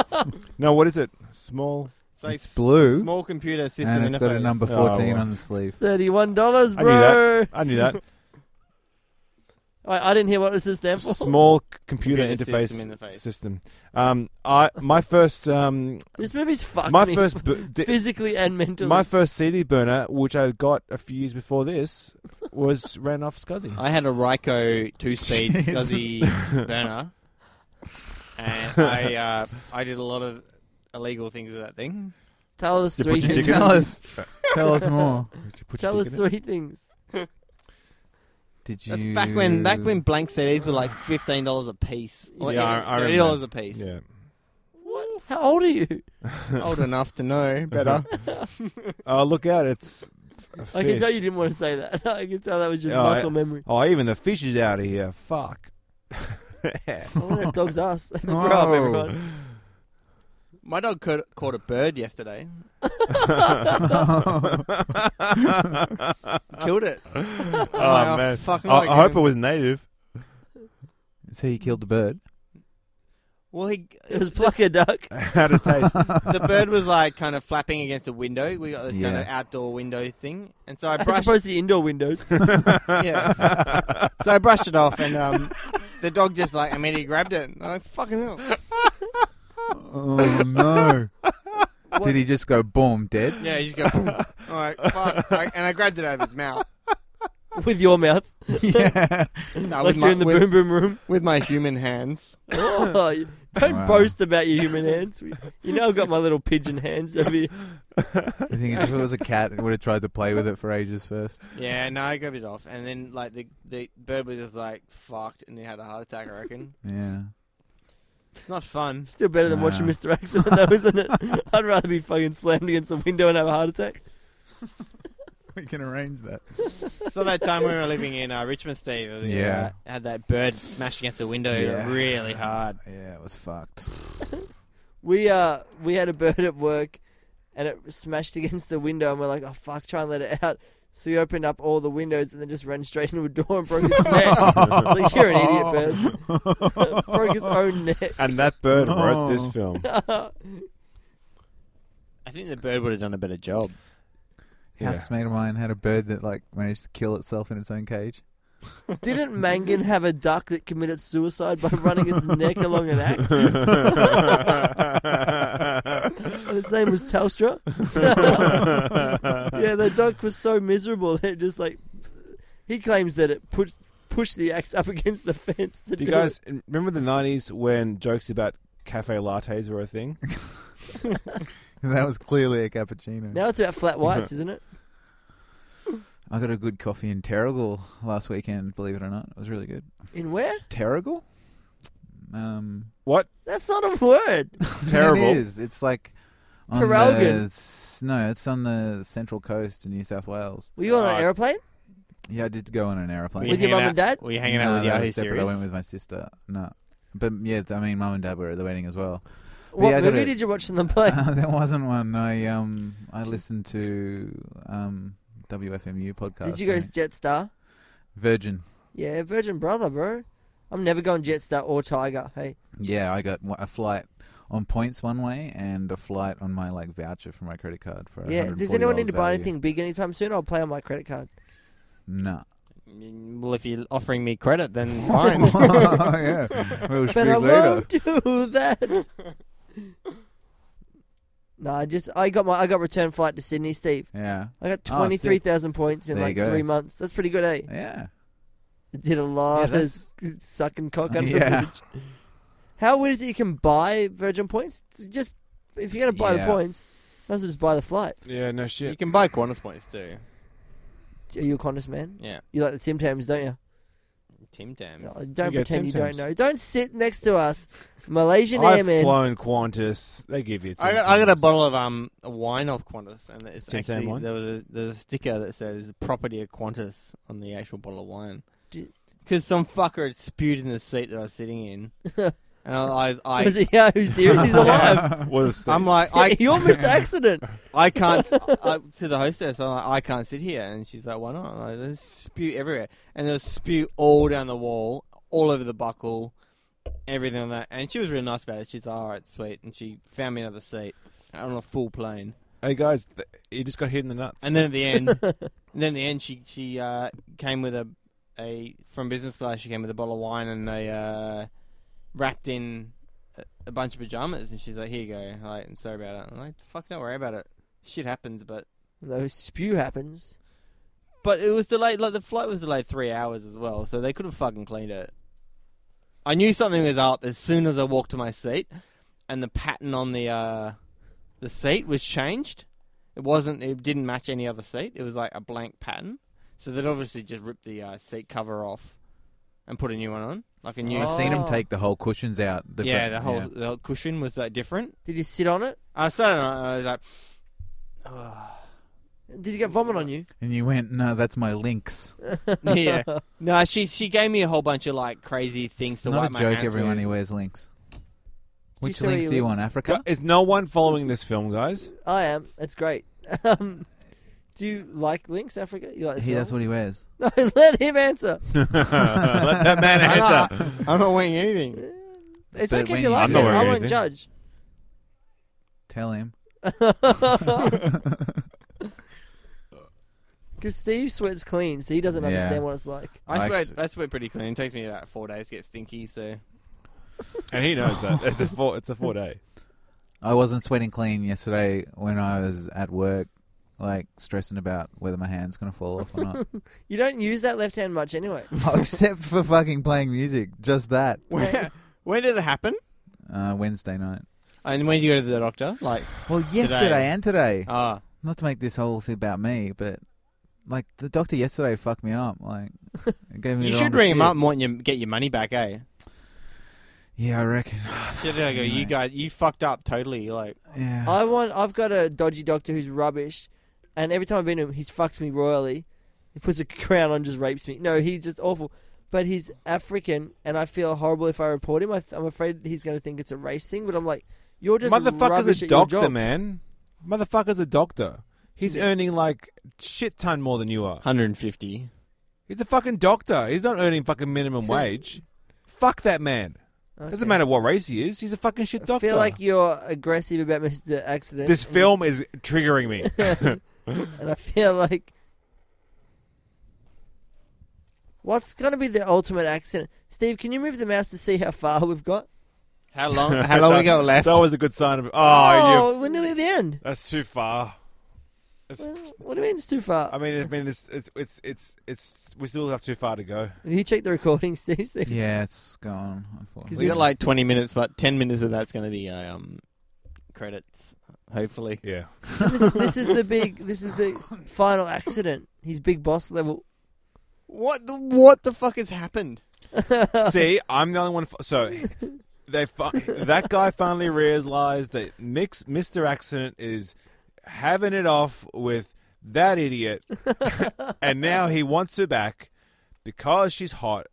Speaker 6: system. no, what is it? Small.
Speaker 12: So
Speaker 10: It's blue,
Speaker 12: Small computer system
Speaker 10: and it's
Speaker 12: interface.
Speaker 10: got a number
Speaker 6: Oh,
Speaker 10: fourteen
Speaker 6: well.
Speaker 10: on the sleeve.
Speaker 8: Thirty-one dollars,
Speaker 6: I knew that.
Speaker 8: bro.
Speaker 6: I knew that.
Speaker 8: I, I didn't hear what this is stand for.
Speaker 6: Small c- computer,
Speaker 1: Computer
Speaker 6: interface
Speaker 1: system interface.
Speaker 6: system. Um, I my first um,
Speaker 8: This movie's fucked
Speaker 6: my
Speaker 8: me
Speaker 6: first bu- di-
Speaker 8: physically and mentally.
Speaker 6: my first CD burner, which I got a few years before this, was ran off Scuzzy.
Speaker 1: I had a Ryko two-speed
Speaker 10: Shit.
Speaker 1: Scuzzy burner, and I uh, I did a lot of illegal things with that thing.
Speaker 8: tell us
Speaker 6: You
Speaker 8: three
Speaker 6: put your
Speaker 8: things.
Speaker 6: dick in
Speaker 10: Tell us, tell us more.
Speaker 6: Did you put your
Speaker 8: Tell
Speaker 6: dick
Speaker 8: us
Speaker 6: in it?
Speaker 8: three things.
Speaker 10: Did you?
Speaker 12: That's back when back when blank CDs were like fifteen dollars a piece. Or
Speaker 6: Yeah, I- I
Speaker 12: thirty
Speaker 6: remember.
Speaker 12: dollars a piece.
Speaker 6: Yeah.
Speaker 8: What? How old are you?
Speaker 12: Old enough to know better.
Speaker 6: Oh, look out! It's a fish.
Speaker 8: I can tell you didn't want to say that. I can tell that was just
Speaker 6: Oh, I-
Speaker 8: muscle memory.
Speaker 6: Oh, even the fish is out of here. Fuck.
Speaker 8: Oh, that dog's ass.
Speaker 10: Whoa.
Speaker 8: Grow up, everyone.
Speaker 1: My dog caught, caught a bird yesterday. Killed it.
Speaker 6: oh,
Speaker 1: I
Speaker 6: man.
Speaker 1: fucking
Speaker 6: I,
Speaker 1: like
Speaker 6: I hope
Speaker 1: him.
Speaker 6: it was native.
Speaker 10: So you killed the bird.
Speaker 1: Well, he
Speaker 8: It was pluck a duck.
Speaker 6: How to taste.
Speaker 1: the bird was like kind of flapping against a window. We got this kind of
Speaker 10: Yeah.
Speaker 1: outdoor window thing, and so I
Speaker 8: As
Speaker 1: brushed.
Speaker 8: opposed to the indoor windows.
Speaker 1: yeah. so I brushed it off, and um, the dog just like immediately grabbed it. And I'm like, fucking hell.
Speaker 10: Oh no! Did he just go boom dead?
Speaker 1: Yeah, you just go. Boom. I'm like, fuck. Like, and I grabbed it out of its mouth.
Speaker 8: With your mouth.
Speaker 10: yeah.
Speaker 1: No,
Speaker 8: like
Speaker 1: with, my,
Speaker 8: you're in the
Speaker 1: with,
Speaker 8: boom boom room.
Speaker 1: with my human hands.
Speaker 8: Oh, you- don't
Speaker 10: Wow.
Speaker 8: boast about your human hands. We- You know I've got my little pigeon hands over here.
Speaker 10: The thing is, if it was a cat, it would have tried to play with it for ages first.
Speaker 1: Yeah, no, I grabbed it off, and then like the the bird was just like fucked, and he had a heart attack. I reckon
Speaker 10: Yeah.
Speaker 1: it's not fun.
Speaker 8: Still better than watching
Speaker 10: Nah.
Speaker 8: Mr. Accident though, isn't it? I'd rather be fucking slammed against the window and have a heart attack.
Speaker 10: We can arrange that.
Speaker 1: So that time when we were living in uh, Richmond, Steve, uh,
Speaker 10: Yeah.
Speaker 1: had that bird smash against the window
Speaker 10: Yeah.
Speaker 1: really hard.
Speaker 10: Yeah, it was fucked.
Speaker 8: We uh we had a bird at work, and it smashed against the window, and we're like, oh fuck, try and let it out. So we opened up all the windows and then just ran straight into a door and broke its neck. like you're an idiot, bird. broke its own neck.
Speaker 6: and that bird wrote
Speaker 10: No.
Speaker 6: this film.
Speaker 1: I think the bird would have done a better job.
Speaker 6: Yeah.
Speaker 10: Housemate of mine had a bird that like managed to kill itself in its own cage.
Speaker 8: Didn't Mangan have a duck that committed suicide by running its neck along an axe? And its name was Telstra. yeah, the duck was so miserable that it just like he claims that it put pushed the axe up against the fence. To
Speaker 6: Do you
Speaker 8: do
Speaker 6: guys remember the 90s when jokes about cafe lattes were a thing?
Speaker 10: And that was clearly a cappuccino.
Speaker 8: it. now it's about flat whites, isn't it?
Speaker 10: I got a good coffee in Terrigal last weekend. Believe it or not, it was really good.
Speaker 8: In where?
Speaker 10: Terrigal. Um,
Speaker 8: That's not a word.
Speaker 6: Terrible.
Speaker 10: It is. It's like on
Speaker 8: Terralgan.
Speaker 10: The, s- no, it's on the central coast in New South Wales.
Speaker 8: Were you on
Speaker 1: Uh,
Speaker 8: an airplane
Speaker 10: Yeah, I did go on an airplane.
Speaker 8: with your
Speaker 1: hanging
Speaker 8: mum and dad?
Speaker 1: Were you hanging
Speaker 10: no,
Speaker 1: out with
Speaker 10: that
Speaker 1: Yahoo
Speaker 10: was separate.
Speaker 1: series?
Speaker 10: I went with my sister. No, but yeah, I mean, mum and dad were at the wedding as well.
Speaker 8: What
Speaker 10: yeah, I got
Speaker 8: movie
Speaker 10: it.
Speaker 8: did you watch on the plane?
Speaker 10: Uh, there wasn't one. I um, I listened to um, WFMU podcast.
Speaker 8: did you go
Speaker 10: I
Speaker 8: to
Speaker 10: think.
Speaker 8: Jetstar?
Speaker 10: Virgin?
Speaker 8: Yeah, Virgin Brother, bro. I'm never going Jetstar or Tiger. Hey,
Speaker 10: Yeah, I got wa- a flight on points one way and a flight on my like voucher for my credit card for.
Speaker 8: yeah. Does anyone need to buy anything big anytime soon? I'll play on my credit card.
Speaker 10: No.
Speaker 1: Mm, Well, if you're offering me credit, then fine.
Speaker 10: yeah, we'll
Speaker 8: But I
Speaker 10: speak later.
Speaker 8: won't do that. no, I just I got my I got return flight to Sydney, Steve.
Speaker 10: Yeah.
Speaker 8: I got
Speaker 10: Oh, sick.
Speaker 8: twenty three thousand points in
Speaker 10: There you
Speaker 8: like
Speaker 10: go.
Speaker 8: three months. That's pretty good, eh?
Speaker 10: Yeah.
Speaker 8: Did a
Speaker 10: Yeah,
Speaker 8: lot of
Speaker 10: that's-
Speaker 8: s- sucking cock under the
Speaker 10: Yeah.
Speaker 8: bridge. How weird is it you can buy Virgin points? Just if you're gonna buy
Speaker 10: Yeah.
Speaker 8: the points, might as well just buy the flight.
Speaker 6: Yeah, no
Speaker 1: you
Speaker 6: shit.
Speaker 1: can buy Qantas points too.
Speaker 8: Are you a Qantas man?
Speaker 1: Yeah,
Speaker 8: You like the Tim Tams, don't you?
Speaker 1: Tim Tam.
Speaker 8: No, don't
Speaker 6: get
Speaker 8: pretend
Speaker 6: Tim
Speaker 8: you don't
Speaker 6: Tams.
Speaker 8: know. Don't sit next to us, Malaysian
Speaker 6: I've
Speaker 8: Airmen.
Speaker 6: flown Qantas. They give you.
Speaker 1: I got, I got a bottle of um wine off Qantas, and it's
Speaker 6: Tim Tam
Speaker 1: actually
Speaker 6: wine?
Speaker 1: there was a there's a sticker that says "property of Qantas" on the actual bottle of wine.
Speaker 8: Do-
Speaker 1: Because some fucker had spewed in the seat that I was sitting in, and I, I,
Speaker 8: Was it Yahoo Serious? He's alive.
Speaker 6: Was the,
Speaker 1: I'm like,
Speaker 8: I,
Speaker 1: I,
Speaker 8: you almost accident.
Speaker 1: I can't I, to the hostess. I'm like, I can't sit here, and she's like, "Why not?" I'm like, There's spew everywhere, and there was spew all down the wall, all over the buckle, everything on that. And she was really nice about it. She's like, "All right, sweet," and she found me another seat. on a full plane.
Speaker 6: Hey guys, th- he just got hit in the nuts.
Speaker 1: And then at the end, and then at the end, she she uh, came with a a from business class. She came with a bottle of wine and a uh, wrapped in a, a bunch of pajamas. And she's like, "Here you go. Like, I'm sorry about it." I'm like, "Fuck, don't worry about it. Shit happens." But
Speaker 8: No spew happens.
Speaker 1: but it was delayed. Like the flight was delayed three hours as well, so they could have fucking cleaned it. I knew something was up as soon as I walked to my seat, and the pattern on the uh, the seat was changed. It wasn't. It didn't match any other seat. It was like a blank pattern. So they'd obviously just ripped the uh, seat cover off and put a new one on, like a new.
Speaker 10: I've seen him
Speaker 8: Oh.
Speaker 10: take the whole cushions out. The
Speaker 1: yeah,
Speaker 10: br-
Speaker 1: the whole
Speaker 10: yeah.
Speaker 1: the whole cushion was like different. Uh,
Speaker 8: Did you sit on it?
Speaker 1: I started. I was like, "Ugh."
Speaker 8: Did you get vomit on you?
Speaker 10: And you went, no, that's my links.
Speaker 1: yeah. No, she she gave me a whole bunch of like crazy things
Speaker 10: It's
Speaker 1: to
Speaker 10: not
Speaker 1: wipe
Speaker 10: a
Speaker 1: my
Speaker 10: joke.
Speaker 1: hands
Speaker 10: Everyone
Speaker 1: with.
Speaker 10: who wears links. Which
Speaker 8: say where
Speaker 10: links
Speaker 8: he
Speaker 10: do you
Speaker 8: lives?
Speaker 10: want?
Speaker 6: Gu-
Speaker 10: Africa.
Speaker 6: is no one following this film, guys?
Speaker 8: I am. It's great. Um, do you like links, Africa? You like the
Speaker 10: He,
Speaker 8: smell?
Speaker 10: that's what he wears.
Speaker 8: No, let him answer.
Speaker 6: Let that man
Speaker 1: I'm not,
Speaker 6: answer.
Speaker 1: I'm not wearing anything.
Speaker 8: It's
Speaker 10: But
Speaker 8: okay
Speaker 10: when
Speaker 8: if you
Speaker 10: you-
Speaker 8: like
Speaker 6: I'm
Speaker 8: it.
Speaker 6: not wearing
Speaker 8: I won't
Speaker 6: anything.
Speaker 8: judge.
Speaker 10: Tell him.
Speaker 8: Because Steve sweats clean, so he doesn't
Speaker 10: Yeah.
Speaker 8: understand what it's like.
Speaker 1: I
Speaker 10: I
Speaker 1: swear,
Speaker 10: s-
Speaker 1: I swear pretty clean. It takes me about four days to get stinky. So
Speaker 6: And he knows that. It's a four. It's a four day.
Speaker 10: I wasn't sweating clean yesterday when I was at work, like stressing about whether my hand's gonna fall off or not.
Speaker 8: You don't use that left hand much anyway.
Speaker 10: Oh, Except for fucking playing music, just that.
Speaker 1: when, when did it happen?
Speaker 10: Uh, Wednesday night.
Speaker 1: And when did you go to the doctor? Like
Speaker 10: Well, yesterday
Speaker 1: Today.
Speaker 10: and today.
Speaker 1: ah,
Speaker 10: Not to make this whole thing about me, but like the doctor yesterday fucked me up. Like, it gave me.
Speaker 1: you
Speaker 10: the
Speaker 1: should
Speaker 10: longest
Speaker 1: ring him
Speaker 10: shit.
Speaker 1: up and want your, get your money back, eh?
Speaker 10: Yeah, I reckon.
Speaker 1: Should I go? You
Speaker 10: Anyway.
Speaker 1: guys, you fucked up totally. Like
Speaker 10: Yeah.
Speaker 8: I want. I've got a dodgy doctor who's rubbish, and every time I've been to him, he's fucked me royally. He puts a crown on, just rapes me. No, he's just awful. But he's African, and I feel horrible if I report him. I th- I'm afraid he's going to think it's a race thing. But I'm like, you're just
Speaker 6: Motherfucker's
Speaker 8: rubbish
Speaker 6: a
Speaker 8: at your
Speaker 6: doctor,
Speaker 8: job.
Speaker 6: man. Motherfucker's a doctor. He's
Speaker 8: Yeah.
Speaker 6: earning like shit ton more than you are.
Speaker 1: 150.
Speaker 6: He's a fucking doctor. He's not earning fucking minimum wage. Fuck that man.
Speaker 8: Okay.
Speaker 6: Doesn't matter what race he is. He's a fucking shit
Speaker 8: I
Speaker 6: doctor.
Speaker 8: feel like you're aggressive about Mr. Accident.
Speaker 6: this
Speaker 8: and-
Speaker 6: film is triggering me.
Speaker 8: and I feel like what's gonna be the ultimate accident? Steve, can you move the mouse to see how far we've got?
Speaker 1: How long? How long we got left?
Speaker 6: That was a good sign of. Oh, you.
Speaker 8: we're nearly at the end.
Speaker 6: That's too far. It's,
Speaker 8: Well, What do you mean it's too far?
Speaker 6: I mean, I mean, it's, it's it's it's it's we still have too far to go.
Speaker 8: Have you checked the recording, Steve? Steve?
Speaker 10: yeah, it's gone.
Speaker 1: we
Speaker 10: Unfortunately.
Speaker 1: got like 20 minutes, but 10 minutes of that's going to be uh, um credits, hopefully.
Speaker 6: Yeah.
Speaker 8: this, this is the big. This is the final accident. He's big boss level.
Speaker 1: What the what the fuck has happened?
Speaker 6: See, I'm the only one. F- so they fi- that guy finally realized that Mix Mister Accident is having it off with that idiot, and now he wants her back because she's hot,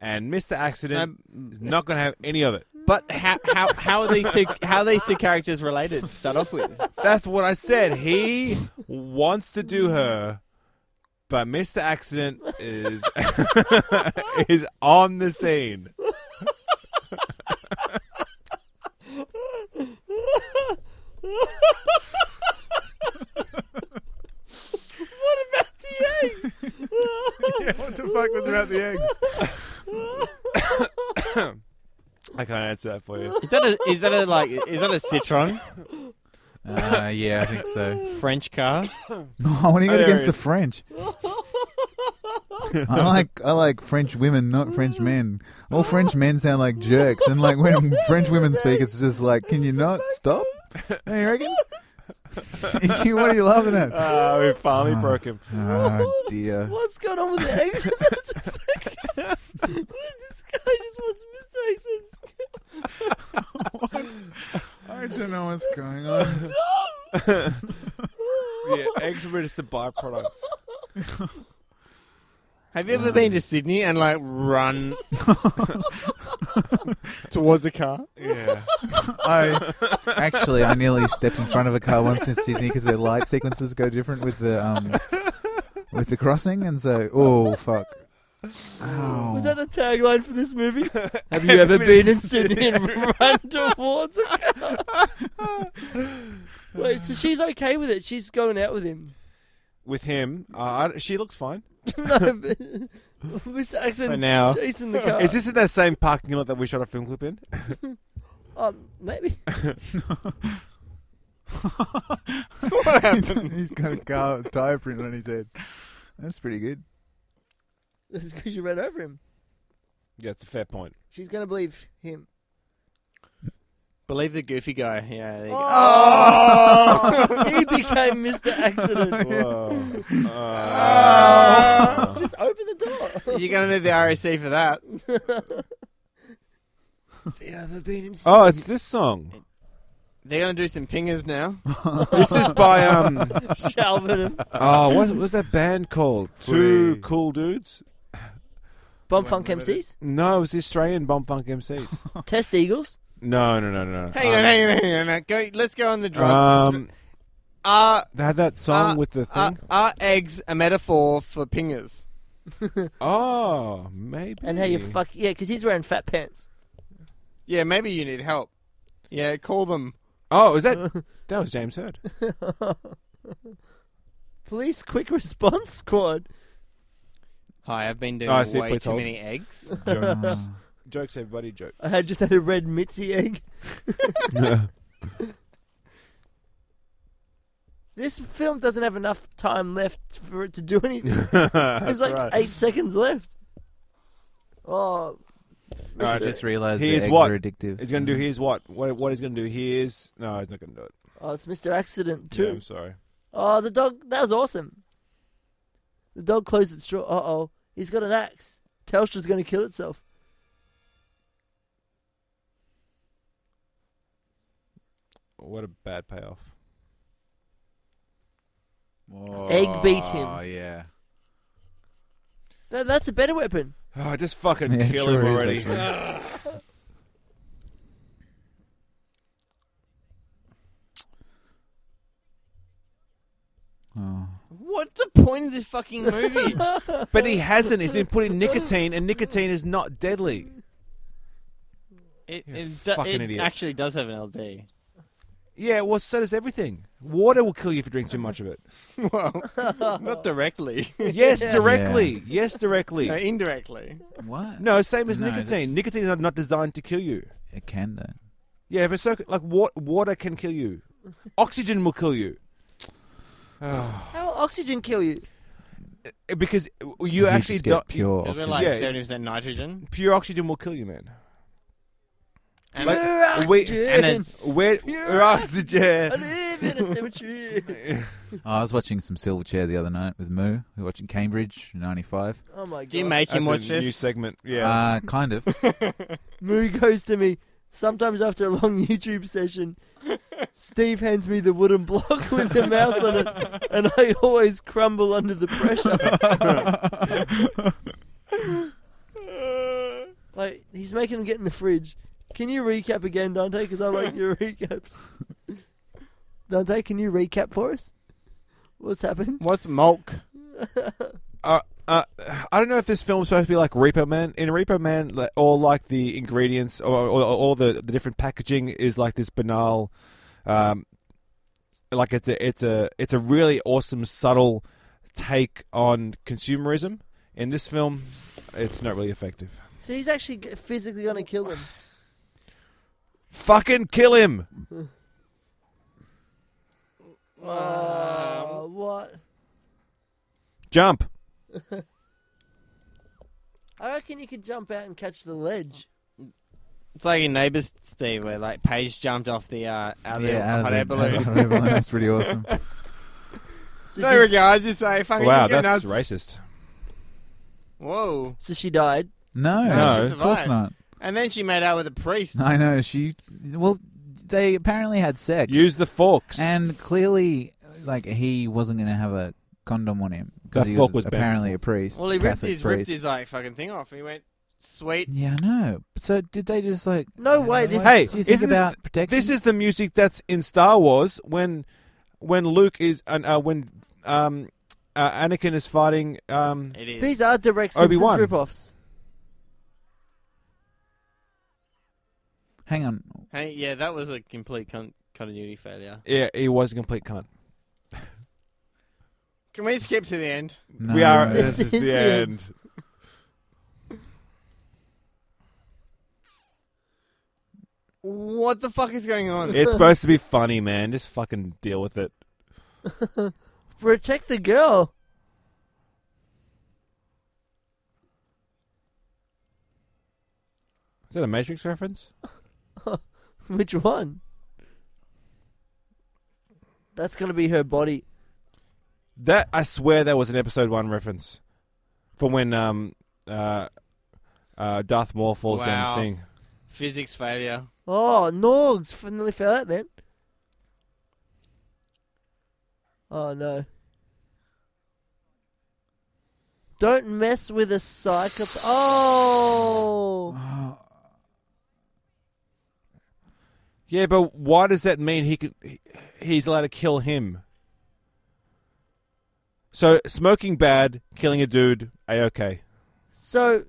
Speaker 6: and Mister Accident is not going to have any of it.
Speaker 1: Um, But how how how are these two how are these two characters related? to Start off with.
Speaker 6: That's what I said. He wants to do her, but Mr. Accident is is on the scene. Yeah, what the fuck was about the eggs? I can't answer that for you.
Speaker 1: Is that a is that a like is that a Citroen
Speaker 10: Uh, yeah, I think so.
Speaker 1: French car?
Speaker 10: I want to
Speaker 6: Oh,
Speaker 10: go
Speaker 6: there
Speaker 10: against
Speaker 6: it
Speaker 10: the
Speaker 6: is.
Speaker 10: French. I like I like French women, not French men. All French men sound like jerks, and like when French women speak, it's just like, can you not stop? Don't you reckon? You- what are you laughing at?
Speaker 6: Ah, we finally broke him.
Speaker 10: Oh dear.
Speaker 8: What's going on with the exit? this guy just wants Mr. Exit's
Speaker 10: I don't know what's going on.
Speaker 6: Yeah, eggs were just a byproduct.
Speaker 1: Have you ever been to Sydney and like run towards a car?
Speaker 6: Yeah.
Speaker 10: I actually I nearly stepped in front of a car once in Sydney because their light sequences go different with the um with the crossing, and so oh fuck,
Speaker 8: Was that the tagline for this movie? Have you ever been in Sydney and run towards a car? Wait, so she's okay with it. She's going out with him.
Speaker 6: with him. Uh, I- she looks fine.
Speaker 8: no, but Mr. Axon
Speaker 6: For now.
Speaker 8: chasing the car.
Speaker 6: Is this in that same parking lot that we shot a film clip in?
Speaker 8: Um, maybe.
Speaker 1: What happened?
Speaker 10: He's got a car tire print on his head. That's pretty good.
Speaker 8: That's because you ran over him.
Speaker 6: Yeah, it's a fair point.
Speaker 8: She's going to believe him.
Speaker 1: Believe the goofy guy. Yeah. There you go.
Speaker 8: Oh! he became Mr. Accident.
Speaker 6: Whoa.
Speaker 8: Ah. Just open the door.
Speaker 1: You're gonna need the RAC for that.
Speaker 8: Have you ever been in
Speaker 6: oh, it's this song.
Speaker 1: They're gonna do some pingers now.
Speaker 6: This is by um.
Speaker 8: Shalvin?
Speaker 6: Oh, what was that band called? Two
Speaker 10: Free.
Speaker 6: cool dudes.
Speaker 8: Bomb Funk MCs?
Speaker 6: No, it was the Australian Bomb Funk MCs.
Speaker 8: Test Eagles?
Speaker 6: no, no, no, no.
Speaker 1: Hang on, hang on, hang on. Go, let's go on the drug.
Speaker 6: Um,
Speaker 1: are
Speaker 6: they had that song
Speaker 1: Uh,
Speaker 6: with the
Speaker 1: are,
Speaker 6: thing.
Speaker 1: are eggs a metaphor for pingers?
Speaker 6: oh, maybe.
Speaker 8: And how you fuck. Yeah, because he's wearing fat pants.
Speaker 1: Yeah, maybe you need help. Yeah, call them.
Speaker 6: Oh, is that that was James Heard?
Speaker 8: Police quick response squad.
Speaker 1: Hi, I've been doing
Speaker 6: Oh, I see,
Speaker 1: way
Speaker 6: please
Speaker 1: too
Speaker 6: hold.
Speaker 1: many eggs.
Speaker 6: Jokes, jokes, everybody, jokes.
Speaker 8: I had just had a red Mitzi egg. This film doesn't have enough time left for it to do anything. There's like eight seconds left. Oh,
Speaker 6: Alright,
Speaker 10: I just realised the
Speaker 6: Here's
Speaker 10: eggs
Speaker 6: what
Speaker 10: are addictive.
Speaker 6: He's gonna do here's what what what he's gonna do here's no he's not gonna do it.
Speaker 8: oh it's Mr. Accident
Speaker 6: Yeah,
Speaker 8: too.
Speaker 6: I'm sorry.
Speaker 8: Oh, the dog. That was awesome. The dog closed its jaw. Uh oh. He's got an axe. Telstra's going to kill itself.
Speaker 6: What a bad payoff.
Speaker 8: Egg beat him.
Speaker 10: Oh yeah.
Speaker 8: That, that's a better weapon.
Speaker 6: Oh, just fucking
Speaker 10: Yeah,
Speaker 6: kill
Speaker 10: sure
Speaker 6: him
Speaker 10: is,
Speaker 6: already. Uh,
Speaker 10: actually. Oh.
Speaker 1: What's the point of this fucking movie?
Speaker 6: but he hasn't. He's been putting nicotine, and nicotine is not deadly.
Speaker 12: It,
Speaker 6: You're a fucking idiot.
Speaker 12: actually does have an LD.
Speaker 6: Yeah, well, so does everything. Water will kill you if you drink too much of it.
Speaker 1: well, not directly,
Speaker 6: Yes, directly. Yes, directly.
Speaker 1: no, indirectly.
Speaker 10: What?
Speaker 6: No, same as
Speaker 10: No,
Speaker 6: nicotine.
Speaker 10: that's-
Speaker 6: Nicotine is not designed to kill you.
Speaker 10: It can though.
Speaker 6: Yeah, if it's so, like wa- water can kill you, oxygen will kill you
Speaker 8: How will oxygen kill you?
Speaker 6: Uh, because you
Speaker 10: You
Speaker 6: actually
Speaker 10: just get
Speaker 6: don't.
Speaker 10: pure.
Speaker 1: Because we're
Speaker 10: oxygen.
Speaker 1: like
Speaker 6: Yeah.
Speaker 1: seventy percent nitrogen,
Speaker 6: Pure oxygen will kill you, man.
Speaker 1: and,
Speaker 6: Like, we-
Speaker 1: and it's
Speaker 6: Where, where
Speaker 8: I
Speaker 6: oxygen?
Speaker 8: live in a cemetery.
Speaker 10: Oh, I was watching some Silverchair the other night with Moo. We were watching Cambridge '95.
Speaker 8: Oh my god.
Speaker 1: do you make him watch
Speaker 6: That's a new
Speaker 1: this?
Speaker 6: segment. Yeah.
Speaker 10: Uh, kind of.
Speaker 8: Moo goes to me. Sometimes after a long YouTube session, Steve hands me the wooden block with the mouse on it, and I always crumble under the pressure. like, he's making him get in the fridge. Can you recap again, Dante? Because I like your recaps. Dante, can you recap for us? What's happened?
Speaker 1: What's milk?
Speaker 6: uh, uh, I don't know if this film's supposed to be like Repo Man. In Repo Man, like, all like the ingredients or, or, or all the, the different packaging is like this banal, um, like it's a it's a it's a really awesome subtle take on consumerism. In this film, it's not really effective.
Speaker 8: So he's actually g- physically going to kill him.
Speaker 6: Fucking kill him!
Speaker 8: Uh, what?
Speaker 6: Jump!
Speaker 8: I reckon you could jump out and catch the ledge.
Speaker 1: It's like in Neighbours, Steve, where like Paige jumped off the uh, out of the
Speaker 10: yeah, out
Speaker 1: hot air
Speaker 10: of the-
Speaker 1: balloon.
Speaker 10: out of the balloon. That's pretty awesome.
Speaker 8: So
Speaker 1: No
Speaker 8: did-
Speaker 1: regards, just say fucking
Speaker 6: Wow,
Speaker 1: you're
Speaker 6: that's
Speaker 1: nuts.
Speaker 6: racist.
Speaker 1: Whoa.
Speaker 8: So she died.
Speaker 10: No,
Speaker 6: No.
Speaker 10: of course not.
Speaker 1: And then she made out with a priest.
Speaker 10: I know she. Well, they apparently had sex,
Speaker 6: Use the forks.
Speaker 10: and clearly, like he wasn't going to have a condom on him because
Speaker 6: That
Speaker 10: he
Speaker 6: fork
Speaker 10: was,
Speaker 6: was banned
Speaker 10: apparently a priest.
Speaker 1: Well, he ripped
Speaker 10: Catholic
Speaker 1: his ripped
Speaker 10: priest.
Speaker 1: his like fucking thing off, and he went sweet.
Speaker 10: Yeah, no. So did they just like?
Speaker 8: No way, this-
Speaker 6: Hey,
Speaker 10: do you think
Speaker 6: isn't this-
Speaker 10: about protection?
Speaker 6: This is the music that's in Star Wars when when Luke is and uh, when um uh, Anakin is fighting. Um,
Speaker 1: It is.
Speaker 8: These are direct Simpsons
Speaker 6: Obi-Wan.
Speaker 8: rip-offs.
Speaker 10: Hang on.
Speaker 1: Hey, yeah, that was a complete con- continuity failure.
Speaker 6: yeah, he was a complete cunt.
Speaker 1: Can we skip to the end?
Speaker 10: No.
Speaker 6: we are.
Speaker 8: This
Speaker 6: This is
Speaker 8: is
Speaker 6: the
Speaker 8: the
Speaker 6: end.
Speaker 1: What the fuck is going on?
Speaker 6: It's supposed to be funny, man. Just fucking deal with it.
Speaker 8: Protect the girl.
Speaker 6: Is that a Matrix reference?
Speaker 8: Which one? That's gonna be her body.
Speaker 6: That I swear that was an episode one reference from when um uh uh Darth Maul falls down
Speaker 1: Wow.
Speaker 6: the thing.
Speaker 1: Physics failure.
Speaker 8: Oh, Norgs finally fell out then. Oh no. Don't mess with a psychopath. Oh!
Speaker 6: Yeah, but why does that mean he could? he- He's allowed to kill him. So smoking bad, killing a dude, a okay.
Speaker 8: So,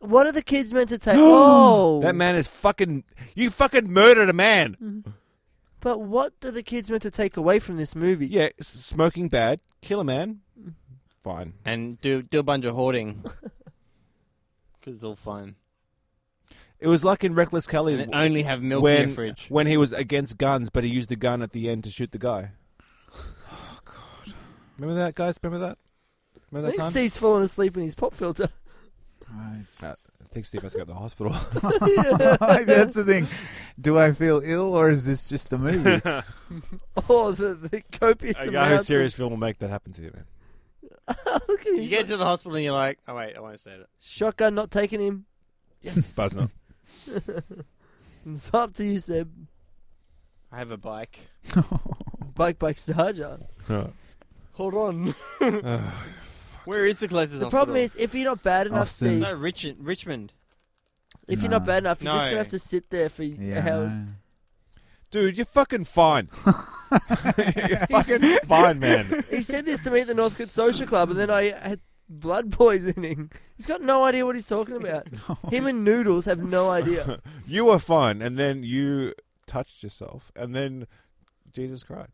Speaker 8: what are the kids meant to take? oh!
Speaker 6: That man is fucking. You fucking murdered a man.
Speaker 8: But what are the kids meant to take away from this movie?
Speaker 6: Yeah, s- smoking bad, kill a man. Fine.
Speaker 1: And do do a bunch of hoarding. Because it's all fine.
Speaker 6: It was like in Reckless Kelly
Speaker 1: And then only have milk in your
Speaker 6: when
Speaker 1: fridge.
Speaker 6: when he was against guns, but he used the gun at the end to shoot the guy. Oh god! Remember that, guys? Remember that?
Speaker 8: I
Speaker 6: Remember that
Speaker 8: think
Speaker 6: time?
Speaker 8: Steve's fallen asleep in his pop filter.
Speaker 10: Right.
Speaker 6: Uh, I think Steve has to go to the hospital.
Speaker 10: That's the thing. Do I feel ill or is this just a movie?
Speaker 8: Oh, the, the copious
Speaker 6: a guy who's
Speaker 8: amounts.
Speaker 6: serious film will make that happen to you, man.
Speaker 8: Of... Look at him.
Speaker 1: You get to the hospital and you're like, oh wait, I won't say it.
Speaker 8: Shotgun not taking him. Yes.
Speaker 6: Buzz not.
Speaker 8: it's up to you, Seb.
Speaker 1: I have a bike.
Speaker 8: Bike, bike, Sarja.
Speaker 1: Hold on. Where is the closest
Speaker 8: The
Speaker 1: hospital?
Speaker 8: problem is, if you're not bad enough,
Speaker 10: Austin.
Speaker 8: Steve,
Speaker 1: no, Rich- Richmond.
Speaker 8: if you're not
Speaker 10: No.
Speaker 8: bad enough, you're just
Speaker 1: No.
Speaker 8: going to have to sit there for
Speaker 10: yeah.
Speaker 8: hours.
Speaker 10: no.
Speaker 6: Dude, you're fucking fine. you're fucking fine, man.
Speaker 8: He said this to me at the Northcote Social Club, and then I had blood poisoning. He's got no idea what he's talking about. Him and Noodles have no idea.
Speaker 6: You were fine, and then you touched yourself, and then Jesus cried,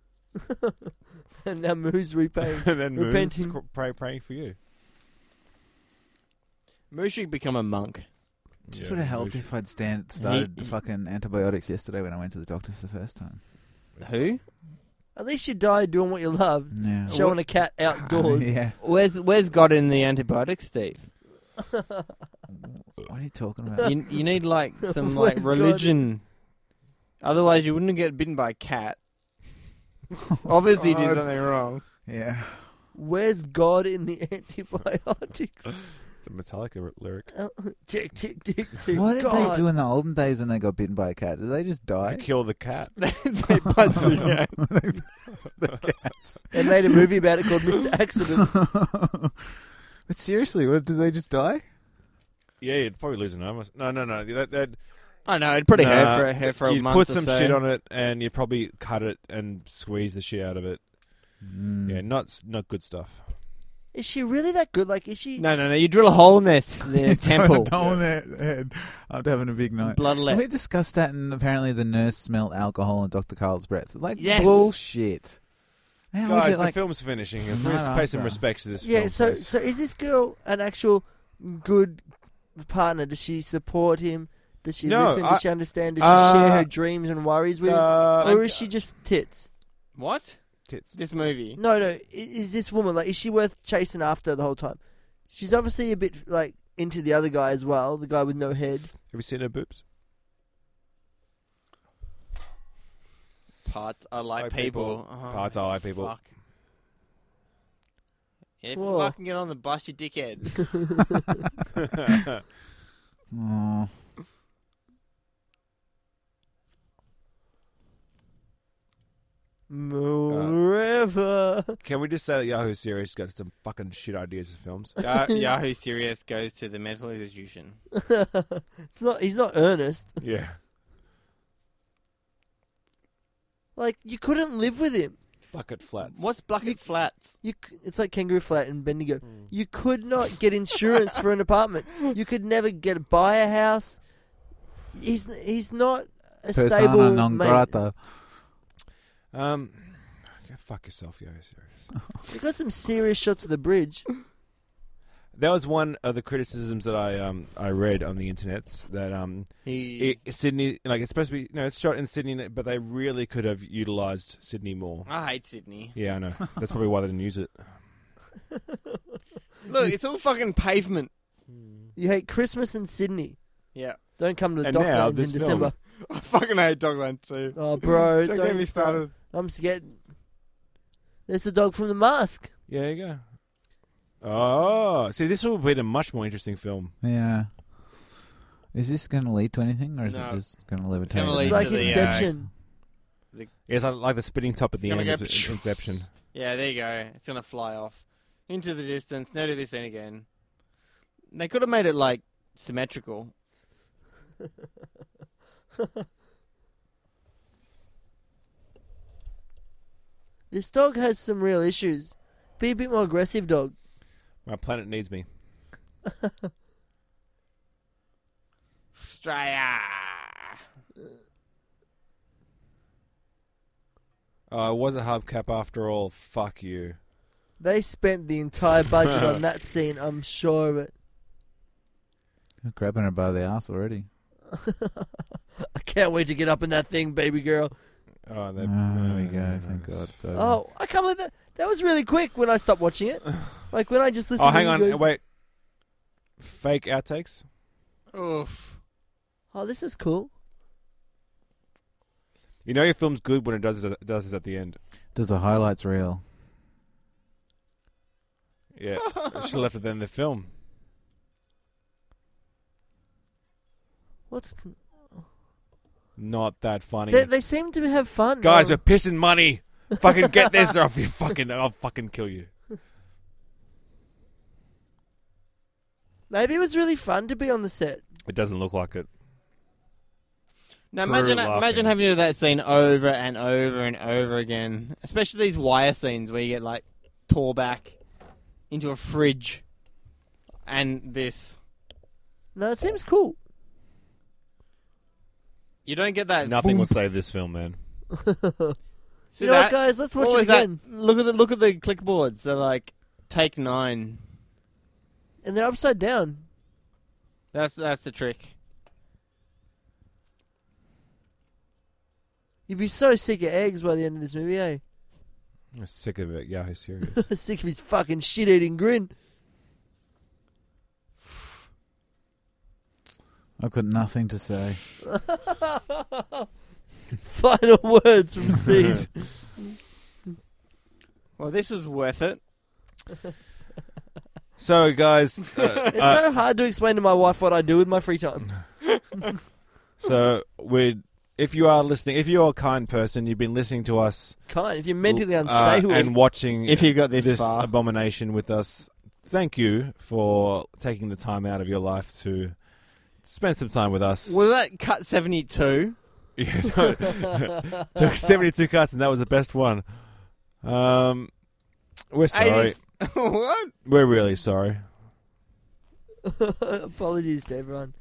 Speaker 8: and now Moo's repaying.
Speaker 6: and then Moon's
Speaker 8: Repenting.
Speaker 6: cr- pray, praying for you.
Speaker 1: Moose should become a monk.
Speaker 10: Just
Speaker 6: Yeah,
Speaker 10: would have helped
Speaker 6: we
Speaker 10: if I'd stand, started
Speaker 1: he-
Speaker 10: fucking antibiotics yesterday when I went to the doctor for the first time.
Speaker 1: Who?
Speaker 8: At least you die doing what you love.
Speaker 10: Yeah.
Speaker 8: Showing a cat outdoors.
Speaker 10: Yeah.
Speaker 1: Where's Where's God in the antibiotics, Steve?
Speaker 10: What are you talking about?
Speaker 1: You You need like some like
Speaker 8: Where's God?
Speaker 1: religion. Otherwise, you wouldn't get bitten by a cat. Obviously, you did something wrong.
Speaker 10: yeah.
Speaker 8: Where's God in the antibiotics?
Speaker 6: It's a Metallica lyric.
Speaker 8: Oh, tick, tick, tick, tick.
Speaker 10: What did
Speaker 8: God.
Speaker 10: they do in the olden days when they got bitten by a cat? Did they just
Speaker 6: I
Speaker 10: die?
Speaker 6: kill the cat.
Speaker 1: they punched the cat.
Speaker 8: They made a movie about it called Mr. Accident.
Speaker 10: but seriously, what, did they just die?
Speaker 6: Yeah, you'd probably lose an arm. or s- No, no, no. That, that
Speaker 1: I know it'd probably
Speaker 6: Nah,
Speaker 1: hurt for hurt for a
Speaker 6: you'd
Speaker 1: month.
Speaker 6: put
Speaker 1: or
Speaker 6: some
Speaker 1: so.
Speaker 6: shit on it, and you'd probably cut it and squeeze the shit out of it. Yeah, not s- not good stuff.
Speaker 8: Is she really that good? Like, is she?
Speaker 1: No, no, no. You drill a hole in their, s- their temple.
Speaker 10: Down their head after having a big night.
Speaker 1: Bloodlet.
Speaker 10: We discussed that, and apparently the nurse smelled alcohol in Dr. Carl's breath. Like
Speaker 1: Yes.
Speaker 10: bullshit. How would
Speaker 6: Guys,
Speaker 10: you,
Speaker 6: the
Speaker 10: like,
Speaker 6: film's finishing.
Speaker 10: Not
Speaker 6: Please pay some
Speaker 10: after.
Speaker 6: respects to this
Speaker 8: yeah.
Speaker 6: film.
Speaker 8: So,
Speaker 6: please.
Speaker 8: so is this girl an actual good partner? Does she support him? Does she
Speaker 6: No,
Speaker 8: listen?
Speaker 6: I-
Speaker 8: Does she understand? Does she
Speaker 6: Uh,
Speaker 8: share her dreams and worries with him?
Speaker 6: Uh,
Speaker 8: Or is she just tits?
Speaker 1: What?
Speaker 6: tits.
Speaker 1: This movie.
Speaker 8: No, no. i- Is this woman like? Is she worth chasing after the whole time? She's obviously a bit like into the other guy as well, the guy with no head.
Speaker 6: Have you seen her boobs?
Speaker 1: Parts are like
Speaker 6: Like
Speaker 1: people. Oh,
Speaker 6: people. Parts are like people.
Speaker 1: Fuck. If you
Speaker 8: Whoa.
Speaker 1: fucking get on the bus, you dickhead.
Speaker 10: Oh.
Speaker 8: River.
Speaker 6: Can we just say that Yahoo Serious got some fucking shit ideas for films?
Speaker 1: Ya- Yahoo Serious goes to the mental institution.
Speaker 8: it's not. He's not earnest.
Speaker 6: yeah.
Speaker 8: Like you couldn't live with him.
Speaker 6: Bucket flats.
Speaker 1: What's bucket
Speaker 8: You-
Speaker 1: flats?
Speaker 8: You, c- it's like Kangaroo Flat in Bendigo.
Speaker 10: Hmm.
Speaker 8: You could not get insurance for an apartment. You could never get buy a house. He's he's not a
Speaker 10: Persona
Speaker 8: stable
Speaker 10: non
Speaker 8: mate.
Speaker 10: grata.
Speaker 6: Um, go fuck yourself, yo. Serious.
Speaker 8: We got some serious shots of the bridge.
Speaker 6: That was one of the criticisms that I um I read on the internet that um
Speaker 1: He.
Speaker 6: it, Sydney like it's supposed to be you know it's shot in Sydney but they really could have utilized Sydney more.
Speaker 1: I hate Sydney.
Speaker 6: Yeah, I know. That's probably why they didn't use it.
Speaker 1: Look, it's all fucking pavement.
Speaker 8: You hate Christmas in Sydney.
Speaker 1: Yeah.
Speaker 8: Don't come to the
Speaker 6: And now
Speaker 8: Docklands
Speaker 6: this
Speaker 8: in December.
Speaker 1: I fucking hate Dogland too.
Speaker 8: Oh, bro,
Speaker 1: Don't
Speaker 8: don't,
Speaker 1: get me
Speaker 8: start.
Speaker 1: started.
Speaker 8: I'm scared. There's the dog from the mask.
Speaker 6: Yeah, there you go. Oh, see, this would have been a much more interesting film.
Speaker 10: Yeah. Is this going to lead to anything, or is
Speaker 1: No.
Speaker 10: it just going to levitate?
Speaker 1: gonna lead
Speaker 8: It's
Speaker 1: to
Speaker 8: like
Speaker 1: the, uh,
Speaker 8: Inception.
Speaker 6: Yeah, it's like, like the spitting top at the
Speaker 1: It's
Speaker 6: end
Speaker 1: gonna
Speaker 6: of
Speaker 1: go
Speaker 6: Inception.
Speaker 1: Yeah, there you go. It's gonna fly off into the distance, never to be seen again. They could have made it like symmetrical.
Speaker 8: This dog has some real issues. Be a bit more aggressive, dog.
Speaker 6: My planet needs me.
Speaker 1: Straya.
Speaker 6: Oh, it was a hubcap after all. Fuck you.
Speaker 8: They spent the entire budget on that scene, I'm sure of it.
Speaker 10: Grabbing her by the ass already.
Speaker 8: I can't wait to get up in that thing, baby girl.
Speaker 6: Oh,
Speaker 10: Oh,
Speaker 6: that,
Speaker 10: there we go. Thank God. So
Speaker 8: Oh, I can't believe that. That was really quick when I stopped watching it. Like when I just listened
Speaker 6: Oh,
Speaker 8: to
Speaker 6: hang
Speaker 8: you
Speaker 6: on.
Speaker 8: guys-
Speaker 6: Wait. Fake outtakes.
Speaker 1: Oof.
Speaker 8: Oh, this is cool.
Speaker 6: You know your film's good when it does this- does this at the end.
Speaker 10: does the highlights reel?
Speaker 6: Yeah, she left it in the film.
Speaker 8: What's. Con-
Speaker 6: Not that funny.
Speaker 8: they, they seem to have fun.
Speaker 6: Guys, uh,
Speaker 8: Oh.
Speaker 6: we're pissing money. Fucking get this, or I'll be fucking I'll fucking kill you.
Speaker 8: Maybe it was really fun to be on the set.
Speaker 6: It doesn't look like it.
Speaker 1: Now
Speaker 6: Drew
Speaker 1: imagine
Speaker 6: laughing.
Speaker 1: imagine having to do that scene over and over and over again, especially these wire scenes where you get like tore back into a fridge, and this
Speaker 8: No, it seems cool.
Speaker 1: you don't get that.
Speaker 6: Nothing
Speaker 1: boom.
Speaker 6: will save this film, man.
Speaker 1: See
Speaker 8: You know
Speaker 1: that?
Speaker 8: what, guys? Let's watch
Speaker 1: What
Speaker 8: it
Speaker 1: was that?
Speaker 8: again.
Speaker 1: Look at the look at the clickboards. They're like take nine.
Speaker 8: And they're upside down.
Speaker 1: That's that's the trick.
Speaker 8: You'd be so sick of eggs by the end of this movie, eh?
Speaker 6: I'm sick of it. Yeah, he's serious.
Speaker 8: sick of his fucking shit eating grin.
Speaker 10: I've got nothing to say.
Speaker 8: Final words from Steve.
Speaker 1: Well, this was worth it.
Speaker 6: so, guys, uh,
Speaker 8: It's
Speaker 6: uh,
Speaker 8: so hard to explain to my wife what I do with my free time.
Speaker 6: so we, if you are listening, if you're a kind person, you've been listening to us
Speaker 8: Kind. If you're mentally
Speaker 6: uh,
Speaker 8: unstable,
Speaker 6: and watching
Speaker 1: If you got this,
Speaker 6: this
Speaker 1: far,
Speaker 6: abomination with us. Thank you for taking the time out of your life to spend some time with us.
Speaker 1: was that cut seventy two?
Speaker 6: Yeah, no, took seventy-two cuts, and that was the best one. Um, we're sorry.
Speaker 1: what?
Speaker 6: We're really sorry.
Speaker 8: apologies to everyone.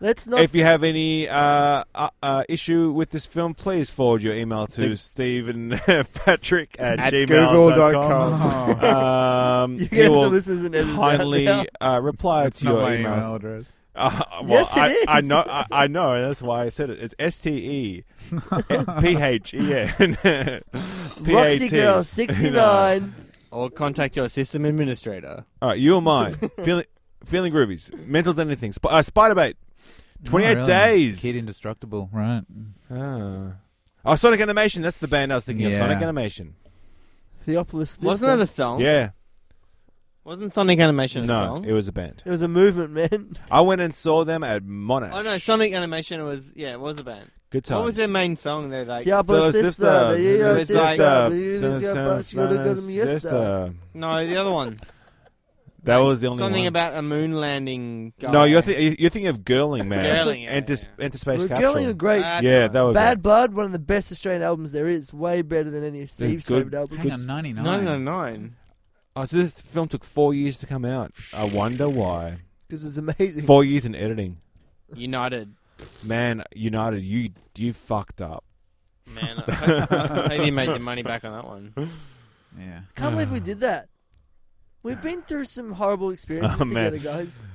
Speaker 8: Let's not.
Speaker 6: if you have any uh, uh, uh, issue with this film, please forward your email to Stephen Patrick at,
Speaker 1: At
Speaker 6: gmail.com.
Speaker 10: Oh,
Speaker 6: Um,
Speaker 8: you
Speaker 6: he
Speaker 8: get
Speaker 6: will
Speaker 8: to listeners and edit
Speaker 6: kindly
Speaker 8: that
Speaker 6: uh, reply to
Speaker 10: not
Speaker 6: your
Speaker 10: my
Speaker 6: emails.
Speaker 10: email address.
Speaker 6: Uh, well,
Speaker 8: Yes, it
Speaker 6: I, I
Speaker 8: is.
Speaker 6: know. I, I know. That's why I said it. It's S T E P H E N
Speaker 8: now. Roxy Girl sixty nine.
Speaker 1: Or contact your system administrator.
Speaker 6: All right, you and mine. feeling, feeling groovies. Mental's anything. Sp- uh, Spider bait. 28
Speaker 10: Oh, really?
Speaker 6: days.
Speaker 10: Kid indestructible, right?
Speaker 6: Ah. Oh, Sonic Animation. That's the band I was thinking of.
Speaker 10: Yeah.
Speaker 6: Sonic Animation.
Speaker 8: Theopolis. This
Speaker 1: Wasn't that
Speaker 8: one.
Speaker 1: a song?
Speaker 6: Yeah.
Speaker 1: Wasn't Sonic Animation a
Speaker 6: No,
Speaker 1: song?
Speaker 6: it was a band.
Speaker 8: It was a movement, man.
Speaker 6: I went and saw them at Monash.
Speaker 1: Oh no, Sonic Animation was yeah, it was a band.
Speaker 6: Good times.
Speaker 1: What was their main song? They like
Speaker 8: Theopolis
Speaker 6: Sister, uh,
Speaker 8: this the
Speaker 1: Little
Speaker 8: Yo
Speaker 1: Sister,
Speaker 8: sister, the Yo sister,
Speaker 6: Sister,
Speaker 8: you gotta go to
Speaker 6: Sister.
Speaker 8: Miesta.
Speaker 1: no the other one.
Speaker 6: That was the only
Speaker 1: Something
Speaker 6: one.
Speaker 1: about a moon landing. Guy.
Speaker 6: no, you're, thi- you're thinking of Girling, man.
Speaker 1: Girling, yeah,
Speaker 6: Enter,
Speaker 1: yeah.
Speaker 6: Enter Space
Speaker 8: We're
Speaker 6: Capsule.
Speaker 8: Girling are great.
Speaker 1: That's
Speaker 6: yeah,
Speaker 1: right.
Speaker 6: that was
Speaker 8: Bad Blood, one of the best Australian albums there is. Way better than any of Steve's
Speaker 6: good.
Speaker 8: favorite albums.
Speaker 10: Hang on, 99.
Speaker 1: nine nine nine.
Speaker 6: Oh, so this film took four years to come out. I wonder why.
Speaker 8: Because it's amazing.
Speaker 6: Four years in editing.
Speaker 1: United.
Speaker 6: Man, United, you you fucked up.
Speaker 1: Man, I hope you made your money back on that one.
Speaker 10: Yeah.
Speaker 6: Ah.
Speaker 8: Can't believe we did that. We've been through some horrible experiences
Speaker 6: Oh, man.
Speaker 8: together, guys.